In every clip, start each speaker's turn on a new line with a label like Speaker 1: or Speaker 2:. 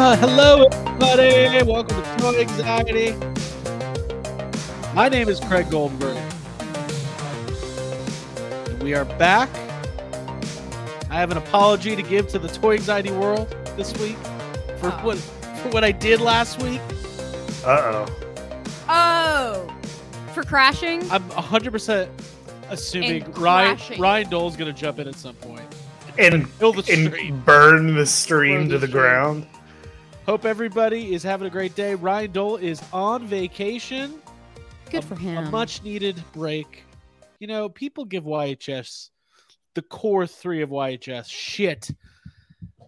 Speaker 1: Uh, hello, everybody. Welcome to Toy Anxiety. My name is Craig Goldberg. And we are back. I have an apology to give to the Toy Anxiety world this week for
Speaker 2: Oh.
Speaker 1: what for what I did last week.
Speaker 3: Uh
Speaker 2: Oh, for crashing?
Speaker 1: I'm 100% assuming
Speaker 2: And
Speaker 1: Ryan,
Speaker 2: crashing.
Speaker 1: Ryan Dole's going to jump in at some point.
Speaker 3: oh. And
Speaker 1: Fill the street.
Speaker 3: and burn the stream
Speaker 1: Burn
Speaker 3: to
Speaker 1: the
Speaker 3: the
Speaker 1: stream.
Speaker 3: ground.
Speaker 1: Hope everybody is having a great day. Ryan Dole is on vacation.
Speaker 2: Good
Speaker 1: a-
Speaker 2: for him.
Speaker 1: A much needed break. You know, people give YHS the core three of YHS shit.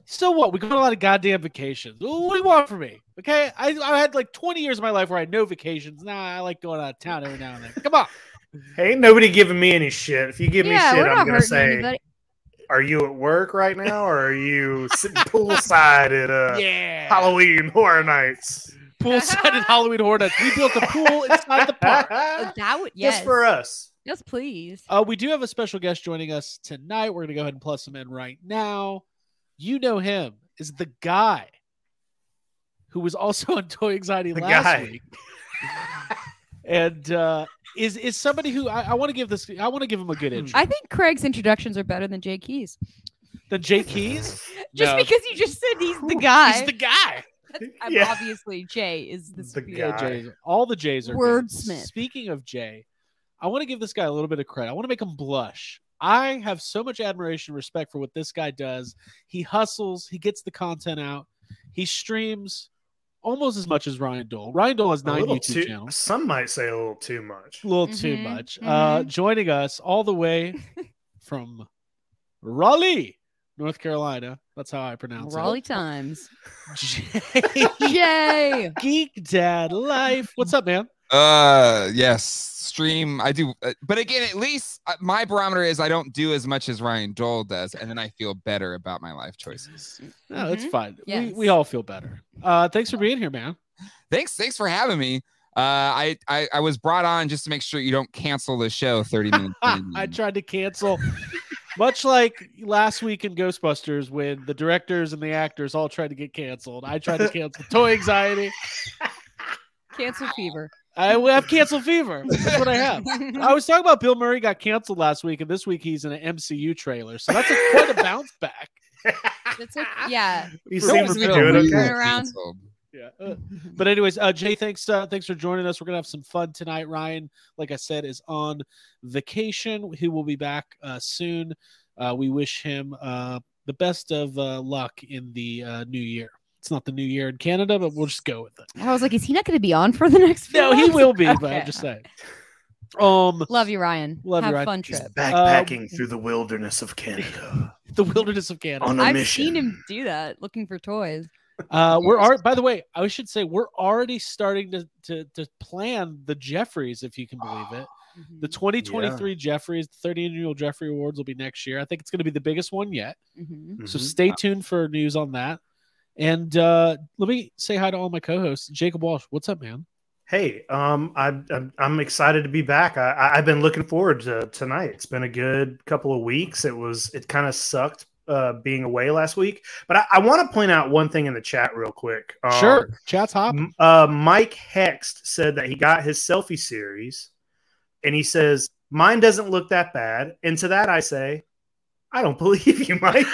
Speaker 1: So what? We go on a lot of goddamn vacations. What do you want from me? Okay, I, I had like 20 years of my life where I had no vacations. Now I like going out of town every now and then. Come on,
Speaker 3: Hey, nobody giving me any shit. If you give
Speaker 2: yeah,
Speaker 3: me
Speaker 2: we're
Speaker 3: shit,
Speaker 2: not
Speaker 3: I'm gonna
Speaker 2: hurting
Speaker 3: say,
Speaker 2: anybody.
Speaker 3: "Are you at work right now, or are you sitting poolside at uh,
Speaker 1: yeah.
Speaker 3: Halloween Horror Nights?"
Speaker 1: Poolside at Halloween Hornets. We built a pool inside the park.
Speaker 2: Oh,
Speaker 3: Just
Speaker 2: That would yes.
Speaker 3: for uh, us.
Speaker 2: Yes, please.
Speaker 1: Uh, we do have a special guest joining us tonight. We're gonna go ahead and plus him in right now. You know him is the guy who was also on Toy Anxiety
Speaker 3: The
Speaker 1: last
Speaker 3: guy.
Speaker 1: week, and uh, is is somebody who I, I want to give this. I want to give him a good intro.
Speaker 2: I think Craig's introductions are better than Jay Keys.
Speaker 1: the Jay Keys.
Speaker 2: Just
Speaker 1: No,
Speaker 2: because you just said he's the guy.
Speaker 1: he's the guy.
Speaker 2: I'm
Speaker 3: Yeah.
Speaker 2: Obviously, Jay is the,
Speaker 3: The
Speaker 2: superior.
Speaker 1: Yeah,
Speaker 3: guy.
Speaker 1: Jay's, all the Jays are good.
Speaker 2: Wordsmith.
Speaker 1: Speaking of Jay, I want to give this guy a little bit of credit. I want to make him blush. I have so much admiration and respect for what this guy does. He hustles, he gets the content out, he streams almost as much as Ryan Dole. Ryan Dole has
Speaker 3: A
Speaker 1: nine
Speaker 3: little
Speaker 1: YouTube
Speaker 3: too-
Speaker 1: channels.
Speaker 3: Some might say a little too much.
Speaker 1: A little too
Speaker 2: Mhm,
Speaker 1: much. Uh,
Speaker 2: mhm.
Speaker 1: joining us all the way from Raleigh, North Carolina. That's how I pronounce
Speaker 2: Raleigh Times.
Speaker 1: it. Jay
Speaker 2: Jay.
Speaker 1: Geek Dad Life. What's up, man?
Speaker 4: Uh, yes, stream. I do, uh, but again, at least uh, my barometer is I don't do as much as Ryan Dole does, and then I feel better about my life choices.
Speaker 1: No, it's
Speaker 2: Mhm.
Speaker 1: fine. We, we
Speaker 2: Yes.
Speaker 1: all feel better. Uh, thanks for being here, man.
Speaker 4: Thanks, thanks for having me. Uh, I, I I was brought on just to make sure you don't cancel the show thirty minutes. in.
Speaker 1: Ah, I tried to cancel, much like last week in Ghostbusters when the directors and the actors all tried to get canceled. I tried to cancel Toy Anxiety.
Speaker 2: Cancer fever.
Speaker 1: I have cancel fever. That's what I have. I was talking about Bill Murray got canceled last week, and this week he's in an MCU trailer. So that's a, quite a bounce back.
Speaker 2: That's like, yeah.
Speaker 3: He
Speaker 1: No
Speaker 3: seems
Speaker 1: one's
Speaker 3: to be
Speaker 1: gonna
Speaker 3: doing
Speaker 1: believe
Speaker 3: okay.
Speaker 2: it. Around.
Speaker 4: Canceled.
Speaker 1: Yeah. Uh, but anyways, uh, Jay, thanks uh, thanks for joining us. We're gonna have some fun tonight. Ryan, like I said, is on vacation. He will be back uh, soon. Uh, we wish him uh, the best of uh, luck in the uh, new year. It's not the new year in Canada, but we'll just go with it.
Speaker 2: I was like, is he not going to be on for the next? few
Speaker 1: No, he
Speaker 2: months?
Speaker 1: will be, but I'm
Speaker 2: Okay.
Speaker 1: just saying. Um,
Speaker 2: Love you, Ryan.
Speaker 1: Love you,
Speaker 2: Have
Speaker 1: Ryan.
Speaker 2: fun
Speaker 3: He's
Speaker 2: trip.
Speaker 3: backpacking
Speaker 1: Um,
Speaker 3: through the wilderness of Canada
Speaker 1: the wilderness of Canada.
Speaker 3: on a
Speaker 2: I've
Speaker 3: mission.
Speaker 2: seen him do that, looking for toys.
Speaker 1: Uh, we're are, by the way, I should say we're already starting to to, to plan the Jeffries, if you can believe it. The 2023 Jeffries, the 30 annual Jeffrey Awards will be next year. I think it's going to be the biggest one yet. So
Speaker 2: Mhm.
Speaker 4: Mm-hmm.
Speaker 3: Mhm.
Speaker 1: stay tuned for news on that. And uh, let me say hi to all my co-hosts. Jacob Walsh, what's up, man?
Speaker 3: Hey, um, I, I'm I'm excited to be back. I, I I've been looking forward to tonight. It's been a good couple of weeks. It was it kind of sucked uh, being away last week, but I, I want to point out one thing in the chat real quick. Um,
Speaker 4: Oh.
Speaker 1: sure, chat's hop.
Speaker 3: M- Uh, Mike Hext said that he got his selfie series, and he says mine doesn't look that bad. And to that I say, I don't believe you, Mike.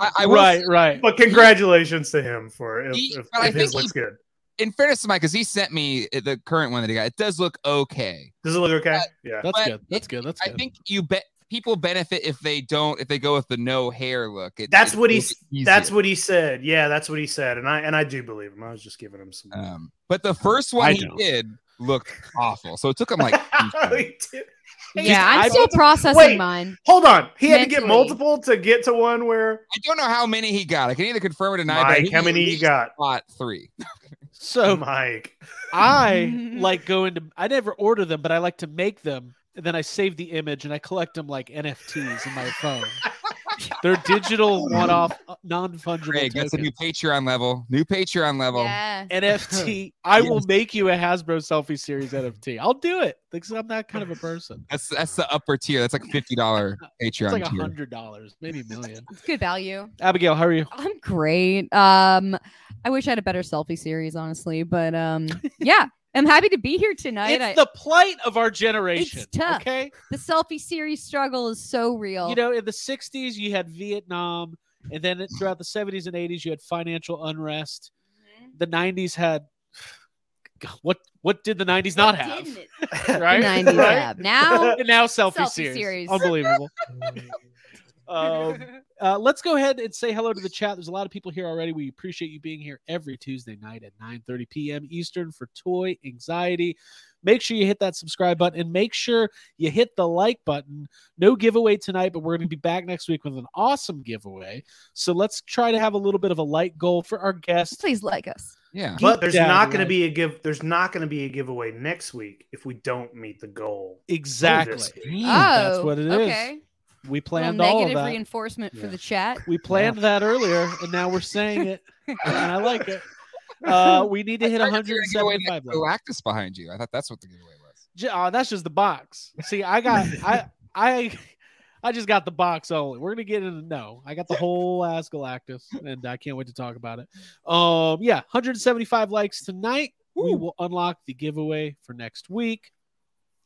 Speaker 4: I, I will
Speaker 1: right, right.
Speaker 3: but congratulations to him for if,
Speaker 4: He-
Speaker 3: if,
Speaker 4: but I
Speaker 3: if his
Speaker 4: think he-
Speaker 3: looks good.
Speaker 4: in fairness to Mike, because he sent me the current one that he got. It does look okay.
Speaker 3: Does it look okay?
Speaker 4: Uh,
Speaker 3: yeah.
Speaker 1: That's
Speaker 4: But
Speaker 1: good. That's
Speaker 4: it-
Speaker 1: good. That's
Speaker 4: I
Speaker 1: good.
Speaker 4: think you bet people benefit if they don't if they go with the no hair look. It-
Speaker 3: That's
Speaker 4: it
Speaker 3: what
Speaker 4: makes
Speaker 3: he's.
Speaker 4: it
Speaker 3: That's
Speaker 4: easier.
Speaker 3: what he said. Yeah, that's what he said, and I and I do believe him. I was just giving him some.
Speaker 4: Um, but the first one
Speaker 1: I
Speaker 4: he
Speaker 1: know.
Speaker 4: did looked awful, so it took him like.
Speaker 3: Oh, He did-
Speaker 2: yeah, I'm
Speaker 1: I-
Speaker 2: still processing
Speaker 3: Wait.
Speaker 2: mine.
Speaker 3: Hold on, he had to get
Speaker 2: Mentally.
Speaker 3: multiple to get to one where.
Speaker 4: I don't know how many he got. I can either confirm or deny. but
Speaker 3: Mike,
Speaker 4: he
Speaker 3: how many you got?
Speaker 4: Got three.
Speaker 1: So
Speaker 3: Mike,
Speaker 1: I like going to. I never order them, but I like to make them, and then I save the image and I collect them like NFTs in my phone. They're digital one-off, uh, non-fungible
Speaker 4: Greg, that's a new
Speaker 1: tokens.
Speaker 4: Patreon level. New Patreon level.
Speaker 2: Yeah.
Speaker 1: NFT. I will
Speaker 4: Yes.
Speaker 1: make you a Hasbro selfie series NFT. I'll do it because I'm that kind of a person.
Speaker 4: That's that's the upper tier. That's like fifty dollar
Speaker 1: It's
Speaker 4: Patreon
Speaker 1: like a
Speaker 4: tier.
Speaker 1: hundred dollars, maybe a million.
Speaker 2: It's good value.
Speaker 1: Abigail, how are you?
Speaker 2: I'm great. Um, I wish I had a better selfie series, honestly, but um, yeah, I'm happy to be here tonight. I,
Speaker 1: It's the plight of our generation.
Speaker 2: It's tough.
Speaker 1: Okay,
Speaker 2: the selfie series struggle is so real.
Speaker 1: you know, in the '60s you had Vietnam, and then it- throughout the '70s and '80s you had financial unrest.
Speaker 2: Mm-hmm.
Speaker 1: The '90s had God, what? What did the '90s not have?
Speaker 2: Didn't it?
Speaker 1: Right?
Speaker 2: 90s
Speaker 1: Right?
Speaker 2: have. Now,
Speaker 1: And now selfie,
Speaker 2: Selfie
Speaker 1: series.
Speaker 2: series.
Speaker 1: unbelievable. um, uh, let's go ahead and say hello to the chat. There's a lot of people here already. We appreciate you being here every Tuesday night at 9:30 p.m. Eastern for Toy Anxiety. Make sure you hit that subscribe button and make sure you hit the like button. No giveaway tonight, but we're going to be back next week with an awesome giveaway. So let's try to have a little bit of a light goal for our guests.
Speaker 2: please like us.
Speaker 4: Yeah.
Speaker 3: but there's
Speaker 1: down,
Speaker 3: not going
Speaker 1: right?
Speaker 3: to be a give. There's not going to be a giveaway next week if we don't meet the goal.
Speaker 1: Exactly.
Speaker 2: Oh,
Speaker 1: That's what it is.
Speaker 2: okay.
Speaker 1: We
Speaker 2: Little
Speaker 1: planned all of
Speaker 2: negative
Speaker 1: that.
Speaker 2: reinforcement for
Speaker 3: Yeah.
Speaker 2: the chat.
Speaker 1: we planned that earlier, and now we're saying it, and I like it. Uh, we need to hit
Speaker 4: I heard you were gonna give away
Speaker 1: 175
Speaker 4: that
Speaker 1: likes.
Speaker 4: Galactus behind you. I thought that's what the giveaway was.
Speaker 1: J- Oh, that's just the box. See, I got I I I just got the box only. We're gonna get into no. I got the whole ass Galactus, and I can't wait to talk about it. Um, yeah, 175 likes tonight. We will unlock the giveaway for next week.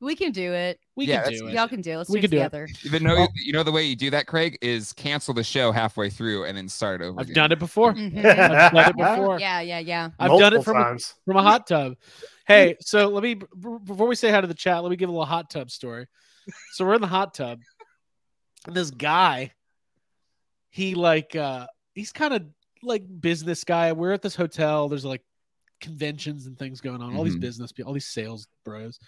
Speaker 2: We can do it.
Speaker 1: We
Speaker 4: Yeah,
Speaker 1: can
Speaker 4: that's
Speaker 1: do it.
Speaker 2: Y'all can do it. Let's
Speaker 1: We
Speaker 2: do
Speaker 1: can
Speaker 2: it
Speaker 1: do it.
Speaker 2: together.
Speaker 4: Even though
Speaker 1: Well-
Speaker 4: you know the way you do that, Craig, is cancel the show halfway through and then start over.
Speaker 1: I've
Speaker 4: again.
Speaker 1: done it before.
Speaker 2: Mhm.
Speaker 1: I've done it before.
Speaker 2: yeah, yeah, yeah.
Speaker 1: I've done
Speaker 3: Multiple
Speaker 1: it from a,
Speaker 3: times.
Speaker 1: from a hot tub. Hey, so let me b- b- before we say hi to the chat, let me give a little hot tub story. So we're in the hot tub, and this guy, he like uh he's kind of like business guy. We're at this hotel. There's like conventions and things going on. All these
Speaker 4: Mhm.
Speaker 1: business people, all these sales bros.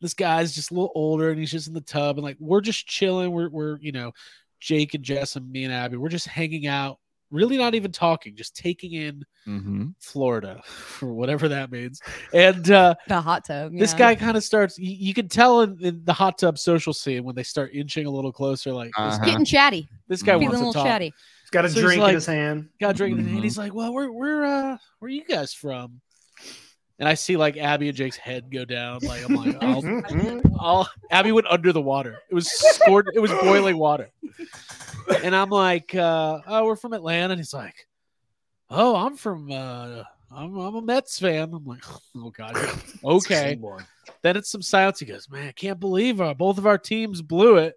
Speaker 1: This guy's just a little older, and he's just in the tub, and like we're just chilling. We're we're you know, Jake and Jess and me and Abby. We're just hanging out, really not even talking, just taking in
Speaker 4: Mhm.
Speaker 1: Florida, for whatever that means. And uh,
Speaker 2: The hot tub.
Speaker 1: this
Speaker 2: yeah.
Speaker 1: guy kind of starts. You, you can tell in, in the hot tub social scene when they start inching a little closer. Like this-
Speaker 4: Uh-huh.
Speaker 2: getting chatty,
Speaker 1: this, guy
Speaker 2: feeling
Speaker 1: wants
Speaker 2: a
Speaker 1: to
Speaker 2: little
Speaker 1: talk.
Speaker 2: chatty.
Speaker 3: He's got a
Speaker 1: So he's
Speaker 3: drink
Speaker 1: like-
Speaker 3: in his hand.
Speaker 1: Got drinking, and
Speaker 4: Mhm.
Speaker 1: he's like, "Well, where, where, uh, where you guys from?" And I see like Abby and Jake's head go down. Like I'm like, "Oh I'll,
Speaker 3: Mm-hmm.
Speaker 1: I'll, Abby went under the water. It was scored. It was boiling water. And I'm like, uh, oh, we're from Atlanta. And he's like, oh, I'm from, uh, I'm, I'm a Mets fan. I'm like, oh god, okay. Then it's some silence. He goes, man, I can't believe uh, both of our teams blew it.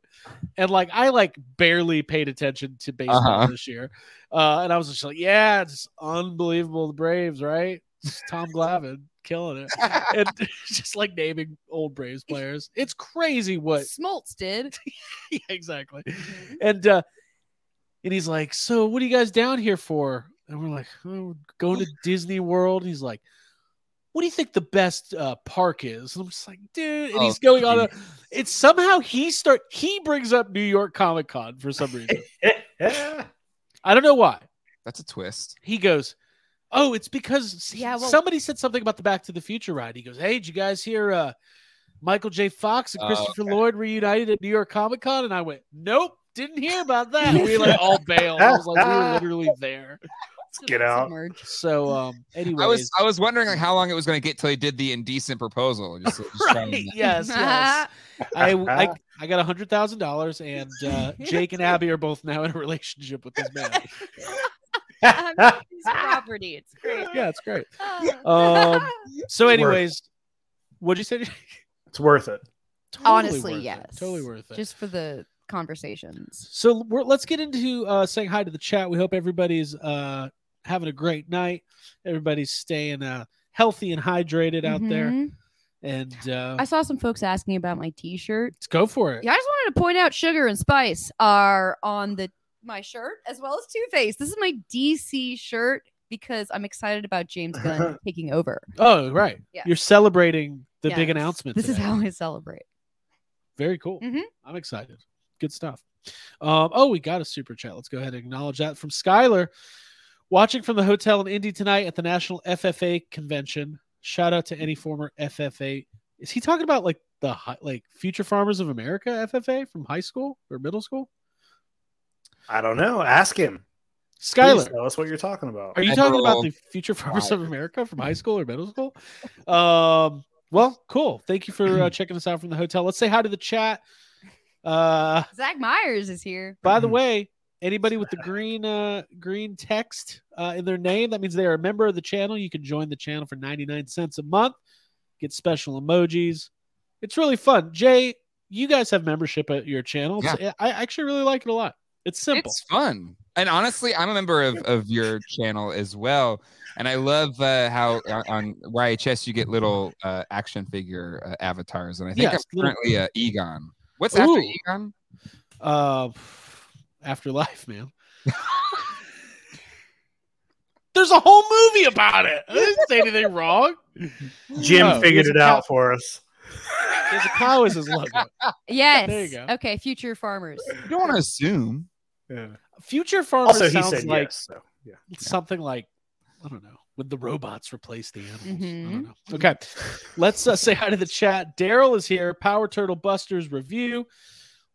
Speaker 1: And like, I like barely paid attention to baseball
Speaker 4: Uh-huh.
Speaker 1: this year. Uh, and I was just like, yeah, it's unbelievable. The Braves, right? It's Tom Glavine killing it and just like naming old Braves players. It's crazy what
Speaker 2: Smoltz did.
Speaker 1: yeah, exactly. And uh and he's like, "So what are you guys down here for?" And we're like, oh, "We're going to Disney World." And he's like, "What do you think the best uh, park is?" And I'm just like, "Dude," and
Speaker 4: Oh,
Speaker 1: he's going on a. It's somehow he start he brings up New York Comic Con for some reason. I don't know why.
Speaker 4: That's a twist.
Speaker 1: He goes, "Oh, it's because
Speaker 2: Yeah, well-
Speaker 1: somebody said something about the Back to the Future ride." He goes, "Hey, did you guys hear uh, Michael J. Fox and
Speaker 4: Oh,
Speaker 1: Christopher Lloyd reunited at New York Comic Con?" And I went, "Nope, didn't hear about that." We like all bailed. I was like, "We were literally there."
Speaker 3: Get out.
Speaker 2: Submerge.
Speaker 1: So, um, anyways,
Speaker 4: I was I was wondering like how long it was gonna get till he did the indecent proposal. Just, just trying
Speaker 1: right?
Speaker 4: to-
Speaker 1: Yes, yes. I, I I got a hundred thousand dollars, and uh, Jake and Abby are both now in a relationship with this man.
Speaker 2: I'm his property. It's great.
Speaker 1: Yeah, it's great.
Speaker 2: Ah.
Speaker 1: Um, So,
Speaker 3: It's worth it.
Speaker 1: anyways, what'd you say?
Speaker 3: it's worth it.
Speaker 1: Totally
Speaker 2: Honestly,
Speaker 1: worth it.
Speaker 2: yes.
Speaker 1: Totally worth it.
Speaker 2: just for the conversations.
Speaker 1: So we're, let's get into uh, saying hi to the chat. We hope everybody's uh, having a great night. Everybody's staying uh, healthy and hydrated out there.
Speaker 2: Mhm.
Speaker 1: And uh,
Speaker 2: I saw some folks asking about my T-shirt.
Speaker 1: let's go for it.
Speaker 2: Yeah, I just wanted to point out Sugar and Spice are on the my shirt as well as Two Face. This is my DC shirt because I'm excited about James Gunn taking over.
Speaker 1: Oh, right.
Speaker 2: Yeah.
Speaker 1: You're celebrating the
Speaker 2: Yeah,
Speaker 1: big announcement.
Speaker 2: This is
Speaker 1: today.
Speaker 2: how I celebrate.
Speaker 1: Very cool.
Speaker 2: Mhm.
Speaker 1: I'm excited. Good stuff. Um, oh, we got a super chat. Let's go ahead and acknowledge that from Skylar. Watching from the hotel in Indy tonight at the National FFA convention. Shout out to any former FFA. Is he talking about like the hi- like Future Farmers of America FFA from high school or middle school?
Speaker 3: I don't know. Ask him. Please uh,
Speaker 1: Skylar,
Speaker 3: tell us what you're talking about.
Speaker 1: are you
Speaker 4: I
Speaker 1: talking about
Speaker 4: will-
Speaker 1: the Future Farmers
Speaker 4: Wow.
Speaker 1: of America from high school or middle school? Um, well, cool. Thank you for uh, checking us out from the hotel. Let's say hi to the chat. Uh,
Speaker 2: Zach Myers is here.
Speaker 1: By the
Speaker 3: Mhm.
Speaker 1: way, anybody with the green uh green text uh in their name, that means they are a member of the channel. You can join the channel for 99 cents a month, get special emojis. It's really fun. Jay, you guys have membership at your channel. It's- I actually really like it a lot. It's simple.
Speaker 4: It's fun. And honestly, I'm a member of, of your channel as well. And I love uh, how on- on YHS you get little uh, action figure uh, avatars. And I think
Speaker 1: Yes,
Speaker 4: I'm
Speaker 1: little-
Speaker 4: currently uh, Egon. What's
Speaker 1: Ooh.
Speaker 4: after Egon?
Speaker 1: Uh, afterlife, man. There's a whole movie about it. I didn't say anything wrong.
Speaker 3: Jim
Speaker 1: No, he
Speaker 3: figured
Speaker 1: has
Speaker 3: it
Speaker 1: a
Speaker 3: out
Speaker 1: cow-
Speaker 3: for us.
Speaker 1: There's a cow as his logo.
Speaker 2: Yes.
Speaker 1: There you go.
Speaker 2: Okay, future farmers.
Speaker 4: You don't want to assume.
Speaker 3: Yeah.
Speaker 1: Future Farmer
Speaker 3: Also, he
Speaker 1: sounds
Speaker 3: said
Speaker 1: like
Speaker 3: yes. So, yeah.
Speaker 1: something like I don't know. Would the robots replace the animals? I don't
Speaker 2: Mhm.
Speaker 1: know. Okay, let's uh, say hi to the chat. Daryl is here. Power Turtle Busters review.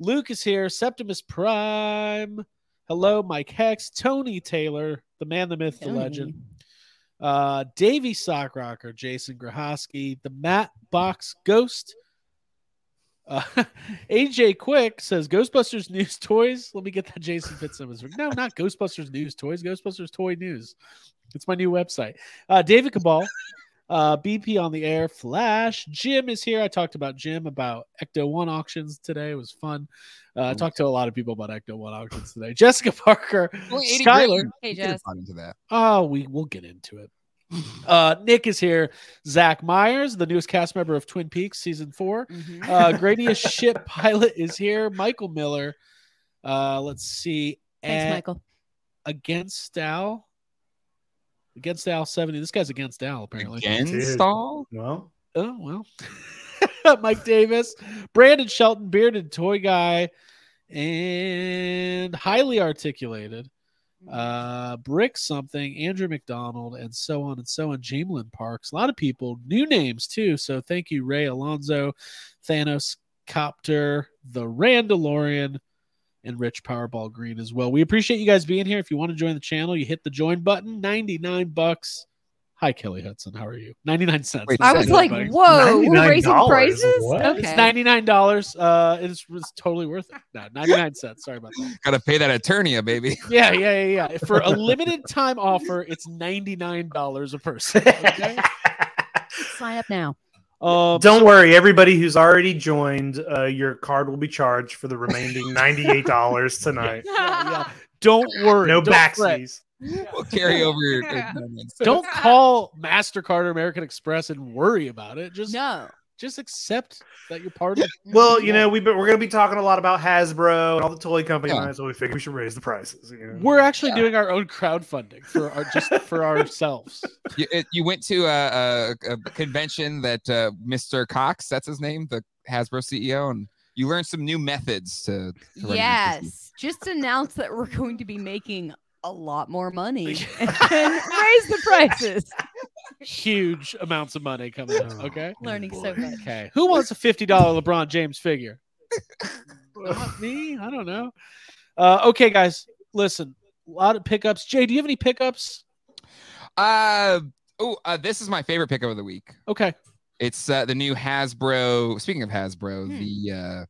Speaker 1: Luke is here. Septimus Prime. Hello, Mike Hex. Tony Taylor, the man, the myth, the
Speaker 2: Tony.
Speaker 1: legend. Uh, Davy Sock Rocker. Jason Grahoski. The Matt Box Ghost. Uh, AJ Quick says Ghostbusters news toys. Let me get that Jason Fitzsimmons. No, not Ghostbusters news toys. Ghostbusters toy news. It's my new website. Uh, David Cabal, uh, BP on the air. Flash. Jim is here. I talked about Jim about Ecto One auctions today. It was fun. Uh, I talked to a lot of people about Ecto One auctions today. Jessica Parker.
Speaker 4: Only 80
Speaker 1: Skylar.
Speaker 4: grand.
Speaker 2: Hey,
Speaker 4: You could have
Speaker 2: Jess.
Speaker 4: bought into that.
Speaker 1: Oh, we will get into it. Uh, Nick is here. Zach Myers, the newest cast member of Twin Peaks season four.
Speaker 2: Mhm.
Speaker 1: Uh, Gradius ship pilot is here. Michael Miller. Uh, let's see.
Speaker 2: Thanks,
Speaker 1: At-
Speaker 2: Michael.
Speaker 1: Against Al. Against Al seventy. This guy's against Al apparently.
Speaker 4: Again,
Speaker 3: Dude.
Speaker 4: stall?
Speaker 3: Well,
Speaker 1: Oh well. Mike Davis, Brandon Shelton, bearded toy guy, and highly articulated. Uh, Brick something, Andrew McDonald, and so on and so on. Jamelin Parks, a lot of people, new names too. So thank you, Ray Alonzo, Thanos Copter, the Randalorian, and Rich Powerball Green as well. We appreciate you guys being here. If you want to join the channel, you hit the join button. Ninety nine bucks. Hi, Kelly Hudson. How are you? Ninety nine cents.
Speaker 4: Wait,
Speaker 2: I
Speaker 1: Not
Speaker 2: was like,
Speaker 4: Thanks,
Speaker 1: $99.
Speaker 2: whoa, we're raising
Speaker 3: $99?
Speaker 2: prices?
Speaker 3: What?
Speaker 2: Okay.
Speaker 1: It's ninety nine dollars. Uh, it's, it's totally worth it. No, ninety nine cents. Sorry about that.
Speaker 4: Got to pay that attorney, baby.
Speaker 1: Yeah, yeah, yeah, yeah. For a limited time offer, it's ninety nine dollars a person. Okay?
Speaker 2: Sign up now.
Speaker 1: Um,
Speaker 3: don't worry. Everybody who's already joined, uh, your card will be charged for the remaining ninety-eight dollars tonight.
Speaker 1: yeah, yeah. Don't worry.
Speaker 3: No
Speaker 1: don't fret.
Speaker 3: backsies.
Speaker 4: We'll carry over your ignorance.
Speaker 1: Don't call Mastercard or American Express and worry about it. Just
Speaker 2: No.
Speaker 1: just accept that you're part of. it.
Speaker 3: Well, you know, we've been, we're going to be talking a lot about Hasbro and all the toy companies,
Speaker 4: Yeah.
Speaker 3: tonight, so we figured we should raise the prices. You know?
Speaker 1: We're actually
Speaker 4: Yeah.
Speaker 1: doing our own crowdfunding for our just for ourselves.
Speaker 4: You, it- you went to a, a, a convention that uh, Mr. Cox, that's his name, the Hasbro CEO, and you learned some new methods to. to run your business.
Speaker 2: Yes. Just announce that we're going to be making a lot more money and raise the prices.
Speaker 3: Oh,
Speaker 1: Huge amounts of money coming up. Okay.
Speaker 2: Learning so
Speaker 3: boy.
Speaker 2: much.
Speaker 1: Okay. Who wants a $50 LeBron James figure? Not me. I don't know. Uh, okay, guys. Listen, a lot of pickups. Jay, do you have any pickups?
Speaker 4: Uh, oh, uh, this is my favorite pickup of the week.
Speaker 1: Okay.
Speaker 4: It's uh, the new Hasbro. Speaking of Hasbro,
Speaker 2: Hmm.
Speaker 4: the uh,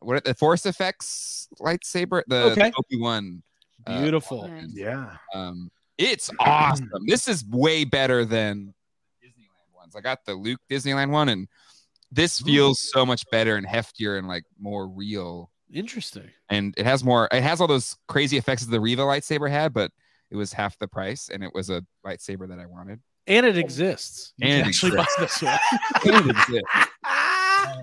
Speaker 4: what are the Force Effects lightsaber, the,
Speaker 1: Okay.
Speaker 4: Obi Wan. Uh,
Speaker 3: Oh,
Speaker 1: Beautiful.
Speaker 2: Nice.
Speaker 3: Yeah.
Speaker 4: Um, it's awesome. this is way better than Disneyland ones. I got the Luke Disneyland one, and this feels so much better and heftier and like more real.
Speaker 1: Interesting.
Speaker 4: And it has more. It has all those crazy effects that the Riva lightsaber had, but it was half the price, and it was a lightsaber that I wanted.
Speaker 1: and it exists. You
Speaker 4: And
Speaker 1: can
Speaker 4: it
Speaker 1: actually buy this one.
Speaker 4: It exists.
Speaker 3: Ah!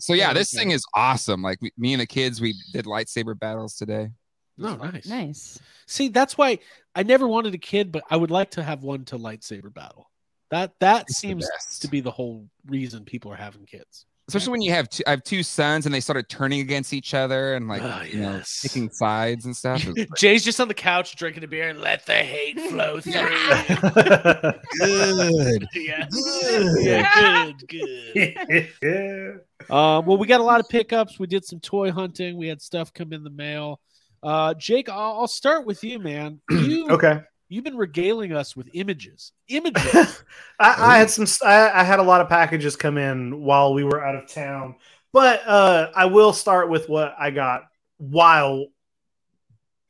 Speaker 4: so yeah,
Speaker 1: Yeah,
Speaker 4: this
Speaker 1: okay.
Speaker 4: thing is awesome. Like we, me and the kids, we did lightsaber battles today.
Speaker 1: No, Oh, nice.
Speaker 2: Nice.
Speaker 1: See, that's why I never wanted a kid, but I would like to have one to lightsaber battle. That that
Speaker 4: It's the
Speaker 1: seems
Speaker 4: best.
Speaker 1: to be the whole reason people are having kids.
Speaker 4: Especially when you have two, I have two sons and they started turning against each other and like
Speaker 1: Ah,
Speaker 4: you know
Speaker 1: yes.
Speaker 4: picking sides and stuff. It was
Speaker 1: Jay's just on the couch drinking a beer and let the hate flow through.
Speaker 4: good.
Speaker 1: yeah.
Speaker 4: Good.
Speaker 1: yeah, good, good.
Speaker 3: yeah.
Speaker 1: Um, well, we got a lot of pickups. We did some toy hunting. We had stuff come in the mail. Uh, Jake, I'll, I'll start with you, man. You,
Speaker 3: Okay.
Speaker 1: You've been regaling us with images. Images.
Speaker 3: I, I had some. I, I had a lot of packages come in while we were out of town, but uh, I will start with what I got while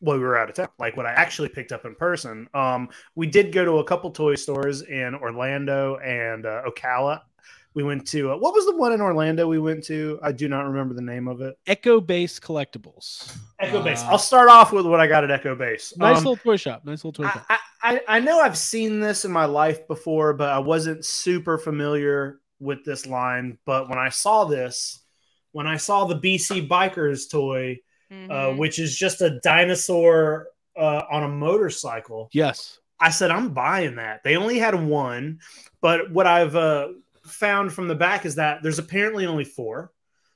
Speaker 3: while we were out of town, like what I actually picked up in person. Um, we did go to a couple toy stores in Orlando and uh, Ocala. We went to uh, what was the one in Orlando we went to? I do not remember the name of it.
Speaker 1: Echo Base Collectibles.
Speaker 3: Echo Base.
Speaker 1: Uh,
Speaker 3: I'll start off with what I got at Echo Base.
Speaker 1: Nice
Speaker 3: Um,
Speaker 1: little toy shop. Nice little toy
Speaker 3: I,
Speaker 1: shop.
Speaker 3: I, I- I know I've seen this in my life before, but I wasn't super familiar with this line. But when I saw this, when I saw the BC Bikers toy,
Speaker 2: Mm-hmm.
Speaker 3: uh, which is just a dinosaur uh, on a motorcycle,
Speaker 1: Yes.
Speaker 3: I said, I'm buying that. They only had one, but what I've uh, found from the back is that there's apparently only four.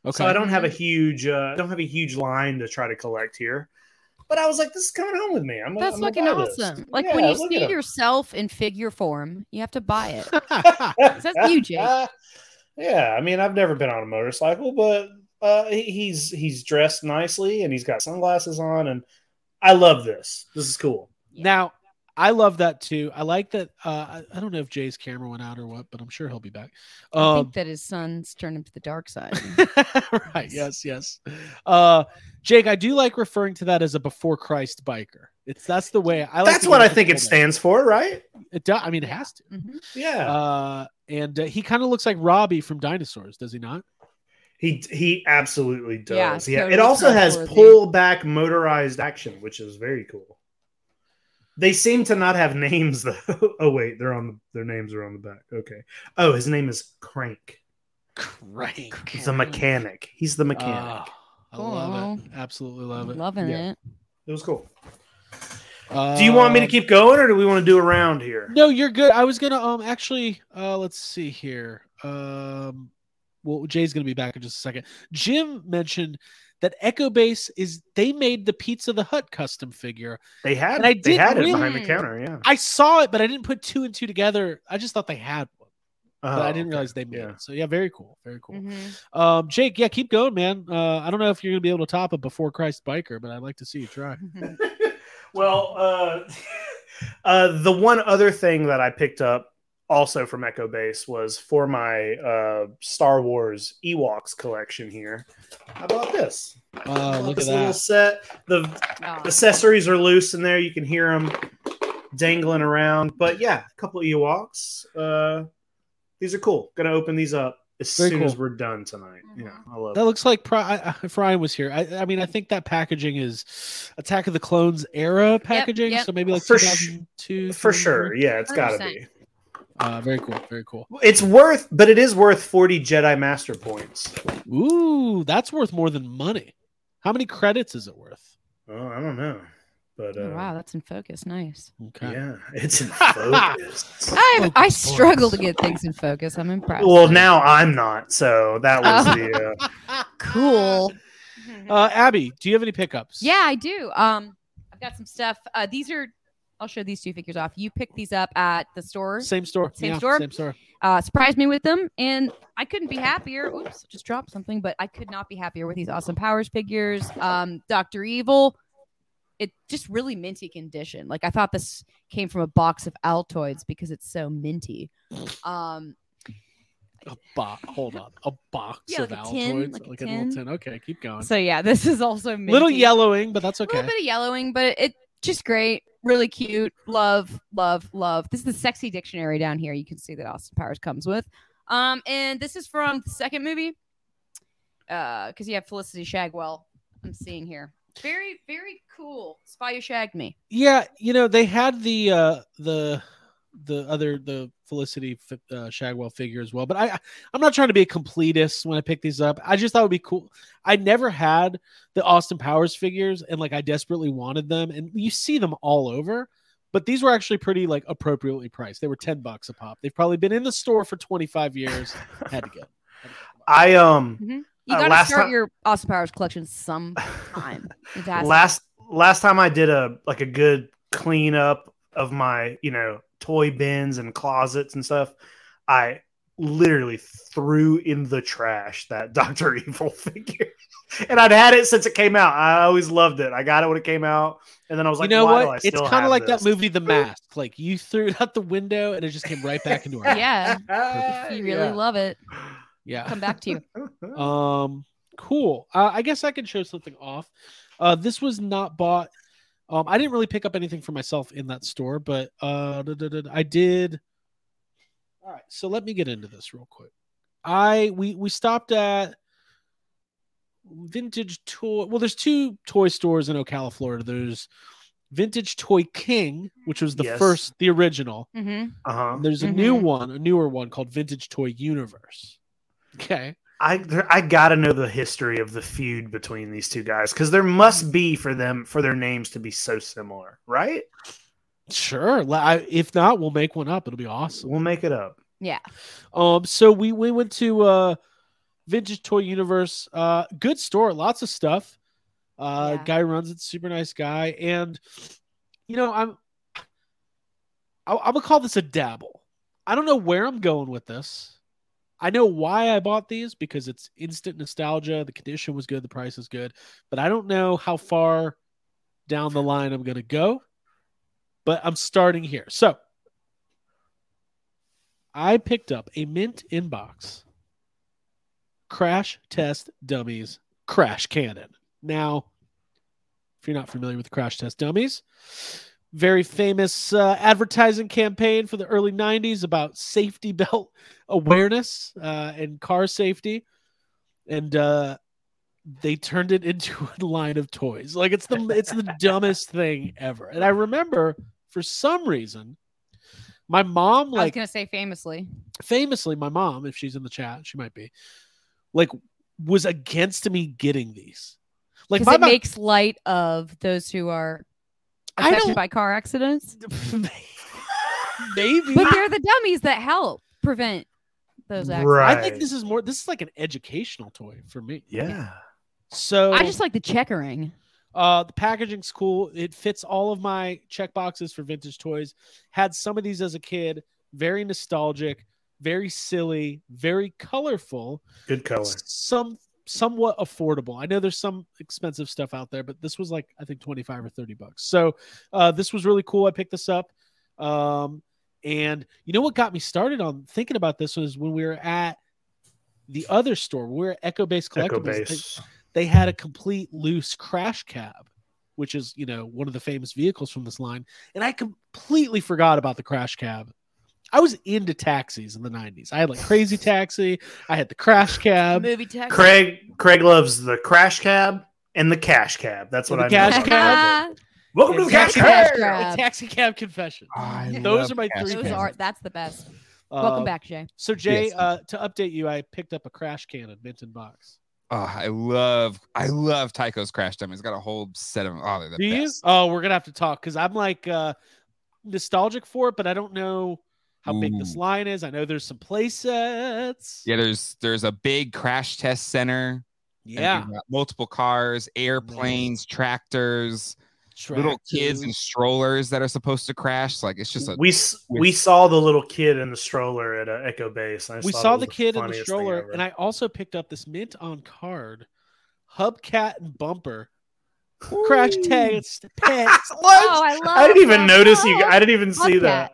Speaker 1: Okay.
Speaker 3: So I don't
Speaker 2: Mm-hmm.
Speaker 3: have a huge, uh, I don't have a huge line to try to collect here. But I was like, this is coming home with me. I'm gonna-
Speaker 2: That's
Speaker 3: I'm gonna
Speaker 2: fucking
Speaker 3: buy this.
Speaker 2: awesome. Like when
Speaker 3: Yeah,
Speaker 2: you
Speaker 3: look
Speaker 2: see
Speaker 3: at 'em.
Speaker 2: yourself in figure form, you have to buy it.
Speaker 3: That's
Speaker 2: you, Jake.
Speaker 3: Uh, yeah, I mean, I've never been on a motorcycle, but uh, he- he's he's dressed nicely and he's got sunglasses on, and I love this. This is cool.
Speaker 1: Now, I love that too. I like that. Uh, I, I don't know if Jay's camera went out or what, but I'm sure he'll be back.
Speaker 2: I
Speaker 1: Um,
Speaker 2: think that his son's turned him to the dark side.
Speaker 1: right. Yes. Yes. Uh, Jake, I do like referring to that as a before Christ biker. It's that's the way I. Like
Speaker 3: That's
Speaker 1: to
Speaker 3: what
Speaker 1: give
Speaker 3: I think it
Speaker 1: people that.
Speaker 3: stands for, right?
Speaker 1: It do, I mean, it has to.
Speaker 2: Mhm.
Speaker 3: Yeah,
Speaker 1: Uh, and uh, he kind of looks like Robbie from Dinosaurs, does he not?
Speaker 3: he he absolutely does.
Speaker 2: Yeah,
Speaker 3: Yeah,
Speaker 2: totally
Speaker 3: it also has
Speaker 2: trustworthy.
Speaker 3: pull back motorized action, which is very cool. They seem to not have names though. oh wait, they're on the, their names are on the back. Okay. Oh, his name is Crank.
Speaker 1: Crank.
Speaker 3: He's a mechanic. He's the mechanic.
Speaker 1: Ah. I love it. Absolutely love it.
Speaker 2: Loving
Speaker 3: Yeah.
Speaker 2: it.
Speaker 3: It was cool. Do you want me to
Speaker 1: Um,
Speaker 3: keep going, or do we want to do a round here?
Speaker 1: No, you're good. I was gonna um actually uh let's see here. Um well Jay's gonna be back in just a second. Jim mentioned that Echo Base is they made the Pizza the Hut custom figure.
Speaker 3: They had
Speaker 1: And I
Speaker 3: they
Speaker 1: did
Speaker 3: had it
Speaker 1: really-
Speaker 3: behind the counter, yeah.
Speaker 1: I saw it, but I didn't put two and two together. I just thought they had one, but
Speaker 3: Oh,
Speaker 1: I didn't
Speaker 3: okay.
Speaker 1: realize they made
Speaker 3: Yeah.
Speaker 1: it. So yeah, very cool. Very cool.
Speaker 2: Mhm.
Speaker 1: Um Jake, yeah, keep going, man. Uh I don't know if you're gonna be able to top a before Christ biker, but I'd like to see you try.
Speaker 2: Mhm.
Speaker 3: Well, uh, uh, the one other thing that I picked up also from Echo Base was for my uh, Star Wars Ewoks collection here. How about this?
Speaker 1: Oh, look at
Speaker 3: this little
Speaker 1: that.
Speaker 3: set. The
Speaker 2: Aw.
Speaker 3: accessories are loose in there. You can hear them dangling around. But yeah, a couple Ewoks. Uh, these are cool. Gonna open these up as
Speaker 1: Very
Speaker 3: soon as
Speaker 1: cool.
Speaker 3: we're done tonight. Yeah, I love.
Speaker 1: That looks like Pri- I- if Ryan was here. I, I mean, I think that packaging is Attack of the Clones era packaging,
Speaker 2: yep.
Speaker 1: so maybe like
Speaker 3: For sh-
Speaker 1: 2002
Speaker 3: For
Speaker 1: 2003.
Speaker 3: sure. Yeah, it's got to be.
Speaker 2: 100%.
Speaker 1: Uh, very cool, very cool.
Speaker 3: It's worth, but it is worth 40 Jedi Master points.
Speaker 1: Ooh, that's worth more than money. How many credits is it worth?
Speaker 3: Oh, I don't know. But uh,
Speaker 2: Oh, wow, that's in focus. Nice.
Speaker 1: Okay.
Speaker 3: yeah, it's in focus.
Speaker 2: I I
Speaker 1: Focus
Speaker 2: struggle to
Speaker 1: points.
Speaker 2: get things in focus. I'm impressed.
Speaker 3: well, now I'm not. So that was the. Uh,
Speaker 2: cool.
Speaker 1: Uh, Abby, do you have any pickups?
Speaker 2: Yeah, I do. Um, I've got some stuff. Uh, these are. I'll show these two figures off. You picked these up at the store.
Speaker 1: Same store.
Speaker 2: Same
Speaker 1: yeah,
Speaker 2: store?
Speaker 1: Same store.
Speaker 2: Uh, surprised me with them, and I couldn't be happier. Oops, just dropped something, but I could not be happier with these awesome powers figures. Um, Doctor Evil. It just really minty condition. Like I thought this came from a box of Altoids because it's so minty. Um,
Speaker 1: A box. Hold on. A box
Speaker 2: Yeah,
Speaker 1: of
Speaker 2: like a
Speaker 1: Altoids.
Speaker 2: tin, like a
Speaker 1: little
Speaker 2: tin.
Speaker 1: tin. Okay, keep going.
Speaker 2: so yeah, this is also minty.
Speaker 1: little yellowing, but that's
Speaker 2: A
Speaker 1: okay.
Speaker 2: little bit of yellowing, but it just great. Really cute. Love, love, love. This is the sexy dictionary down here. You can see that Austin Powers comes with. Um, and this is from the second movie. Uh, because you have Felicity Shagwell. I'm seeing here. Very, very cool. Spy who shagged me.
Speaker 1: Yeah, you know they had the uh the the other the Felicity fi- uh, Shagwell figure as well. But I I- I'm not trying to be a completist when I pick these up. I just thought it would be cool. I never had the Austin Powers figures, and like I desperately wanted them, and you see them all over. But these were actually pretty like appropriately priced. They were ten bucks a pop. They've probably been in the store for twenty five years. Had to go.
Speaker 3: I um
Speaker 2: You
Speaker 3: Uh,
Speaker 2: got to
Speaker 3: last
Speaker 2: start
Speaker 3: ti-
Speaker 2: your Austin Powers collection sometime. It's ass-
Speaker 3: last last time I did a like a good cleanup of my you know toy bins and closets and stuff, I literally threw in the trash that Doctor Evil figure, and I'd had it since it came out. I always loved it. I got it when it came out, and then I was like,
Speaker 1: you know
Speaker 3: Why Do I
Speaker 1: what? It's
Speaker 3: still
Speaker 1: kind of
Speaker 3: have
Speaker 1: like
Speaker 3: this?
Speaker 1: that movie, The Mask. Like you threw it out the window, and it just came right back into our hands.
Speaker 2: Yeah. If you really
Speaker 3: Yeah.
Speaker 2: love it,
Speaker 1: yeah.
Speaker 2: come back to you.
Speaker 1: Um, cool. Uh, I guess I can show something off. Uh, this was not bought. Um, I didn't really pick up anything for myself in that store, but uh, da- da- da- da- I did. All right, so let me get into this real quick. I we we stopped at vintage toy. Well, there's two toy stores in Ocala, Florida. There's Vintage Toy King, which was the
Speaker 3: Yes.
Speaker 1: first, the original.
Speaker 2: hmm
Speaker 3: Uh-huh.
Speaker 1: There's a new
Speaker 2: Mhm.
Speaker 1: one, a newer one called Vintage Toy Universe. Okay.
Speaker 3: I there- I gotta know the history of the feud between these two guys because there must be for them for their names to be so similar, right?
Speaker 1: Sure. Li- I- If not, we'll make one up. It'll be awesome.
Speaker 3: We'll make it up.
Speaker 2: Yeah.
Speaker 1: Um, so we we went to uh, Vintage Toy Universe. Uh, good store. Lots of stuff. Uh,
Speaker 2: Yeah.
Speaker 1: guy runs it. Super nice guy. And you know, I'm I, I'm gonna call this a dabble. I don't know where I'm going with this. I know why I bought these because it's instant nostalgia. The condition was good. The price is good. But I don't know how far down the line I'm gonna go. But I'm starting here. So I picked up a mint inbox crash test dummies crash cannon. Now, if you're not familiar with the crash test dummies, very famous uh, advertising campaign for the early 90s about safety belt awareness uh, and car safety. And uh, they turned it into a line of toys. Like it's the it's the dumbest thing ever. And I remember for some reason, my mom
Speaker 2: I was
Speaker 1: like
Speaker 2: going to say famously.
Speaker 1: famously my mom if she's in the chat she might be like was against me getting these like
Speaker 2: Because
Speaker 1: my
Speaker 2: it
Speaker 1: mom-
Speaker 2: makes light of those who are
Speaker 1: I
Speaker 2: affected
Speaker 1: don't-
Speaker 2: by car accidents.
Speaker 1: maybe
Speaker 2: But they're the dummies that help prevent those accidents.
Speaker 3: Right.
Speaker 1: i think this is more this is like an educational toy for me
Speaker 3: Yeah.
Speaker 1: so
Speaker 2: I just like the checkering.
Speaker 1: Uh, the packaging's cool. It fits all of my check boxes for vintage toys. Had some of these as a kid. Very nostalgic, very silly, very colorful.
Speaker 3: Good color.
Speaker 1: some somewhat affordable. I know there's some expensive stuff out there, but this was like I think 25 or 30 bucks. So uh, this was really cool. I picked this up. Um, and you know what got me started on thinking about this was when we were at the other store, we were at Echo Base
Speaker 3: Echo
Speaker 1: Collectibles. They-
Speaker 3: base.
Speaker 1: they had a complete loose crash cab, which is you know one of the famous vehicles from this line. And I completely forgot about the crash cab. I was into taxis in the 90s. I had like crazy taxi. I had the crash cab.
Speaker 2: Movie tech.
Speaker 3: Craig Craig loves the crash cab and the cash cab. That's what
Speaker 1: The
Speaker 3: I
Speaker 1: cash
Speaker 3: know. about
Speaker 1: cab.
Speaker 3: Robert.
Speaker 4: Oh,
Speaker 3: Welcome to the cash
Speaker 1: Taxi
Speaker 3: cab.
Speaker 2: cab.
Speaker 1: A taxi cab confession.
Speaker 4: I
Speaker 1: Those
Speaker 4: love
Speaker 1: are my
Speaker 4: Cash
Speaker 1: three
Speaker 2: Those
Speaker 4: Cab.
Speaker 2: are that's the best. Welcome
Speaker 1: Uh,
Speaker 2: back, Jay.
Speaker 1: So Jay,
Speaker 4: Yes.
Speaker 1: uh, to update you, I picked up a crash can at Minton Box.
Speaker 4: Oh, I love, I love Tycho's Crash Dummy. He's got a whole set of them. Oh, they're the
Speaker 1: Do you?
Speaker 4: best.
Speaker 1: Oh, we're gonna have to talk because I'm like uh, nostalgic for it, but I don't know how big this
Speaker 4: Ooh.
Speaker 1: line is. I know there's some play sets.
Speaker 4: Mm. Yeah, there's there's a big crash test center. and
Speaker 1: Yeah.
Speaker 4: you've got multiple cars, airplanes, tractors, little kids and
Speaker 1: Tractors.
Speaker 4: strollers that are supposed to crash. Like it's just a
Speaker 3: We s- we saw the little kid in the stroller at uh, Echo Base. and I
Speaker 1: we
Speaker 3: just thought
Speaker 1: saw
Speaker 3: it was
Speaker 1: the kid in the
Speaker 3: funniest thing
Speaker 1: stroller,
Speaker 3: ever.
Speaker 1: and I also picked up this mint on card, hubcat and bumper, crash tag, pet,
Speaker 2: Oh,
Speaker 3: What?
Speaker 2: I love.
Speaker 3: I didn't even
Speaker 2: that.
Speaker 3: notice you.
Speaker 2: Oh.
Speaker 3: I didn't even see
Speaker 2: Love
Speaker 3: that.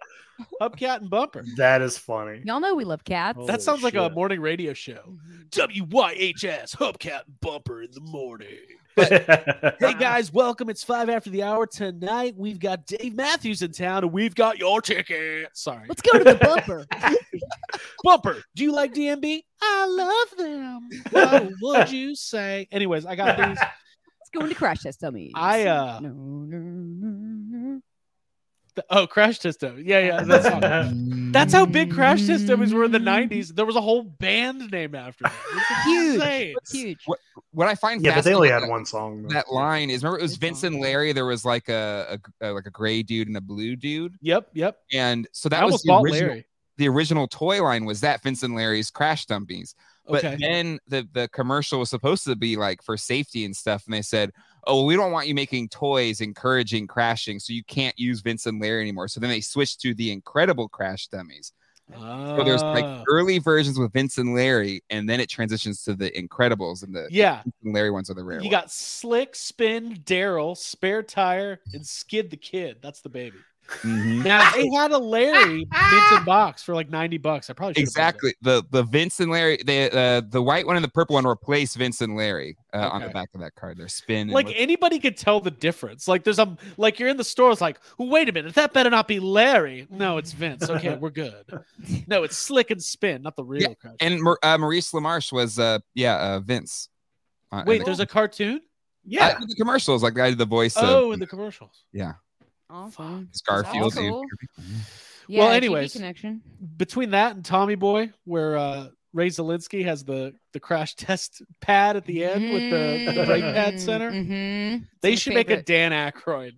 Speaker 1: hubcat and bumper.
Speaker 3: That is funny.
Speaker 2: Y'all know we love cats.
Speaker 3: Holy
Speaker 1: That sounds like a
Speaker 3: shit.
Speaker 1: morning radio show. WYHS Hubcat Bumper in the morning. Hey guys, welcome. It's five after the hour tonight. We've got Dave Matthews in town, and we've got your ticket. Sorry,
Speaker 2: Let's go to the bumper.
Speaker 1: Bumper. Do you like DMB? I love them. What would you say? Anyways, I got these. uh,
Speaker 2: Let's go into crash test dummies.
Speaker 1: I, uh,
Speaker 2: No, no, no, no.
Speaker 1: Th- Oh, Crash Testo. Yeah, yeah. That's how, that's how big Crash Testos were in the 90s. There was a whole band named after them. It's
Speaker 2: Huge.
Speaker 1: insane.
Speaker 2: Huge.
Speaker 4: What I find
Speaker 3: Yeah, but they
Speaker 4: fascinating
Speaker 3: only
Speaker 4: about
Speaker 3: had one song. though.
Speaker 4: that, that line is remember it was
Speaker 2: Good
Speaker 4: Vince
Speaker 2: song.
Speaker 4: and Larry. There was like a, a- a- like a gray dude and a blue dude,
Speaker 1: Yep, yep.
Speaker 4: and so
Speaker 1: I
Speaker 4: that was
Speaker 1: almost
Speaker 4: the
Speaker 1: bought
Speaker 4: original,
Speaker 1: Larry.
Speaker 4: the original toy line was that Vince and Larry's crash dummies. But
Speaker 1: Okay.
Speaker 4: then the the commercial was supposed to be like for safety and stuff, and they said, "Oh, well, we don't want you making toys encouraging crashing, so you can't use Vince and Larry anymore." So then they switched to the Incredible Crash Dummies. So there's
Speaker 1: Ah.
Speaker 4: like early versions with Vince and Larry, and then it transitions to the Incredibles, and the
Speaker 1: yeah.
Speaker 4: Vince and Larry ones are the rare.
Speaker 1: You
Speaker 4: ones.
Speaker 1: got Slick, Spin, Daryl, Spare Tire, and Skid the Kid. That's the baby.
Speaker 4: Mhm.
Speaker 1: Now they had a Larry minted box for like 90 bucks. I probably should have bought that.
Speaker 4: Exactly. The the Vince and Larry, the uh, the white one and the purple one replace Vince and Larry uh, on the
Speaker 1: Okay.
Speaker 4: back of that card. They're spin. and
Speaker 1: Like
Speaker 4: what-
Speaker 1: anybody could tell the difference. Like there's a like you're in the store. It's like, wait a minute, that better not be Larry. No, it's Vince. Okay, we're good. No, it's Slick and Spin, not the real. Crash.
Speaker 4: and Mar- uh, Maurice LaMarche was uh yeah uh, Vince. Uh, and
Speaker 1: Wait,
Speaker 4: the-
Speaker 1: there's a cartoon.
Speaker 4: uh,
Speaker 3: yeah,
Speaker 4: the commercials like I did the voice
Speaker 1: oh,
Speaker 4: of
Speaker 1: in the commercials.
Speaker 2: Awesome.
Speaker 4: Garfield.
Speaker 2: That's cool.
Speaker 1: Well,
Speaker 2: TV
Speaker 1: anyways.
Speaker 2: connection.
Speaker 1: Between that and Tommy Boy, where uh, Ray Zelinsky has the the crash test pad at the end with the, the brake pad
Speaker 2: Mm,
Speaker 1: center.
Speaker 2: mhm.
Speaker 1: They
Speaker 2: my
Speaker 1: should make a
Speaker 2: favorite.
Speaker 1: Dan Aykroyd,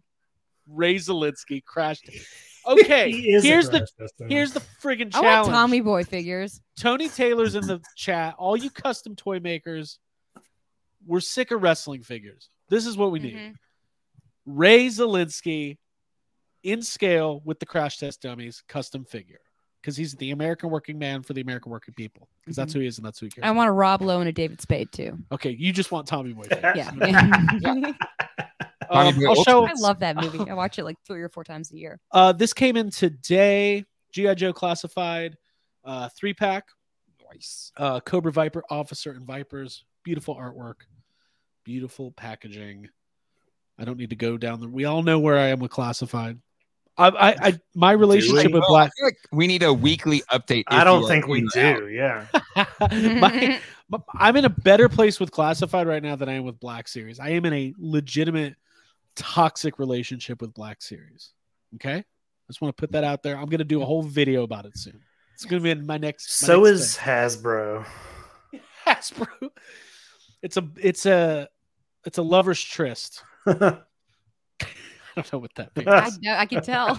Speaker 1: Ray Zelinsky crash. test. Okay,
Speaker 3: He is a
Speaker 1: here's the
Speaker 3: Crash Tester.
Speaker 1: here's the friggin'
Speaker 2: I want
Speaker 1: challenge.
Speaker 2: Tommy Boy figures.
Speaker 1: Tony Taylor's in the chat. All you custom toy makers, we're sick of wrestling figures. This is what we need.
Speaker 2: Mhm.
Speaker 1: Ray Zelinsky in scale with the crash test dummies custom figure. Because he's the American working man for the American working people. Because that's who he is and that's who he cares.
Speaker 2: I want a Rob Lowe and a David Spade too.
Speaker 1: okay, you just want Tommy Boy.
Speaker 2: Yeah.
Speaker 1: Um,
Speaker 4: Tommy Boy
Speaker 1: I'll show
Speaker 2: I love that movie. I watch it like three or four times a year.
Speaker 1: Uh, this came in today. GI Joe Classified, uh, three pack,
Speaker 4: voice.
Speaker 1: uh, Cobra Viper, Officer, and Vipers. Beautiful artwork, beautiful packaging. I don't need to go down the. We all know where I am with Classified. I, I, I my relationship
Speaker 3: it.
Speaker 1: with
Speaker 4: Well, I
Speaker 1: Black.
Speaker 4: feel like we need a weekly update.
Speaker 3: I
Speaker 4: if
Speaker 3: don't
Speaker 4: you are
Speaker 3: think we
Speaker 4: out.
Speaker 3: do. Yeah.
Speaker 1: my, my- I'm in a better place with Classified right now than I am with Black Series. I am in a legitimate toxic relationship with Black Series. Okay, I just want to put that out there. I'm gonna do a whole video about it soon. It's gonna be in my next. my
Speaker 3: So
Speaker 1: next
Speaker 3: is
Speaker 1: thing.
Speaker 3: Hasbro.
Speaker 1: Hasbro. It's a it's a it's a lover's tryst. I don't know what that means.
Speaker 2: I, know, I can tell.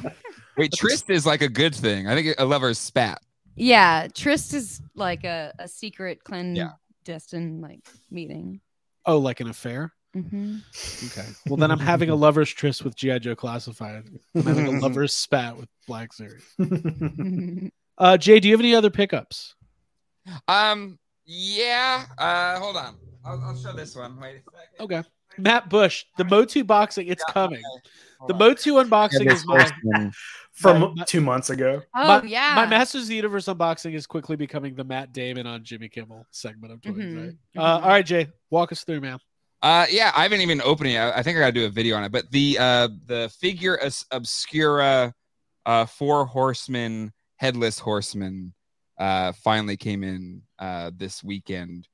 Speaker 4: Wait, Trist is like a good thing. I think a lover's spat.
Speaker 2: Yeah, Trist is like a, a secret
Speaker 4: Yeah.
Speaker 2: clandestine like meeting.
Speaker 1: Oh, like an affair.
Speaker 2: hmm
Speaker 1: Okay. Well, then I'm having a lover's tryst with GI Joe Classified. I'm having a lover's spat with Black Series.
Speaker 2: Mm-hmm.
Speaker 1: Uh, Jay, do you have any other pickups?
Speaker 4: Um, yeah. Uh, hold on. I'll, I'll show this one. Wait. a second.
Speaker 1: Okay. Matt Bush, the Motu boxing, it's coming.
Speaker 4: Hold
Speaker 1: The
Speaker 4: on.
Speaker 1: Motu
Speaker 4: Yeah,
Speaker 1: unboxing
Speaker 4: this
Speaker 1: is my
Speaker 4: first one.
Speaker 3: From
Speaker 1: My-
Speaker 3: two months ago.
Speaker 2: Oh yeah.
Speaker 1: my Masters of the Universe unboxing is quickly becoming the Matt Damon on Jimmy Kimmel segment of toys.
Speaker 2: Mhm.
Speaker 1: Right? Uh, all right, Jay, walk us through, man.
Speaker 4: Uh, yeah, I haven't even opened it. I, I think I got to do a video on it. But the uh, the figure Obs- obscura, uh, four horsemen, headless horseman, uh, finally came in uh, this weekend.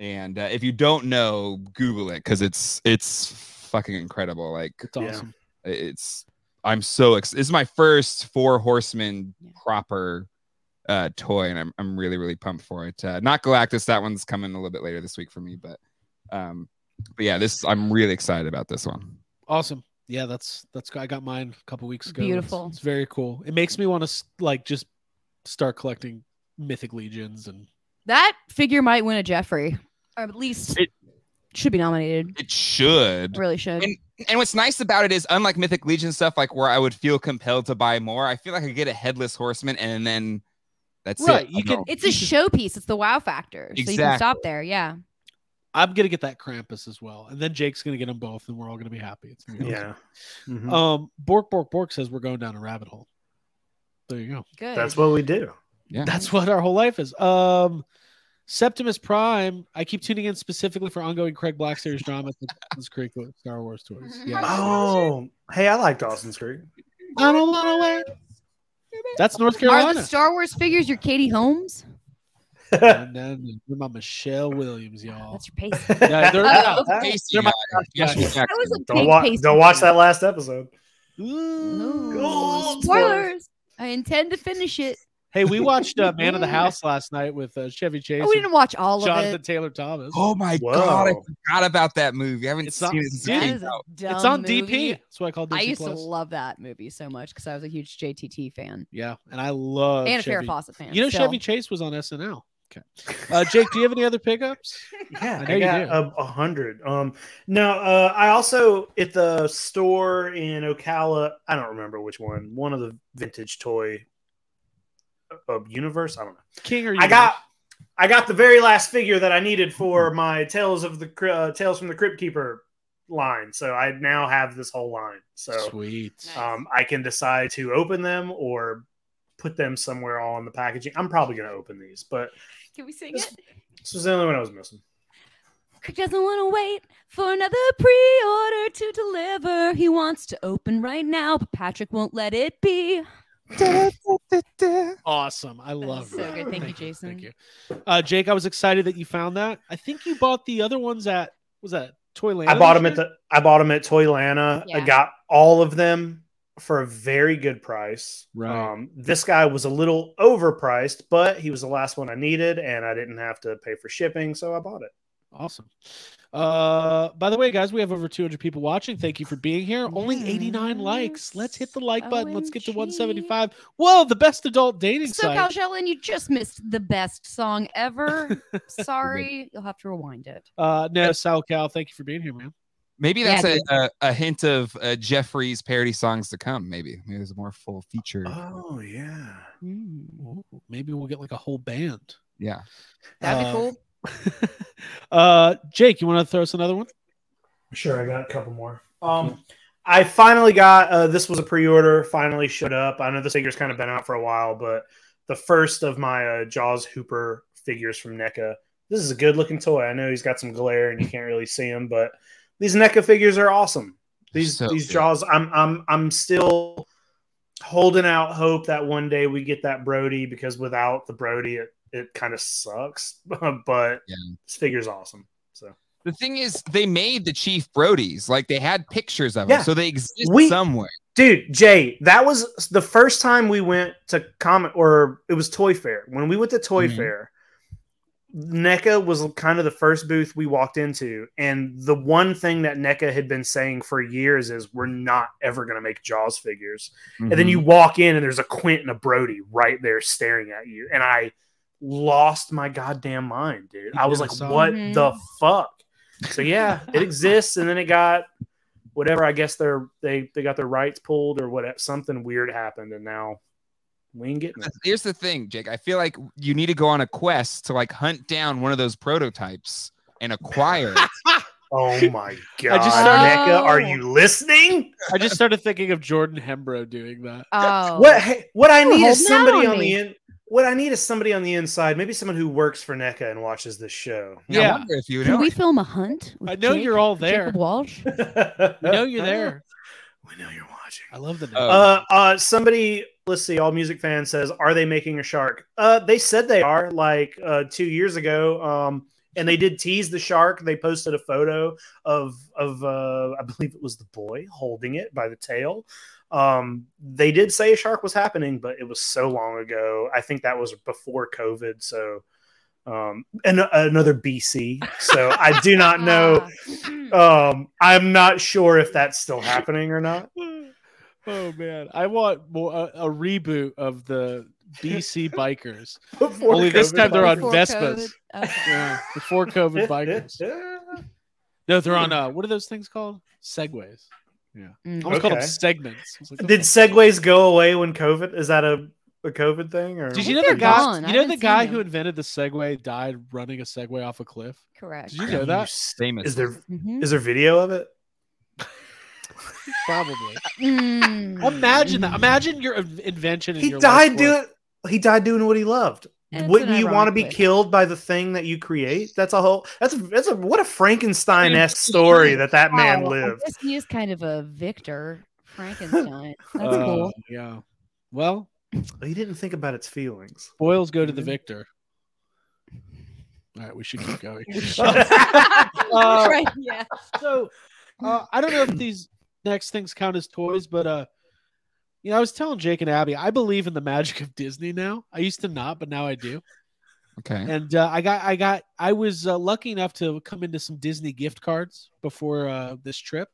Speaker 4: And uh, if you don't know, Google it because it's it's fucking incredible. Like
Speaker 1: It's
Speaker 3: Yeah.
Speaker 1: awesome.
Speaker 4: it's I'm so ex- this is my first four horsemen
Speaker 2: Yeah.
Speaker 4: proper uh toy and I'm I'm really really pumped for it. Uh, not Galactus that one's coming a little bit later this week for me but um but yeah this I'm really excited about this one.
Speaker 1: Awesome. Yeah, that's that's I got mine a couple weeks ago. It's-
Speaker 2: Beautiful.
Speaker 1: It's, very cool. It makes me want to like just start collecting mythic legions and
Speaker 2: that figure might win a Jeffrey, or at least
Speaker 4: It-
Speaker 2: should be nominated.
Speaker 4: It should.
Speaker 2: Really should.
Speaker 4: And what's nice about it is unlike Mythic Legion stuff like where I would feel compelled to buy more, I feel like I get a headless horseman and then that's
Speaker 1: Right,
Speaker 4: it.
Speaker 1: you
Speaker 4: I
Speaker 1: can-
Speaker 4: don't-
Speaker 2: it's a showpiece. It's the wow factor. So you can
Speaker 4: Exactly.
Speaker 2: stop there. Yeah.
Speaker 1: I'm gonna get that Krampus as well. And then Jake's gonna get them both and we're all gonna be happy. It's gonna be awesome.
Speaker 3: Yeah. Mhm.
Speaker 1: Um Bork Bork Bork says we're going down a rabbit hole. There you go.
Speaker 2: Good.
Speaker 3: That's what we do.
Speaker 1: That's what our whole life is. Um Septimus Prime, I keep tuning in specifically for ongoing Craig Black series drama Dawson's Creek with Star Wars toys. Yeah.
Speaker 3: Oh, hey, I like Dawson's Creek.
Speaker 1: I don't wanna wait. That's North
Speaker 2: Are the
Speaker 1: Carolina.
Speaker 2: Star Wars figures your Katie Holmes?
Speaker 3: yeah,
Speaker 1: and then you're my Michelle Williams, y'all.
Speaker 2: That's your pace.
Speaker 1: Yeah, they're-
Speaker 2: Oh,
Speaker 4: Casey
Speaker 1: They're my-
Speaker 4: guy, Joshua
Speaker 1: That
Speaker 2: That was
Speaker 4: Jackson.
Speaker 2: a
Speaker 3: Don't
Speaker 2: big
Speaker 3: watch.
Speaker 2: pace.
Speaker 3: Don't watch that last episode.
Speaker 2: Ooh.
Speaker 3: Gold
Speaker 2: Spoilers. I intend to finish it.
Speaker 1: Hey, we watched uh, Man of the House last night with uh, Chevy Chase.
Speaker 2: Oh, we
Speaker 1: and
Speaker 2: didn't watch all of
Speaker 1: Jonathan
Speaker 2: it.
Speaker 1: Taylor Thomas.
Speaker 4: Oh my
Speaker 3: Whoa.
Speaker 4: god, I forgot about that movie. I haven't
Speaker 1: It's
Speaker 4: seen
Speaker 1: not-
Speaker 4: it since
Speaker 1: Dude,
Speaker 2: That
Speaker 4: it
Speaker 2: is a
Speaker 4: came out.
Speaker 2: dumb
Speaker 1: It's on
Speaker 2: movie.
Speaker 1: DP. That's what I call DP.
Speaker 2: I used to
Speaker 1: Plus.
Speaker 2: love that movie so much because I was a huge JTT fan
Speaker 1: yeah, and I love
Speaker 2: and a Farrah
Speaker 1: Chevy.
Speaker 2: Fawcett fan.
Speaker 1: You know,
Speaker 2: so-
Speaker 1: Chevy Chase was on SNL. Okay, uh, Jake, do you have any other pickups? I
Speaker 3: Yeah,
Speaker 1: know
Speaker 3: I,
Speaker 1: you
Speaker 3: got
Speaker 1: do.
Speaker 3: a, a hundred. Um, no, uh, I also at the store in Ocala. I don't remember which one. One of the vintage toy of universe. I don't know.
Speaker 1: King or
Speaker 3: I got. I got the very last figure that I needed for my Tales of the Cry- uh, Tales from the Crypt Keeper line. So I now have this whole line. So
Speaker 1: sweet.
Speaker 3: um, I can decide to open them or put them somewhere on the packaging. I'm probably going to open these, but
Speaker 2: Can we sing
Speaker 3: This-
Speaker 2: it?
Speaker 3: this was the only one I was missing.
Speaker 2: Kirk doesn't want to wait for another pre-order to deliver. He wants to open right now, but Patrick won't let it be.
Speaker 1: Awesome. I love
Speaker 2: so
Speaker 1: that.
Speaker 2: good. Thank you,
Speaker 1: Thank you. Uh, Jake, I was excited that you found that. I think you bought the other ones at was that Toyland.
Speaker 3: I bought them at the I bought 'em at Toylana. I
Speaker 2: Yeah.
Speaker 3: got all of them for a very good price.
Speaker 1: Right.
Speaker 3: Um, this guy was a little overpriced, but he was the last one I needed, and I didn't have to pay for shipping, so I bought it.
Speaker 1: Awesome. Uh, by the way, guys, we have over 200 people watching. Thank you for being here. Only 89 likes. Let's hit the like button. Let's get to
Speaker 2: OMG.
Speaker 1: 175. Whoa, the best adult dating
Speaker 2: Oh, So,
Speaker 1: site.
Speaker 2: Cal Sheldon, you just missed the best song ever. Sorry, you'll have to rewind it.
Speaker 1: Uh, no, Sal Cal, thank you for being here, man.
Speaker 4: Maybe
Speaker 2: Yeah,
Speaker 4: that's a, a a hint of uh, Jeffrey's parody songs to come. Maybe maybe there's a more full feature.
Speaker 1: Uh,
Speaker 3: Oh yeah.
Speaker 2: Mm.
Speaker 1: Ooh, maybe we'll get like a whole band.
Speaker 4: yeah,
Speaker 2: That'd
Speaker 1: Uh,
Speaker 2: be cool.
Speaker 1: Uh, Jake, you want to throw us another one?
Speaker 3: Sure, I got a couple more. Um, I finally got uh, this was a pre-order. Finally showed up. I know this figure's kind of been out for a while, but the first of my uh, Jaws Hooper figures from NECA. This is a good-looking toy. I know he's got some glare and you can't really see him, but these NECA figures are awesome. These
Speaker 4: So
Speaker 3: these
Speaker 4: good.
Speaker 3: Jaws. I'm I'm I'm still holding out hope that one day we get that Brody because without the Brody, it it kind of sucks. but
Speaker 4: Yeah.
Speaker 3: this figure's awesome. So.
Speaker 4: the thing is, they made the Chief Brodies. Like they had pictures of them,
Speaker 3: Yeah.
Speaker 4: so they exist
Speaker 3: We-
Speaker 4: somewhere.
Speaker 3: Dude, Jay, that was the first time we went to comic or it was Toy Fair. When we went to Toy
Speaker 4: Mhm.
Speaker 3: Fair, NECA was kind of the first booth we walked into. And the one thing that NECA had been saying for years is we're not ever going to make Jaws figures. And then
Speaker 4: Mhm.
Speaker 3: you walk in and there's a Quint and a Brody right there staring at you. And I lost my goddamn mind, dude. I was like,
Speaker 1: Mhm.
Speaker 3: what
Speaker 2: Mm-hmm.
Speaker 3: the fuck? So yeah, it exists. And then it got whatever. I guess they're they they got their rights pulled or what something weird happened, and now we ain't getting it.
Speaker 4: Here's the thing, Jake. I feel like you need to go on a quest to like hunt down one of those prototypes and acquire it.
Speaker 3: Oh my god,
Speaker 1: started-
Speaker 3: NECA, are
Speaker 2: Oh.
Speaker 3: you listening?
Speaker 1: I just started thinking of Jordan Hembro doing that.
Speaker 2: Oh,
Speaker 3: What hey, what I
Speaker 2: You
Speaker 3: need
Speaker 2: were
Speaker 3: is
Speaker 2: holding out
Speaker 3: somebody
Speaker 2: on
Speaker 3: on
Speaker 2: me.
Speaker 3: the in. What I need is somebody on the inside, maybe someone who works for NECA and watches this show.
Speaker 1: Yeah.
Speaker 4: I wonder if you
Speaker 2: Can
Speaker 4: know.
Speaker 2: we film a hunt? with
Speaker 1: I know
Speaker 2: Jake-
Speaker 1: you're all there.
Speaker 2: Jacob Walsh.
Speaker 3: I
Speaker 1: I know you're
Speaker 2: Oh.
Speaker 1: there.
Speaker 3: We know you're watching.
Speaker 1: I love the name.
Speaker 4: Oh.
Speaker 3: Uh, uh, somebody, let's see, all music fan says, are they making a shark? Uh, they said they are like uh, two years ago. Um, and they did tease the shark. They posted a photo of of uh, I believe it was the boy holding it by the tail. Um, they did say a shark was happening, but it was so long ago. I think that was before COVID. So, um, and uh, another BC. So I do not know
Speaker 2: Ah,
Speaker 3: um i'm not sure if that's still happening or not
Speaker 1: oh man, I want more a, a reboot of the BC bikers.
Speaker 3: Before
Speaker 1: Only this time they're on
Speaker 2: Before
Speaker 1: Vespas.
Speaker 2: COVID. Okay.
Speaker 1: Yeah, the four COVID bikers. No, they're on uh, what are those things called? Segways. I
Speaker 2: Mm.
Speaker 1: almost called them
Speaker 3: Okay.
Speaker 1: segments. I was like,
Speaker 3: did
Speaker 1: "Oh."
Speaker 3: segways go away when covid is that a, a covid thing or
Speaker 1: Did
Speaker 2: I
Speaker 1: you know the
Speaker 2: think they're
Speaker 1: guy?
Speaker 2: gone. I
Speaker 1: You know the
Speaker 2: haven't
Speaker 1: guy
Speaker 2: seen
Speaker 1: who
Speaker 2: them.
Speaker 1: invented the Segway died running a Segway off a cliff.
Speaker 2: Correct.
Speaker 1: Did you know that?
Speaker 4: famous.
Speaker 3: is there
Speaker 2: Mhm.
Speaker 3: is there video of it
Speaker 1: Probably.
Speaker 2: Mm.
Speaker 1: Imagine that. Imagine your in- invention. and
Speaker 3: he
Speaker 1: your
Speaker 3: died
Speaker 1: life's work.
Speaker 3: doing he died doing what he loved
Speaker 2: That's
Speaker 3: wouldn't
Speaker 2: an
Speaker 3: you want to
Speaker 2: ironic
Speaker 3: be
Speaker 2: way.
Speaker 3: killed by the thing that you create that's a whole that's a that's a what a frankenstein-esque story that that man
Speaker 2: Wow, Oh, I
Speaker 3: lived
Speaker 2: guess he is kind of a victor, Frankenstein. That's
Speaker 1: Uh,
Speaker 2: cool.
Speaker 1: Yeah. Well,
Speaker 3: he didn't think about its feelings
Speaker 1: boils go to the
Speaker 3: Mhm.
Speaker 1: victor. All right, we should keep going. Uh,
Speaker 2: Right, yeah.
Speaker 1: so uh, I uh, don't know if these next things count as toys, but uh, you know, I was telling Jake and Abby, I believe in the magic of Disney now. I used to not, but now I do.
Speaker 4: Okay.
Speaker 1: And uh, I got, I got, I was uh, lucky enough to come into some Disney gift cards before uh, this trip,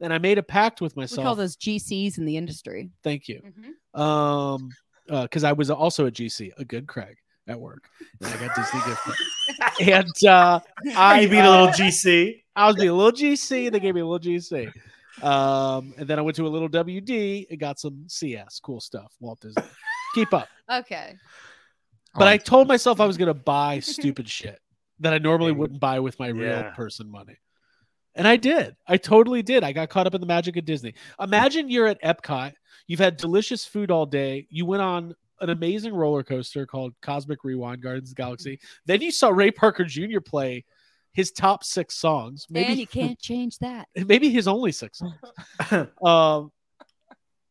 Speaker 1: and I made a pact with
Speaker 2: We call
Speaker 1: myself.
Speaker 2: those GCs in the industry.
Speaker 1: Thank you,
Speaker 3: Mm-hmm.
Speaker 1: um, because I was also a GC, a good Craig at work, and I got Disney gift cards. And uh, I
Speaker 3: you beat a
Speaker 1: uh,
Speaker 3: little GC.
Speaker 1: I was being a little GC, and they gave me a little GC. Um, and then I went to a little WD and got some CS, cool stuff. Walt Disney, keep up.
Speaker 2: Okay.
Speaker 1: But
Speaker 4: Oh,
Speaker 1: I told myself I was gonna buy stupid shit that I normally
Speaker 3: Yeah.
Speaker 1: wouldn't buy with my real
Speaker 3: Yeah.
Speaker 1: person money. And I did. I totally did. I got caught up in the magic of Disney. Imagine you're at Epcot, you've had delicious food all day, you went on an amazing roller coaster called Cosmic Rewind Gardens of the Galaxy. Then you saw Ray Parker Jr. play his top six songs, maybe
Speaker 2: and you can't change that.
Speaker 1: maybe his only six songs. um,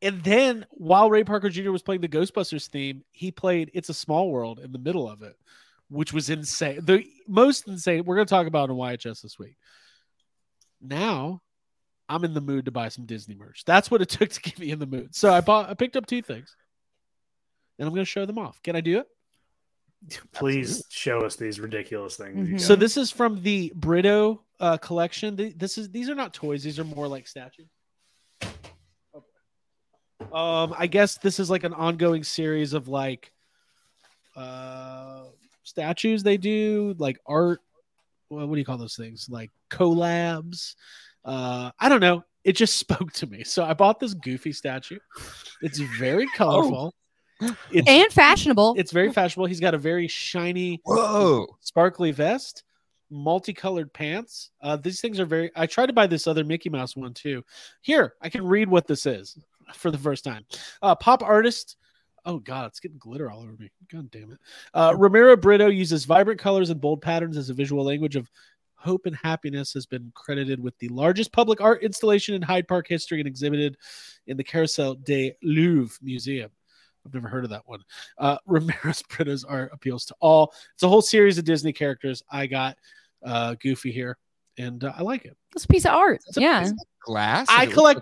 Speaker 1: and then while Ray Parker Jr. was playing the Ghostbusters theme, he played "It's a Small World" in the middle of it, which was insane. The most insane. We're going to talk about it on YHS this week. Now, I'm in the mood to buy some Disney merch. That's what it took to get me in the mood. So I bought. I picked up two things, and I'm going to show them off. Can I do it?
Speaker 3: Please show us these ridiculous things. you
Speaker 2: Mhm.
Speaker 3: got.
Speaker 1: So this is from the Brito uh, collection. Th- This is these are not toys; these are more like statues. Um, I guess this is like an ongoing series of like uh, statues they do, like art. Well, what do you call those things? Like collabs. Uh, I don't know. It just spoke to me, so I bought this goofy statue. It's very colorful. It's
Speaker 2: And fashionable.
Speaker 1: it's very fashionable. He's got a very shiny
Speaker 4: Whoa.
Speaker 1: sparkly vest, multicolored pants. Uh, these things are very. I tried to buy this other Mickey Mouse one too. Here, I can read what this is for the first time. Uh, pop artist. Oh God, it's getting glitter all over me. God damn it. Uh, Romero Brito uses vibrant colors and bold patterns as a visual language of hope and happiness. Has been credited with the largest public art installation in Hyde Park history and exhibited in the Carousel de Louvre Museum. I've never heard of that one. Uh, Romero's Brito's art appeals to all it's a whole series of Disney characters. I got uh, Goofy here, and uh, I like it.
Speaker 2: It's a piece of art.
Speaker 1: It's a
Speaker 2: Yeah.
Speaker 4: Glass.
Speaker 1: I collect.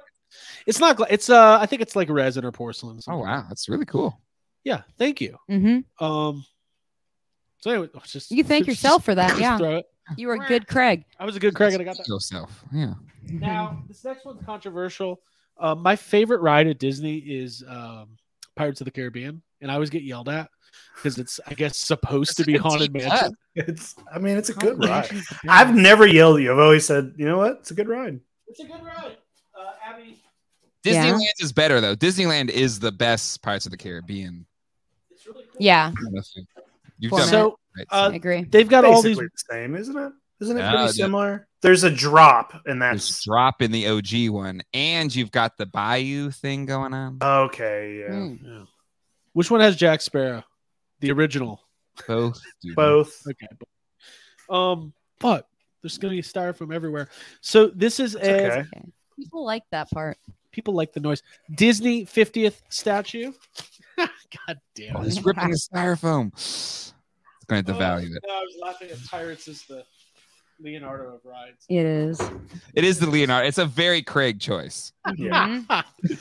Speaker 1: It's not. gla- It's uh. I think it's like resin or porcelain. or
Speaker 4: Oh
Speaker 1: something.
Speaker 4: wow, that's really cool.
Speaker 1: Yeah. Thank you.
Speaker 2: hmm
Speaker 1: Um. So anyway, let's just
Speaker 2: You thank
Speaker 1: just-
Speaker 2: yourself for that.
Speaker 1: just
Speaker 2: Yeah.
Speaker 1: Throw it.
Speaker 2: You were a good Craig.
Speaker 1: I was a good Craig, and I got that.
Speaker 4: yourself. Yeah.
Speaker 1: Now this next one's controversial. Um, my favorite ride at Disney is um, Pirates of the Caribbean, and I always get yelled at because it's I guess supposed to be haunted
Speaker 4: deep
Speaker 1: mansion.
Speaker 3: It's. I mean, it's a good
Speaker 2: Haunted
Speaker 3: ride.
Speaker 2: Mansion's the best.
Speaker 3: I've never yelled at you. I've always said, you know what? It's a good ride.
Speaker 1: It's a good ride. Uh, Abby,
Speaker 2: Yeah.
Speaker 4: Disneyland is better though. Disneyland is the best Pirates of the Caribbean.
Speaker 1: it's really cool.
Speaker 2: Yeah.
Speaker 4: You've
Speaker 2: Format.
Speaker 4: done
Speaker 1: So
Speaker 4: it right.
Speaker 1: uh,
Speaker 2: I agree.
Speaker 1: they've got all these
Speaker 3: Basically the same, isn't it? Isn't it
Speaker 4: Yeah,
Speaker 3: pretty
Speaker 4: the-
Speaker 3: similar? There's a drop, and
Speaker 4: There's
Speaker 3: that's
Speaker 4: drop in the OG one, and you've got the Bayou thing going on.
Speaker 3: okay. Yeah.
Speaker 4: Hmm.
Speaker 2: Mm.
Speaker 1: Which one has Jack Sparrow? The original.
Speaker 4: Both. dude.
Speaker 3: Both.
Speaker 1: Okay. Um, but there's gonna be styrofoam everywhere. So this is a
Speaker 3: Okay.
Speaker 2: Okay. People like that part.
Speaker 1: people like the noise. Disney 50th statue. God damn
Speaker 4: Oh,
Speaker 1: it.
Speaker 4: he's ripping the styrofoam. It's gonna devalue it.
Speaker 1: No, I was laughing at Pirates is the Leonardo of rides.
Speaker 2: It is.
Speaker 4: It is the Leonardo. It's a very Craig choice.
Speaker 3: Yeah.
Speaker 2: Mm-hmm.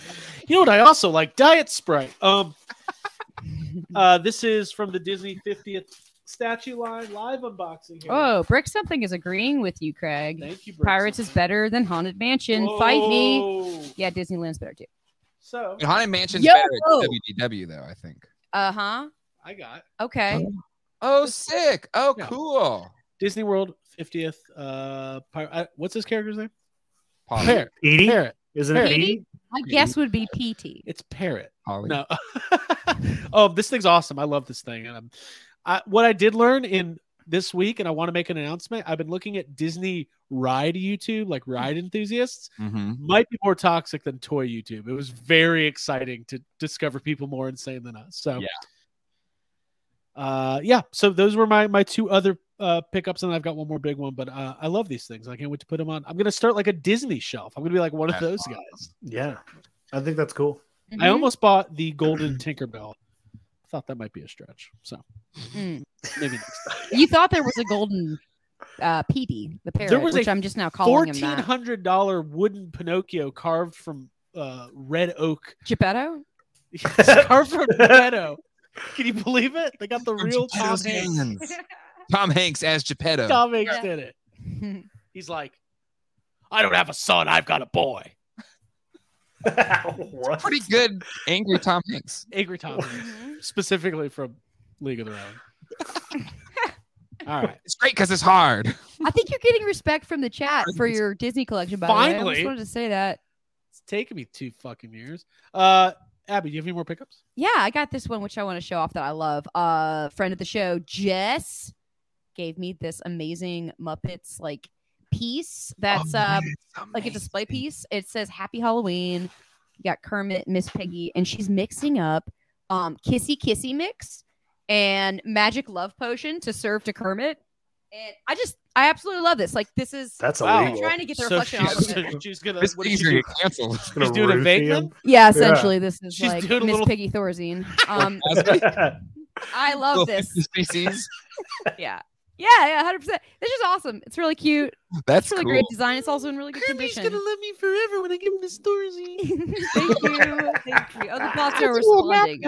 Speaker 1: you know what I also like? Diet Sprite. Um uh this is from the Disney 50th statue line live unboxing here.
Speaker 2: Oh, Brick something is agreeing with you, Craig.
Speaker 1: Thank you, Brooks.
Speaker 2: Pirates is better than Haunted Mansion. Fight me.
Speaker 1: Whoa.
Speaker 2: Yeah, Disneyland's better too.
Speaker 1: So
Speaker 4: And Haunted Mansion's
Speaker 2: Yo!
Speaker 4: better at WDW though, I think.
Speaker 2: Uh huh.
Speaker 1: I got
Speaker 2: Okay.
Speaker 4: Oh, sick. Oh,
Speaker 1: Yeah.
Speaker 4: cool.
Speaker 1: Disney World 50th. Uh, pir- I, what's his character's name?
Speaker 4: Polly.
Speaker 1: Parrot.
Speaker 3: Edie,
Speaker 1: Parrot.
Speaker 3: isn't it?
Speaker 2: Parrot.
Speaker 3: Edie.
Speaker 2: My guess would be PT.
Speaker 1: It's Parrot.
Speaker 4: Polly.
Speaker 1: No. oh, this thing's awesome. I love this thing. And um, I, what I did learn in this week, and I want to make an announcement. I've been looking at Disney ride YouTube, like ride enthusiasts.
Speaker 4: Mhm.
Speaker 1: Might be more toxic than toy YouTube. It was very exciting to discover people more insane than us. So
Speaker 4: Yeah.
Speaker 1: Uh, yeah. So those were my my two other uh pickups, and I've got one more big one. But uh, I love these things. I can't wait to put them on. I'm gonna start like a Disney shelf. I'm gonna be like one of
Speaker 4: That's
Speaker 1: those
Speaker 4: awesome.
Speaker 1: guys.
Speaker 3: Yeah. I think that's cool.
Speaker 1: I
Speaker 2: Mhm.
Speaker 1: almost bought the Golden Tinkerbell. Thought that might be a stretch. So
Speaker 2: Mm.
Speaker 1: maybe next time.
Speaker 2: Mm-hmm. You thought there was a golden uh, Petey the parrot,
Speaker 1: was
Speaker 2: which
Speaker 1: a
Speaker 2: I'm just now calling him
Speaker 1: Fourteen
Speaker 2: that.
Speaker 1: hundred dollar wooden Pinocchio carved from uh, red oak,
Speaker 2: Geppetto.
Speaker 1: carved from Geppetto. Can you believe it? They got the real Tom
Speaker 4: Geppetto's
Speaker 1: Hanks.
Speaker 4: hands. Tom Hanks as Geppetto.
Speaker 1: Tom Hanks
Speaker 2: Yeah.
Speaker 1: did it.
Speaker 2: Mm-hmm.
Speaker 1: He's like, I don't have a son. I've got a boy.
Speaker 3: what?
Speaker 4: Pretty good angry Tom Hanks.
Speaker 1: Angry Tom Hanks,
Speaker 2: Mhm.
Speaker 1: specifically from League of Their Own. All right.
Speaker 4: It's great because it's hard.
Speaker 2: I think you're getting respect from the chat for your Disney collection. By the way, I
Speaker 1: Finally.
Speaker 2: just wanted to say that.
Speaker 1: It's taken me two fucking years. Uh, Abby, do you have any more pickups?
Speaker 2: Yeah, I got this one, which I want to show off that I love. Uh, friend of the show, Jess, gave me this amazing Muppets like piece.
Speaker 1: Oh,
Speaker 2: That's uh, like a display piece. It says Happy Halloween. You got Kermit, Miss Piggy, and she's mixing up um, Kissy Kissy Mix and Magic Love Potion to serve to Kermit. And I just, I absolutely love this. like this is
Speaker 3: That's
Speaker 1: Wow.
Speaker 2: I'm
Speaker 3: illegal.
Speaker 2: trying to get the
Speaker 1: So
Speaker 2: reflection off
Speaker 1: she's,
Speaker 2: of it.
Speaker 1: she's gonna.
Speaker 4: This
Speaker 1: what did
Speaker 4: these
Speaker 1: she
Speaker 4: are
Speaker 1: do?
Speaker 4: gonna get canceled.
Speaker 3: Just gonna
Speaker 1: She's doing a
Speaker 3: roofie
Speaker 1: vape
Speaker 3: him.
Speaker 2: Yeah, essentially, this is
Speaker 1: She's
Speaker 2: like Miss
Speaker 1: doing a little-
Speaker 2: Piggy Thorazine. Um, I
Speaker 4: Little
Speaker 2: love this.
Speaker 4: 50 Species.
Speaker 2: Yeah. Yeah, yeah, hundred percent. This is awesome. It's really cute.
Speaker 4: That's
Speaker 2: It's really
Speaker 4: cool.
Speaker 2: great design. It's also in really good
Speaker 1: Kirby's
Speaker 2: condition.
Speaker 1: gonna love me forever when I give him this Thorazine.
Speaker 2: thank you, thank you. Oh, the bots are responding.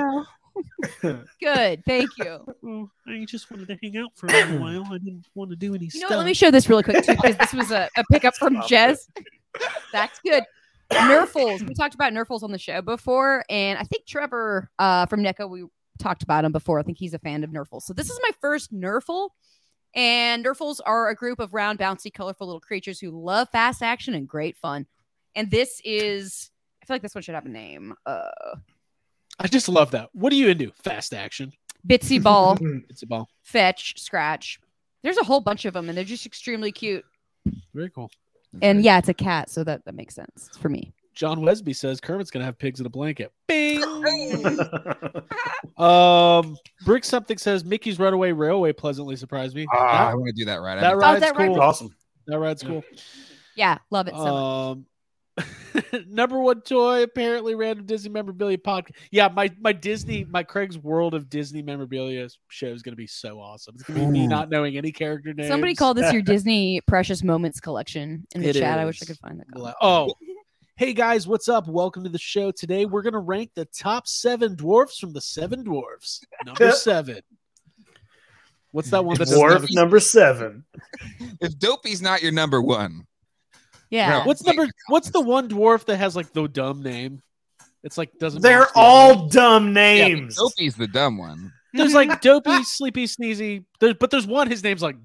Speaker 2: Good, thank you.
Speaker 1: Oh, I just wanted to hang out for a little while. I didn't want to do any
Speaker 2: You know,
Speaker 1: stuff.
Speaker 2: what, let me show this really quick too, because this was a, a pickup from
Speaker 3: Stop
Speaker 2: Jez. That's good. Nerfles. We talked about Nerfles on the show before, and I think Trevor uh, from NECA, we talked about him before. I think he's a fan of Nerfles. So this is my first Nerfle. And Nerfles are a group of round, bouncy, colorful little creatures who love fast action and great fun. And this is, I feel like this one should have a name. Uh,
Speaker 1: I just love that. What are you into? Fast action.
Speaker 2: Bitsy Ball,
Speaker 1: It's a ball.
Speaker 2: Fetch, Scratch. There's a whole bunch of them, and they're just extremely cute.
Speaker 1: Very cool.
Speaker 2: And yeah, it's a cat, so that, that makes sense for me.
Speaker 1: John Wesby says Kermit's gonna have pigs in a blanket. Bing. um, Brick something says Mickey's Runaway Railway pleasantly surprised me.
Speaker 4: Ah, I
Speaker 1: that,
Speaker 4: want to do that right. I
Speaker 1: that
Speaker 4: haven't-
Speaker 1: ride's
Speaker 2: Oh, that ride-
Speaker 1: cool.
Speaker 3: awesome.
Speaker 1: That ride's cool.
Speaker 2: Yeah, love it so much.
Speaker 1: Um, number one toy apparently random Disney memorabilia podcast. Yeah, my my Disney my Craig's World of Disney memorabilia show is gonna be so awesome. It's gonna be
Speaker 3: Hmm.
Speaker 1: me
Speaker 4: Ooh.
Speaker 1: not knowing any character names.
Speaker 2: Somebody called this your Disney Precious Moments collection in the
Speaker 1: It
Speaker 2: chat. I wish I
Speaker 1: is.
Speaker 2: could find that.
Speaker 1: Bla-
Speaker 2: comment.
Speaker 1: Oh. Hey guys, what's up? Welcome to the show. Today we're gonna rank the top seven dwarfs from the Seven Dwarfs. Number seven. What's that one? That's
Speaker 3: Dwarf number seven.
Speaker 4: If Dopey's not your number one,
Speaker 2: Yeah.
Speaker 4: No.
Speaker 1: What's number? What's the one dwarf that has like the dumb name? It's like doesn't. match
Speaker 3: They're
Speaker 1: the other
Speaker 3: all dumb
Speaker 4: yeah, but
Speaker 3: names.
Speaker 4: Dopey's the dumb one.
Speaker 1: There's like dopey, sleepy, sneezy. There, but there's one. His name's like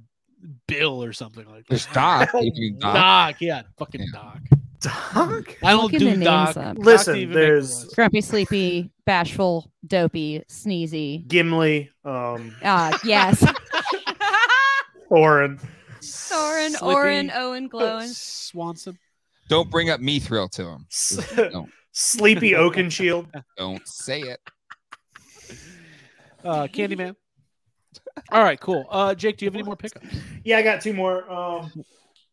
Speaker 1: Bill or something like
Speaker 4: There's
Speaker 1: that.
Speaker 4: Doc. If you Doc.
Speaker 1: Doc, yeah, fucking
Speaker 4: Yeah.
Speaker 1: Doc.
Speaker 3: Dog.
Speaker 1: I don't
Speaker 2: Looking the
Speaker 1: do
Speaker 2: names
Speaker 1: Doc.
Speaker 2: up.
Speaker 1: Doc's
Speaker 3: Listen,
Speaker 1: even
Speaker 3: there's-
Speaker 1: making list.
Speaker 2: Grumpy, sleepy, bashful, dopey, sneezy.
Speaker 3: Gimli, um,
Speaker 2: Uh, yes.
Speaker 3: Thorin.
Speaker 2: Soren,
Speaker 1: Slippy,
Speaker 2: Oren, Owen, Glowin.
Speaker 1: Swanson.
Speaker 4: Don't bring up me thrill to him.
Speaker 3: S-
Speaker 4: No.
Speaker 3: Sleepy Oakenshield.
Speaker 4: Don't say it.
Speaker 1: uh, Candyman. All right, cool. Uh, Jake, do you have any more pickups?
Speaker 3: Yeah, I got two more. Um,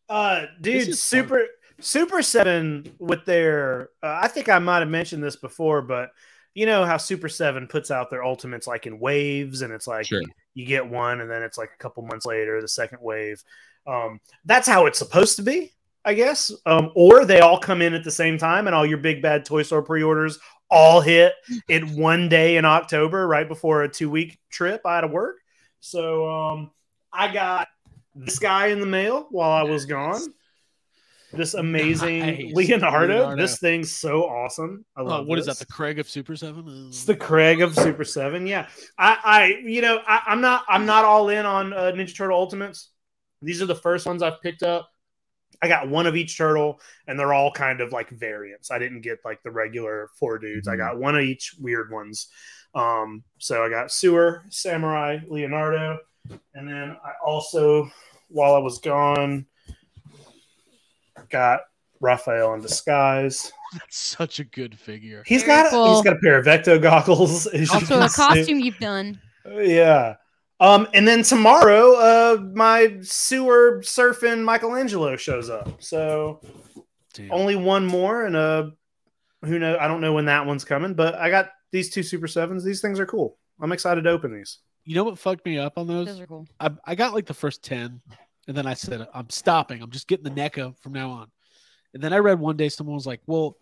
Speaker 3: uh,
Speaker 1: This
Speaker 3: dude,
Speaker 1: is fun.
Speaker 3: super Super Seven with their. Uh, I think I might have mentioned this before, but you know how Super Seven puts out their ultimates like in waves, and it's like
Speaker 4: Sure.
Speaker 3: you get one, and then it's like a couple months later the second wave. Um, that's how it's supposed to be, I guess. Um, or they all come in at the same time, and all your big bad toy store pre-orders all hit it one day in October, right before a two-week trip out of work. So um, I got this guy in the mail while I was gone. This amazing
Speaker 1: Nice.
Speaker 3: Leonardo.
Speaker 1: Leonardo.
Speaker 3: This thing's so awesome. I
Speaker 1: Uh,
Speaker 3: love
Speaker 1: what is that?
Speaker 3: this.
Speaker 1: The Craig of Super Seven?
Speaker 3: It's the Craig of Super Seven. Yeah, I, I, you know, I, I'm not, I'm not all in on uh, Ninja Turtle Ultimates. These are the first ones I've picked up. I got one of each turtle, and they're all kind of like variants. I didn't get like the regular four dudes. I got one of each weird ones. Um, so I got Sewer, Samurai, Leonardo, and then I also, while I was gone, got Raphael in disguise.
Speaker 1: That's such a good figure.
Speaker 3: He's
Speaker 2: Very
Speaker 3: got
Speaker 2: cool.
Speaker 3: he's got a pair of Vecto goggles. It's
Speaker 2: Also, a
Speaker 3: just-
Speaker 2: costume you've done.
Speaker 3: Yeah. Um, and then tomorrow, uh, my sewer surfing Michelangelo shows up. So
Speaker 1: Damn.
Speaker 3: only one more, and uh, who know? I don't know when that one's coming, but I got these two Super Sevens. These things are cool. I'm excited to open these.
Speaker 1: you know what fucked me up on
Speaker 2: Those
Speaker 1: those?
Speaker 2: are cool.
Speaker 1: I, I got like the first ten, And then I said, I'm stopping. I'm just getting the NECA from now on. And then I read one day someone was like, well,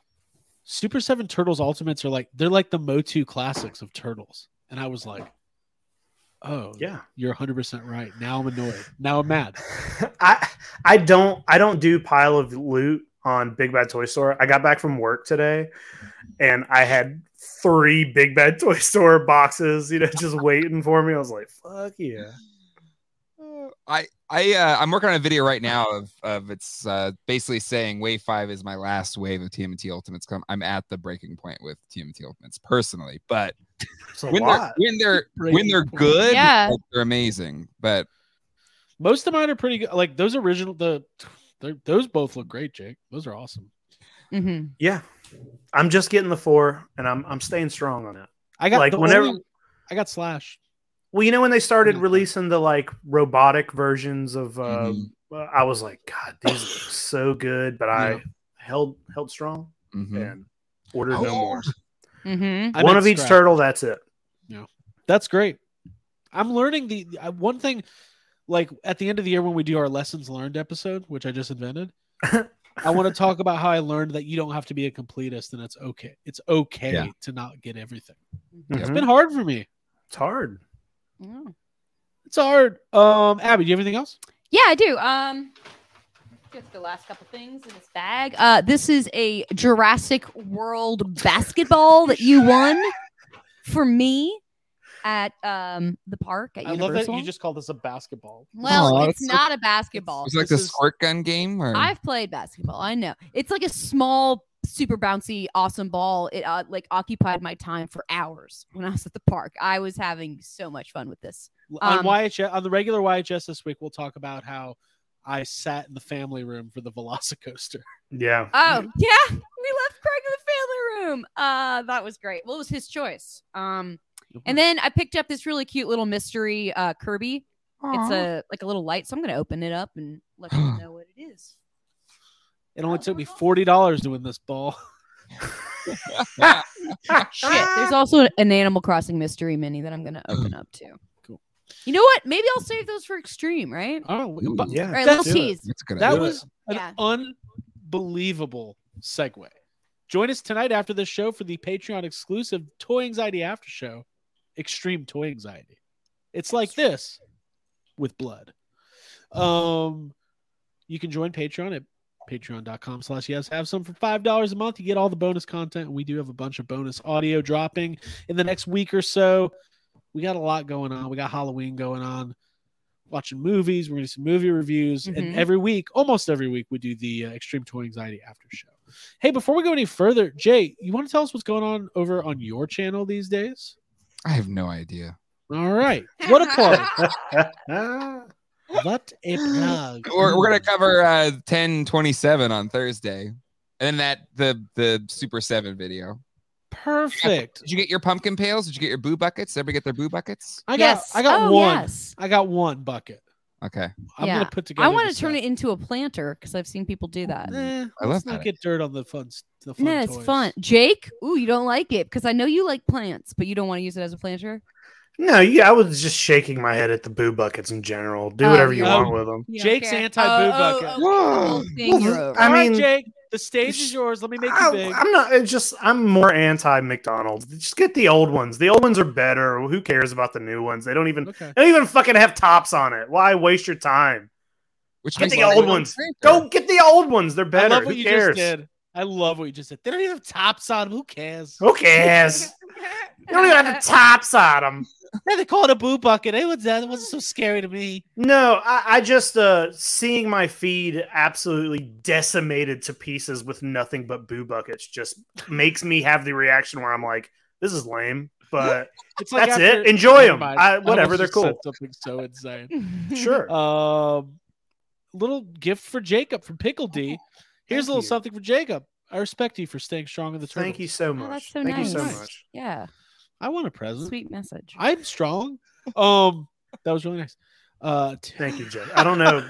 Speaker 1: Super 7 Turtles Ultimates are like, they're like the Motu classics of Turtles. And I was like, oh,
Speaker 3: Yeah.
Speaker 1: you're 100% right. Now I'm annoyed. Now I'm mad.
Speaker 3: I I don't I don't do pile of loot on Big Bad Toy Store. I got back from work today and I had three Big Bad Toy Store boxes, you know, just waiting for me. I was like, fuck yeah.
Speaker 4: Uh, I I uh, I'm working on a video right now of of it's uh, basically saying wave five is my last wave of TMT Ultimates. Come, I'm at the breaking point with TMT Ultimates personally, but
Speaker 3: It's a
Speaker 4: when they're
Speaker 3: lot.
Speaker 4: when they're when
Speaker 1: Breaking
Speaker 4: they're
Speaker 1: point.
Speaker 4: good,
Speaker 2: Yeah.
Speaker 4: like, they're amazing. But
Speaker 1: Most of mine are pretty good. Like those original, the they're- those both look great, Jake. Those are awesome.
Speaker 2: Mm-hmm.
Speaker 3: Yeah. I'm just getting the four and I'm I'm staying strong on it.
Speaker 1: I got
Speaker 3: Like,
Speaker 1: the
Speaker 3: whenever-
Speaker 1: only- I got Slash.
Speaker 3: Well, you know when they started
Speaker 1: Yeah. Mm-hmm.
Speaker 3: releasing the like robotic versions of uh,
Speaker 4: Mhm.
Speaker 3: I was like, God, these look so good, but I
Speaker 1: Yeah. Mm-hmm.
Speaker 3: held held strong
Speaker 4: mhm.
Speaker 3: and ordered no
Speaker 4: Oh.
Speaker 3: more.
Speaker 2: Mm-hmm.
Speaker 1: I
Speaker 3: One
Speaker 1: meant
Speaker 3: of each
Speaker 1: Scrap.
Speaker 3: turtle, that's it.
Speaker 1: That's great. I'm learning the uh, one thing, like at the end of the year when we do our lessons learned episode, which I just invented. I want to talk about how I learned that you don't have to be a completist and it's okay. It's okay
Speaker 4: Yeah.
Speaker 1: to not get everything. It's
Speaker 2: Hmm?
Speaker 3: Mhm.
Speaker 1: been hard for me.
Speaker 3: It's hard.
Speaker 2: Mm-hmm.
Speaker 1: It's hard. Um, Abby, do you have anything else?
Speaker 2: Yeah, I do. Um, just the last couple things in this bag. Uh, this is a Jurassic World basketball that you won for me at um the park at
Speaker 1: I love
Speaker 2: Universal.
Speaker 1: that you just called this a basketball.
Speaker 2: well,
Speaker 4: Aw,
Speaker 2: it's
Speaker 4: it's
Speaker 2: not a basketball.
Speaker 4: It's like the
Speaker 1: This is-
Speaker 4: squirt gun game, or
Speaker 2: I've played basketball. I know. It's like a small, super bouncy, awesome ball. It uh, like occupied my time for hours when I was at the park. I was having so much fun with this.
Speaker 1: on
Speaker 2: Um,
Speaker 1: YHS on the regular YHS this week, we'll talk about how I sat in the family room for the Velocicoaster.
Speaker 3: Yeah.
Speaker 2: Oh, yeah. We left Craig in the family room. Uh, that was great. Well, it was his choice. Um, and then I picked up this really cute little mystery uh, Kirby. It's a like a little light, so I'm gonna open it up and let you know what it is.
Speaker 1: It only took me forty dollars to win this ball.
Speaker 2: Ah, Shit, there's also an Animal Crossing mystery mini that I'm gonna open up too.
Speaker 1: Cool.
Speaker 2: You know what? Maybe I'll save those for extreme, right?
Speaker 1: Oh, we-
Speaker 4: Ooh.
Speaker 1: but
Speaker 3: Yeah.
Speaker 2: All right,
Speaker 1: Let's
Speaker 2: little
Speaker 3: do it.
Speaker 2: tease.
Speaker 4: That's a good
Speaker 1: That
Speaker 4: idea.
Speaker 1: was
Speaker 2: Yeah.
Speaker 1: an unbelievable segue. Join us tonight after this show for the Patreon exclusive Toy Anxiety After Show, Extreme Toy Anxiety. It's like this with blood. Um, you can join Patreon at patreon.com slash yes have some for five dollars a month you get all the bonus content we do have a bunch of bonus audio dropping in the next week or so we got a lot going on we got halloween going on watching movies we're gonna do some movie reviews and
Speaker 2: Mhm.
Speaker 1: every week almost every week we do the uh, extreme toy anxiety after show hey before we go any further jay you want to tell us what's going on over on your channel these days
Speaker 4: I have no idea.
Speaker 1: all right what a plug Uh, what a plug
Speaker 4: We're, we're gonna cover uh, ten twenty seven on Thursday, and then that the the Super Seven video.
Speaker 1: perfect
Speaker 4: Did you get your pumpkin pails? Did you get your boo buckets? Did everybody get their boo buckets?
Speaker 1: i got i got
Speaker 2: Oh,
Speaker 1: one.
Speaker 2: Yes.
Speaker 1: i got one bucket
Speaker 4: Okay.
Speaker 1: I'm
Speaker 2: Yeah.
Speaker 1: gonna put together.
Speaker 2: I want to turn it into a planter because I've seen people do that.
Speaker 1: In. Eh,
Speaker 4: I love
Speaker 1: let's
Speaker 4: that.
Speaker 1: not get dirt on the fun. s- The fun
Speaker 2: No, it's
Speaker 1: toys.
Speaker 2: fun. Jake, ooh, you don't like it because I know you like plants, but you don't want to use it as a planter.
Speaker 3: no, yeah, I was just shaking my head at the boo buckets in general. Do
Speaker 2: Oh,
Speaker 3: whatever you
Speaker 1: yeah.
Speaker 3: want with them.
Speaker 2: You don't
Speaker 1: Jake's
Speaker 2: care.
Speaker 1: anti-boo
Speaker 2: Oh,
Speaker 1: bucket.
Speaker 2: oh, oh, the whole thing
Speaker 3: Well,
Speaker 2: you're over.
Speaker 3: I
Speaker 1: All right,
Speaker 3: mean-
Speaker 1: Jake, the stage is yours. Let me make you
Speaker 3: I,
Speaker 1: big.
Speaker 3: I'm not. It's just I'm more anti McDonald's. Just get the old ones. The old ones are better. Who cares about the new ones? They don't even.
Speaker 1: okay.
Speaker 3: They don't even fucking have tops on it. Why waste your time?
Speaker 4: Which
Speaker 3: Get
Speaker 4: makes
Speaker 3: the
Speaker 4: it
Speaker 3: old
Speaker 4: really
Speaker 3: ones.
Speaker 4: unfair.
Speaker 3: Go get the old ones. They're
Speaker 1: I
Speaker 3: better.
Speaker 1: love what
Speaker 3: Who
Speaker 1: you
Speaker 3: cares?
Speaker 1: just did. I love what you just did. They don't even have tops on. 'em. Who cares?
Speaker 3: Who cares? you don't even have the tops on them.
Speaker 1: Yeah, they call it a boo bucket. It was that wasn't so scary to me.
Speaker 3: No, I, I just uh seeing my feed absolutely decimated to pieces with nothing but boo buckets just makes me have the reaction where I'm like, this is lame, but
Speaker 1: It's like
Speaker 3: that's
Speaker 1: after-
Speaker 3: it. Enjoy
Speaker 1: Never
Speaker 3: them.
Speaker 1: mind.
Speaker 3: I, whatever,
Speaker 1: almost
Speaker 3: they're
Speaker 1: just said
Speaker 3: cool.
Speaker 1: Something so insane.
Speaker 3: Sure.
Speaker 1: Um, little gift for Jacob from Pickle D.
Speaker 2: Oh,
Speaker 1: Here's
Speaker 3: Thank
Speaker 1: a little
Speaker 3: you.
Speaker 1: something for Jacob. I respect you for staying strong in the turtles.
Speaker 3: Thank you so much.
Speaker 2: Oh, that's so
Speaker 3: Thank you so
Speaker 1: nice.
Speaker 3: much.
Speaker 2: Yeah.
Speaker 1: I want a present.
Speaker 2: Sweet message.
Speaker 1: I'm strong. Um, that was really nice. Uh, t-
Speaker 3: Thank you, Jay. I don't know.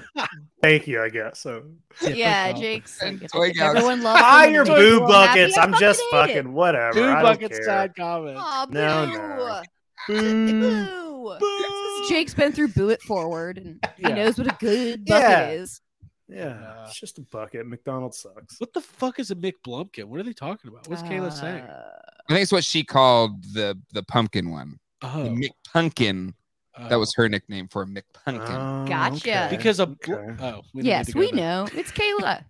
Speaker 3: Thank you, I guess. So
Speaker 2: yeah,
Speaker 1: Jake.
Speaker 2: Jake's.
Speaker 4: And
Speaker 2: like,
Speaker 4: toy
Speaker 2: if
Speaker 4: gals.
Speaker 2: Everyone loves
Speaker 3: buy
Speaker 2: him,
Speaker 3: your
Speaker 2: Jake
Speaker 3: boo
Speaker 2: will happy
Speaker 3: buckets.
Speaker 2: I
Speaker 3: I'm just
Speaker 2: ate it.
Speaker 3: fucking whatever.
Speaker 1: Two
Speaker 3: I don't
Speaker 1: buckets
Speaker 3: care.
Speaker 1: side comment.
Speaker 2: Aw,
Speaker 3: No,
Speaker 2: boo.
Speaker 3: no.
Speaker 2: Boo.
Speaker 3: Boo.
Speaker 2: This is Jake's been through Bullet Forward and
Speaker 1: Yeah.
Speaker 2: he knows what a good bucket
Speaker 3: Yeah.
Speaker 2: is.
Speaker 3: Yeah, it's just a bucket. McDonald's sucks.
Speaker 1: What the fuck is a Mick Blumpkin? What are they talking about? What's Kayla saying?
Speaker 2: Uh,
Speaker 4: I think it's what she called the the pumpkin one.
Speaker 1: Oh,
Speaker 4: The McPumpkin. That
Speaker 1: oh.
Speaker 4: was her nickname for a McPumpkin.
Speaker 3: Oh,
Speaker 2: Gotcha.
Speaker 3: okay.
Speaker 1: because a bl-
Speaker 3: Okay.
Speaker 1: oh we don't need
Speaker 2: yes,
Speaker 1: to go
Speaker 2: we
Speaker 1: there.
Speaker 2: know. It's Kayla.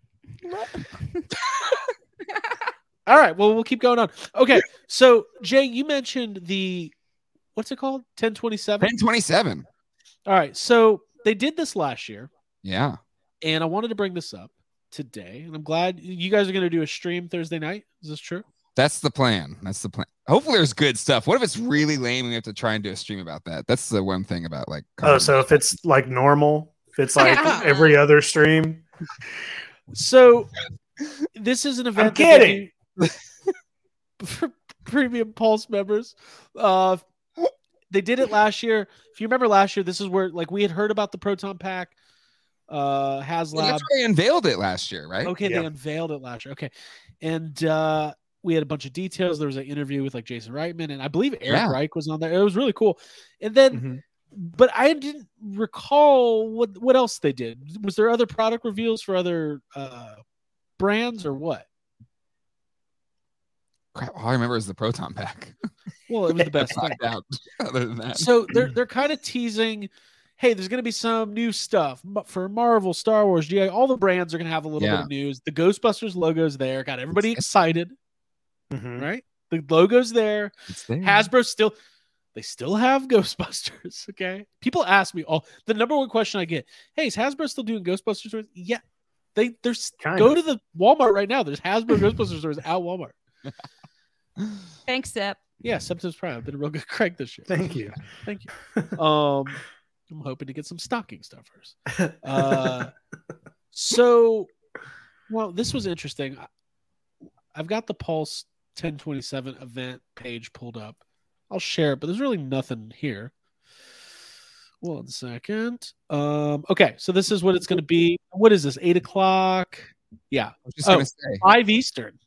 Speaker 1: All right, well we'll keep going on. Okay, so Jay, you mentioned the what's it called? Ten twenty seven.
Speaker 4: 1027.
Speaker 1: All right, so they did this last year,
Speaker 4: Yeah.
Speaker 1: and I wanted to bring this up today, and I'm glad you guys are going to do a stream Thursday night. Is this true?
Speaker 4: That's the plan. That's the plan. Hopefully there's good stuff. What if it's really lame and we have to try and do a stream about that? That's the one thing about like
Speaker 3: Oh,
Speaker 4: comedy.
Speaker 3: so if it's like normal, if it's like
Speaker 2: Yeah.
Speaker 3: every other stream,
Speaker 1: So this is an event. that they
Speaker 3: kidding.
Speaker 1: do- for premium Pulse members. Uh, they did it last year. If you remember last year, this is where like we had heard about the Proton Pack, uh,
Speaker 4: Well,
Speaker 1: HasLab.
Speaker 4: that's where they unveiled it last year, right?
Speaker 1: Okay, they
Speaker 3: Yeah.
Speaker 1: unveiled it last year. Okay, and uh, we had a bunch of details. There was an interview with like Jason Reitman, and I believe Eric
Speaker 4: Yeah. Mm-hmm.
Speaker 1: Reich was on there. It was really cool. And then, but I didn't recall what what else they did. Was there other product reveals for other uh, brands or what?
Speaker 4: Crap, all I remember is the proton pack.
Speaker 1: Well, it was the best thing.
Speaker 4: Knocked out. Other than that,
Speaker 1: So they're they're kind of teasing. Hey, there's going to be some new stuff m- for Marvel, Star Wars, GI. All the brands are going to have a little bit
Speaker 4: Yeah.
Speaker 1: of news. The Ghostbusters logo's there. Got everybody
Speaker 4: It's-
Speaker 1: excited,
Speaker 3: Mhm.
Speaker 1: right? The logo's there.
Speaker 4: It's there.
Speaker 1: Hasbro still they still have Ghostbusters. Okay. People ask me all the number one question I get, hey, is Hasbro still doing Ghostbusters toys? Yeah. They they're s-
Speaker 3: Kind
Speaker 1: go
Speaker 3: of.
Speaker 1: to the Walmart right now. There's Hasbro Ghostbusters stores at Walmart.
Speaker 2: Thanks, Sep.
Speaker 1: Yeah, September's Prime. I've been a real good crank this year.
Speaker 3: Thank you.
Speaker 1: Thank you. Um I'm hoping to get some stocking stuffers. Uh so well, this was interesting. I- I've got the Pulse 1027 event page pulled up. I'll share it, but there's really nothing here. One second. Um, okay, so this is what it's going to be. What is this? Eight o'clock,
Speaker 4: I was just
Speaker 1: Oh.
Speaker 4: gonna say
Speaker 1: five Eastern.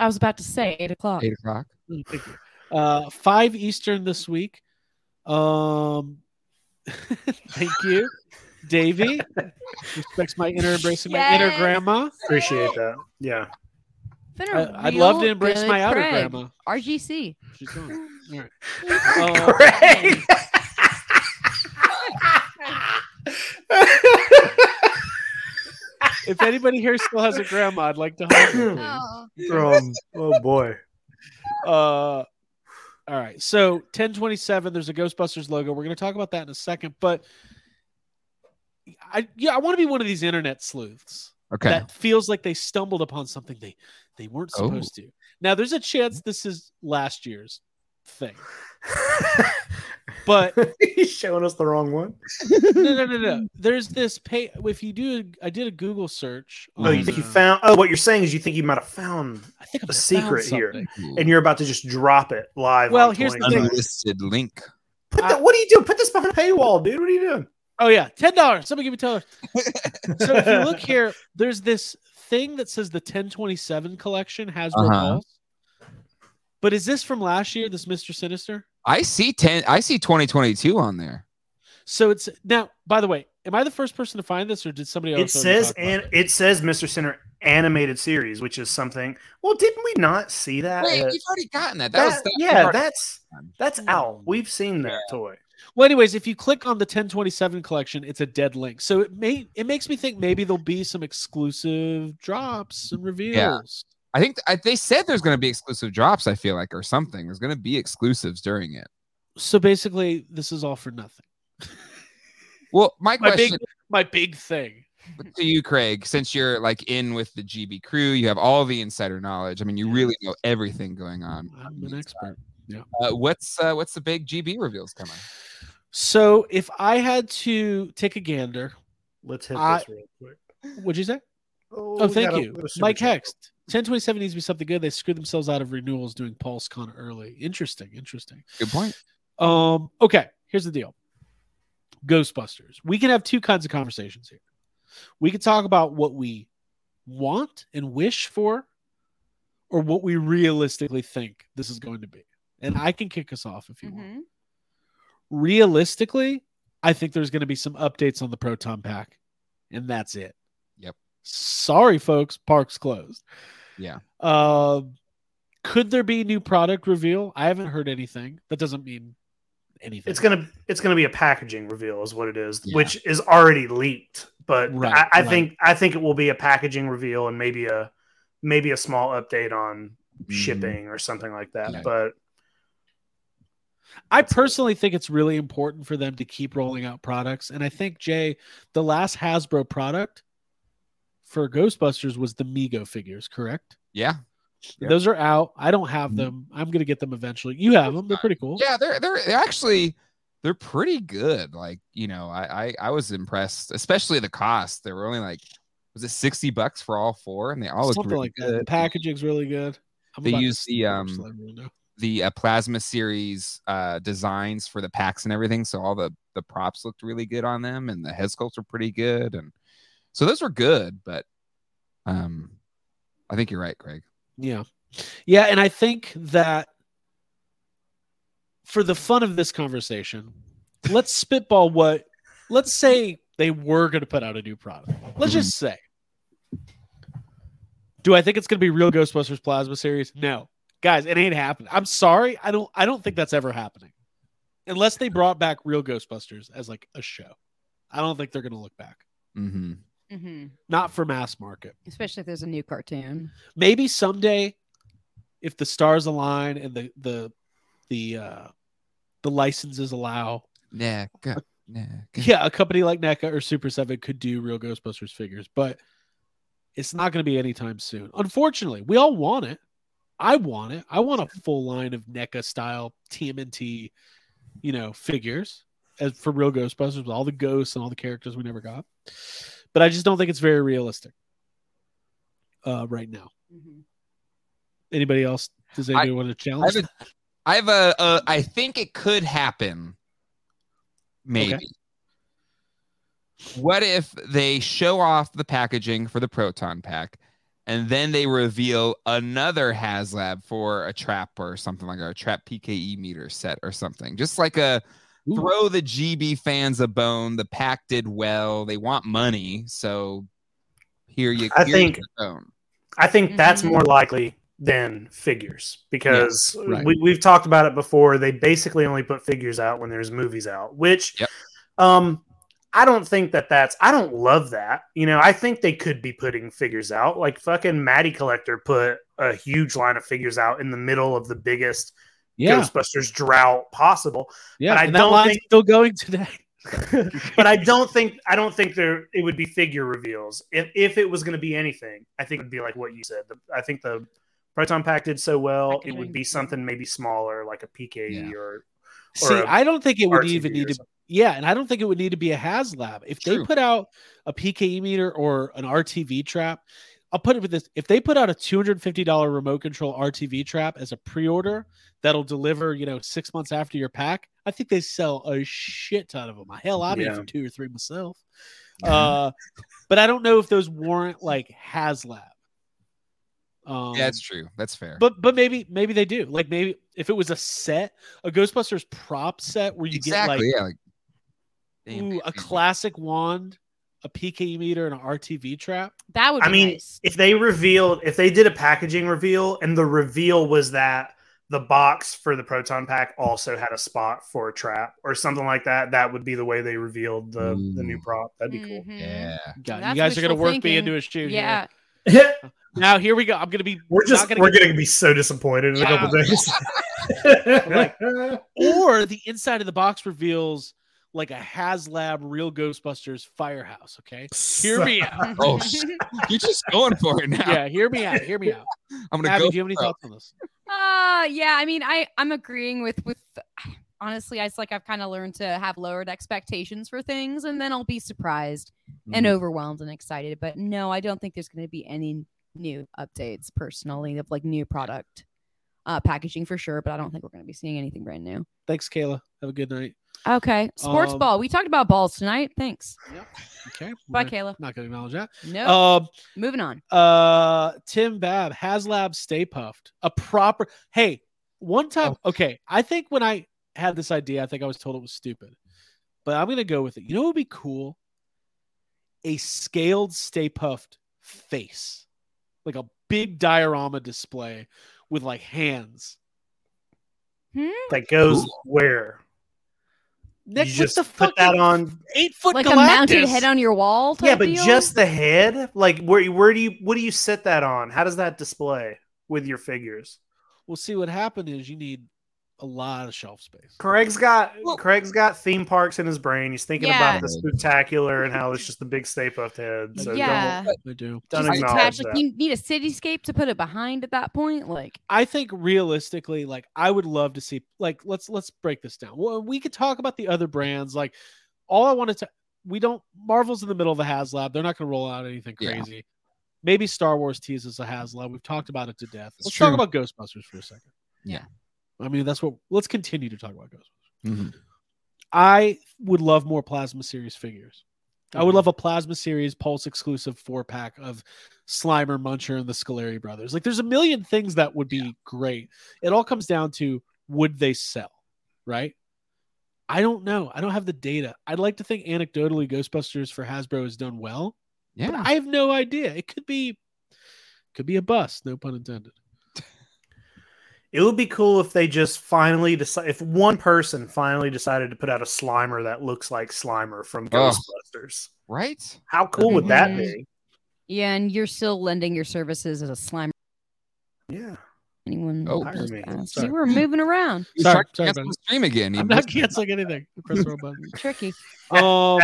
Speaker 2: I was about to say eight o'clock.
Speaker 4: eight o'clock.
Speaker 1: Mm, Thank you. Uh, five Eastern this week. Um, thank you, Davy. Respects my inner embracing my inner
Speaker 2: Yes.
Speaker 1: grandma.
Speaker 3: Appreciate that. Yeah.
Speaker 2: Been a
Speaker 1: I, would love to
Speaker 2: real
Speaker 1: embrace
Speaker 2: good
Speaker 1: my outer
Speaker 2: Craig.
Speaker 1: grandma.
Speaker 2: RGC.
Speaker 1: She's gone. All right. Uh,
Speaker 3: Craig.
Speaker 1: if anybody here still has a grandma, I'd like to hug her. please.
Speaker 3: From oh boy.
Speaker 2: Oh.
Speaker 1: Uh, all right. So 1027, there's a Ghostbusters logo. We're going to talk about that in a second, but I yeah, I want to be one of these internet sleuths
Speaker 4: Okay.
Speaker 1: that feels like they stumbled upon something they they weren't
Speaker 4: Oh. Mm-hmm.
Speaker 1: supposed to. Now there's a chance this is last year's thing, but
Speaker 3: He's showing us the wrong one.
Speaker 1: no, no, no, no. There's this pay. If you do, I did a Google search.
Speaker 3: Oh, you
Speaker 1: on,
Speaker 3: think you
Speaker 1: uh,
Speaker 3: found? Oh, what you're saying is you think you might have found,
Speaker 1: I think I'm
Speaker 3: a secret here.
Speaker 4: Ooh.
Speaker 3: and you're about to just drop it live.
Speaker 1: Well,
Speaker 3: on
Speaker 1: here's the
Speaker 3: 20.
Speaker 1: thing.
Speaker 4: unlisted link.
Speaker 3: Put that, what are you doing? Put this behind a paywall, dude. What are you doing?
Speaker 1: Oh yeah, ten dollars. Somebody give me ten dollars. so if you look here, there's this thing that says the 1027 collection Hasbro
Speaker 4: Uh-huh.
Speaker 1: Pulse. But is this from last year? This Mister Sinister.
Speaker 4: I see ten. I see 2022 on there.
Speaker 1: So it's now. By the way, am I the first person to find this, or did somebody else?
Speaker 3: It
Speaker 1: already
Speaker 3: says
Speaker 1: talk about
Speaker 3: and
Speaker 1: it?
Speaker 3: it says Mr. Center animated series, which is something. Well, didn't we not see that?
Speaker 4: Wait,
Speaker 3: at-
Speaker 4: we've already gotten that. That, was
Speaker 3: that-
Speaker 4: the-
Speaker 3: yeah, that's
Speaker 4: done.
Speaker 3: that's out. We've seen that toy.
Speaker 1: Well, anyways, if you click on the 1027 collection, it's a dead link. So it may it makes me think maybe there'll be some exclusive drops and reveals.
Speaker 4: I think I, they said there's going to be exclusive drops. I feel like or something. There's going to be exclusives during it.
Speaker 1: So basically, this is all for nothing.
Speaker 4: Well, my
Speaker 1: My big
Speaker 4: question
Speaker 1: my big thing.
Speaker 4: to you, Craig, since you're like in with the GB crew, you have all the insider knowledge. I mean, you really know everything going on.
Speaker 1: I'm an expert.
Speaker 4: Uh, what's uh, what's the big GB reveals coming?
Speaker 1: So if I had to take a gander,
Speaker 3: Let's hit
Speaker 1: I-
Speaker 3: this real quick.
Speaker 1: what'd you say?
Speaker 3: Oh,
Speaker 1: Oh,
Speaker 3: we
Speaker 1: thank
Speaker 3: got a-
Speaker 1: you.
Speaker 3: we got a super
Speaker 1: Mike
Speaker 3: chat.
Speaker 1: Hext. 1027 needs to be something good. They screwed themselves out of renewals doing PulseCon early. Interesting. Interesting.
Speaker 4: Good point.
Speaker 1: Um, okay, here's the deal. Ghostbusters. We can have two kinds of conversations here. We can talk about what we want and wish for, or what we realistically think
Speaker 2: Mm-hmm.
Speaker 1: this is going to be. And I can kick us off if you want.
Speaker 2: Mhm.
Speaker 1: Realistically, I think there's going to be some updates on the proton pack, and that's it.
Speaker 4: Yep.
Speaker 1: Sorry, folks, park's closed.
Speaker 4: Yeah.
Speaker 1: Uh, could there be a new product reveal? I haven't heard anything. That doesn't mean anything.
Speaker 3: It's gonna it's gonna be a packaging reveal, is what it is,
Speaker 4: Yeah.
Speaker 3: which is already leaked. But
Speaker 1: Right,
Speaker 3: I, I
Speaker 1: right.
Speaker 3: think I think it will be a packaging reveal and maybe a maybe a small update on shipping or something like that.
Speaker 4: Mm. Yeah.
Speaker 3: But
Speaker 1: I personally think it's really important for them to keep rolling out products. And I think, Jay, the last Hasbro product for Ghostbusters was the Mego figures, correct?
Speaker 4: Yeah.
Speaker 3: Yeah.
Speaker 1: Those are out. I don't
Speaker 4: Mm-hmm.
Speaker 1: have them. I'm going to get them eventually. You have them. They're
Speaker 4: Uh,
Speaker 1: pretty cool.
Speaker 4: Yeah, they're they're they're actually they're pretty good. Like, you know, I I, I was impressed, especially the cost. They were only like was it 60 bucks for all four and they all looked
Speaker 1: Something
Speaker 4: really
Speaker 1: like that. The
Speaker 4: good.
Speaker 1: packaging's really good. I'm
Speaker 4: They
Speaker 1: about to
Speaker 4: use the,
Speaker 1: see it,
Speaker 4: um,
Speaker 1: just let everyone know.
Speaker 4: the uh, plasma series uh designs for the packs and everything so all the the props looked really good on them and the head sculpts were pretty good and so those were good but um i think you're right craig
Speaker 1: Yeah. Yeah. And I think that for the fun of this conversation, let's spitball what, let's say they were going to put out a new product. Let's just
Speaker 4: Mm-hmm.
Speaker 1: say. Do I think it's going to be real Ghostbusters Plasma series? No. Guys, it ain't happening. I'm sorry. I don't I don't think that's ever happening. Unless they brought back real Ghostbusters as like a show. I don't think they're going to look back.
Speaker 4: mm-hmm.
Speaker 2: hmm
Speaker 1: Not for mass market
Speaker 2: Especially if there's a new cartoon.
Speaker 1: maybe someday if the stars align and the the the uh the licenses allow
Speaker 4: yeah good yeah, good.
Speaker 1: yeah a company like NECA or super 7 could do real ghostbusters figures but it's not going to be anytime soon unfortunately we all want it i want it i want a full line of NECA style tmnt you know figures as for real ghostbusters with all the ghosts and all the characters we never got but i just don't think it's very realistic uh right now
Speaker 4: Mm-hmm.
Speaker 1: Anybody else? Does anybody want to
Speaker 4: I
Speaker 1: challenge?
Speaker 4: have a, I have a, a, I think it could happen. Maybe. What if they show off the packaging for the proton pack, and then they reveal another HasLab for a trap or something like that, a trap PKE meter set or something? Just like a
Speaker 1: Ooh.
Speaker 4: throw the GB fans a bone. The pack did well. They want money, so here you.
Speaker 3: I
Speaker 4: here
Speaker 3: think-
Speaker 4: you go.
Speaker 3: I think that's
Speaker 2: Mhm.
Speaker 3: more likely than figures because
Speaker 1: right.
Speaker 3: we, we've talked about it before. They basically only put figures out when there's movies out, which
Speaker 4: Yep.
Speaker 3: um, I don't think that that's, I don't love that. You know, I think they could be putting figures out. Like fucking Matty Collector put a huge line of figures out in the middle of the biggest
Speaker 1: yeah,
Speaker 3: Ghostbusters drought possible.
Speaker 1: yeah.
Speaker 3: but I
Speaker 1: and that
Speaker 3: don't
Speaker 1: line's
Speaker 3: think-
Speaker 1: still going today.
Speaker 3: but I don't think I don't think there it would be figure reveals. If if it was going to be anything, I think it would be like what you said. The, I think the proton pack did so well, it would be something maybe smaller, like a PKE or
Speaker 1: See,
Speaker 3: a
Speaker 1: I don't think it would
Speaker 3: RTV
Speaker 1: even
Speaker 3: or
Speaker 1: need to.
Speaker 3: something.
Speaker 1: Yeah, and I don't think it would need to be a HasLab. If they
Speaker 4: True.
Speaker 1: put out a PKE meter or an RTV trap, I'll put it with this: if they put out a two hundred fifty dollar remote control RTV trap as a pre-order that'll deliver, you know, six months after your pack, I think they sell a shit ton of them. Hell, I'm in
Speaker 3: Yeah.
Speaker 1: for two or three myself. Uh, but I don't know if those warrant like HasLab. Um,
Speaker 4: yeah, that's true. That's fair.
Speaker 1: But but maybe maybe they do. Like maybe if it was a set, a Ghostbusters prop set where you
Speaker 4: exactly. Mm-hmm.
Speaker 1: get
Speaker 4: yeah, like
Speaker 1: like
Speaker 4: Damn,
Speaker 1: ooh,
Speaker 4: damn,
Speaker 1: a
Speaker 4: damn.
Speaker 1: classic wand, a PKE meter, and an RTV trap.
Speaker 2: That would be
Speaker 3: I mean,
Speaker 2: nice.
Speaker 3: if they revealed if they did a packaging reveal and the reveal was that the box for the proton pack also had a spot for a trap or something like that, that would be the way they revealed the the new
Speaker 4: Ooh.
Speaker 3: prop. That'd
Speaker 1: Mm.
Speaker 3: be cool.
Speaker 2: Mhm.
Speaker 4: Yeah.
Speaker 1: God, you
Speaker 2: That's
Speaker 1: guys are gonna
Speaker 2: wishful
Speaker 1: work me
Speaker 2: thinking.
Speaker 1: into a shoe. here.
Speaker 2: Yeah.
Speaker 1: Now here we go. I'm gonna be
Speaker 3: We're just
Speaker 1: Not gonna
Speaker 3: we're
Speaker 1: get-
Speaker 3: going to be so disappointed in a couple
Speaker 4: Yeah.
Speaker 3: days.
Speaker 1: or the inside of the box reveals like a HasLab real Ghostbusters firehouse. Okay. Hear me out.
Speaker 4: Oh, shit. You're just going for it now.
Speaker 1: Yeah, hear me out. Hear me out.
Speaker 4: I'm gonna
Speaker 1: Abby,
Speaker 4: go.
Speaker 1: do you have any
Speaker 4: for it.
Speaker 1: thoughts on this?
Speaker 2: Uh yeah, I mean I I'm agreeing with with honestly I it's like I've kind of learned to have lowered expectations for things and then I'll be surprised and
Speaker 3: Mm-hmm.
Speaker 2: overwhelmed and excited, but no, I don't think there's going to be any new updates personally of like new product uh packaging for sure, but I don't think we're going to be seeing anything brand new.
Speaker 1: Thanks, Kayla. Have a good night.
Speaker 2: Okay, sports
Speaker 1: Um,
Speaker 2: ball. We talked about balls tonight. Thanks.
Speaker 1: Okay.
Speaker 2: Bye,
Speaker 1: We're
Speaker 2: Kayla.
Speaker 1: Not gonna acknowledge that.
Speaker 2: No,
Speaker 1: Um
Speaker 2: moving on.
Speaker 1: uh Tim Bab HasLab Stay Puffed. A proper
Speaker 2: Oh.
Speaker 1: hey, one time okay, I think when I had this idea, I think I was told it was stupid. but I'm gonna go with it. You know what would be cool? A scaled Stay Puffed face, like a big diorama display with like hands.
Speaker 3: that goes where
Speaker 1: Nick,
Speaker 3: you
Speaker 1: what
Speaker 3: just
Speaker 1: the
Speaker 3: put
Speaker 1: fuck?
Speaker 3: that on.
Speaker 1: Eight foot
Speaker 2: like a mounted
Speaker 1: Galactus.
Speaker 2: head on your wall. Type
Speaker 3: Yeah, but
Speaker 2: deal?
Speaker 3: just the head. Like where? Where do you? What do you sit that on? How does that display with your figures?
Speaker 1: Well, see what happened is you need a lot of shelf space.
Speaker 3: Craig's got
Speaker 4: Well-
Speaker 3: Craig's got theme parks in his brain. He's thinking
Speaker 2: Yeah.
Speaker 3: about the spectacular and how it's just a big Stay Puft head. So
Speaker 2: yeah.
Speaker 1: I do.
Speaker 3: don't, don't
Speaker 2: Just
Speaker 3: acknowledge
Speaker 2: attach,
Speaker 3: that.
Speaker 2: like, you need a cityscape to put it behind at that point. Like,
Speaker 1: I think realistically, like I would love to see like let's let's break this down. Well, we could talk about the other brands. Like all I wanted to we don't Marvel's in the middle of a HasLab. They're not gonna roll out anything
Speaker 4: Yeah.
Speaker 1: crazy. Maybe Star Wars teases a HasLab. We've talked about it to death.
Speaker 4: It's
Speaker 1: let's
Speaker 4: true.
Speaker 1: talk about Ghostbusters for a second.
Speaker 4: Yeah.
Speaker 1: I mean that's what let's continue to talk about Ghostbusters. Mm-hmm.
Speaker 4: Mhm.
Speaker 1: I would love more plasma series figures. I would love a plasma series pulse exclusive four pack of Slimer, Muncher, and the Scaleri brothers. Like, there's a million things that would be great. It all comes down to would they sell, right? I don't know. I don't have the data. I'd like to think anecdotally, Ghostbusters for Hasbro has done well.
Speaker 4: Yeah.
Speaker 1: I have no idea. It could be, could be a bust. No pun intended.
Speaker 3: It would be cool if they just finally decide if one person finally decided to put out a Slimer that looks like Slimer from
Speaker 4: Oh.
Speaker 3: Ghostbusters.
Speaker 4: right?
Speaker 3: How cool would that
Speaker 2: Mhm.
Speaker 3: be?
Speaker 1: Mm-hmm.
Speaker 2: yeah, and you're still lending your services as a slime.
Speaker 3: Yeah.
Speaker 2: Anyone?
Speaker 4: Oh,
Speaker 2: who
Speaker 3: hire
Speaker 2: does
Speaker 3: me.
Speaker 2: that. See,
Speaker 1: Sorry.
Speaker 2: we're moving around.
Speaker 4: He's
Speaker 1: Sorry,
Speaker 4: trying to
Speaker 1: sorry,
Speaker 4: cancel
Speaker 1: Ben.
Speaker 4: the stream again. He
Speaker 1: I'm not canceling anything. Press the wrong button.
Speaker 2: Tricky.
Speaker 1: Um,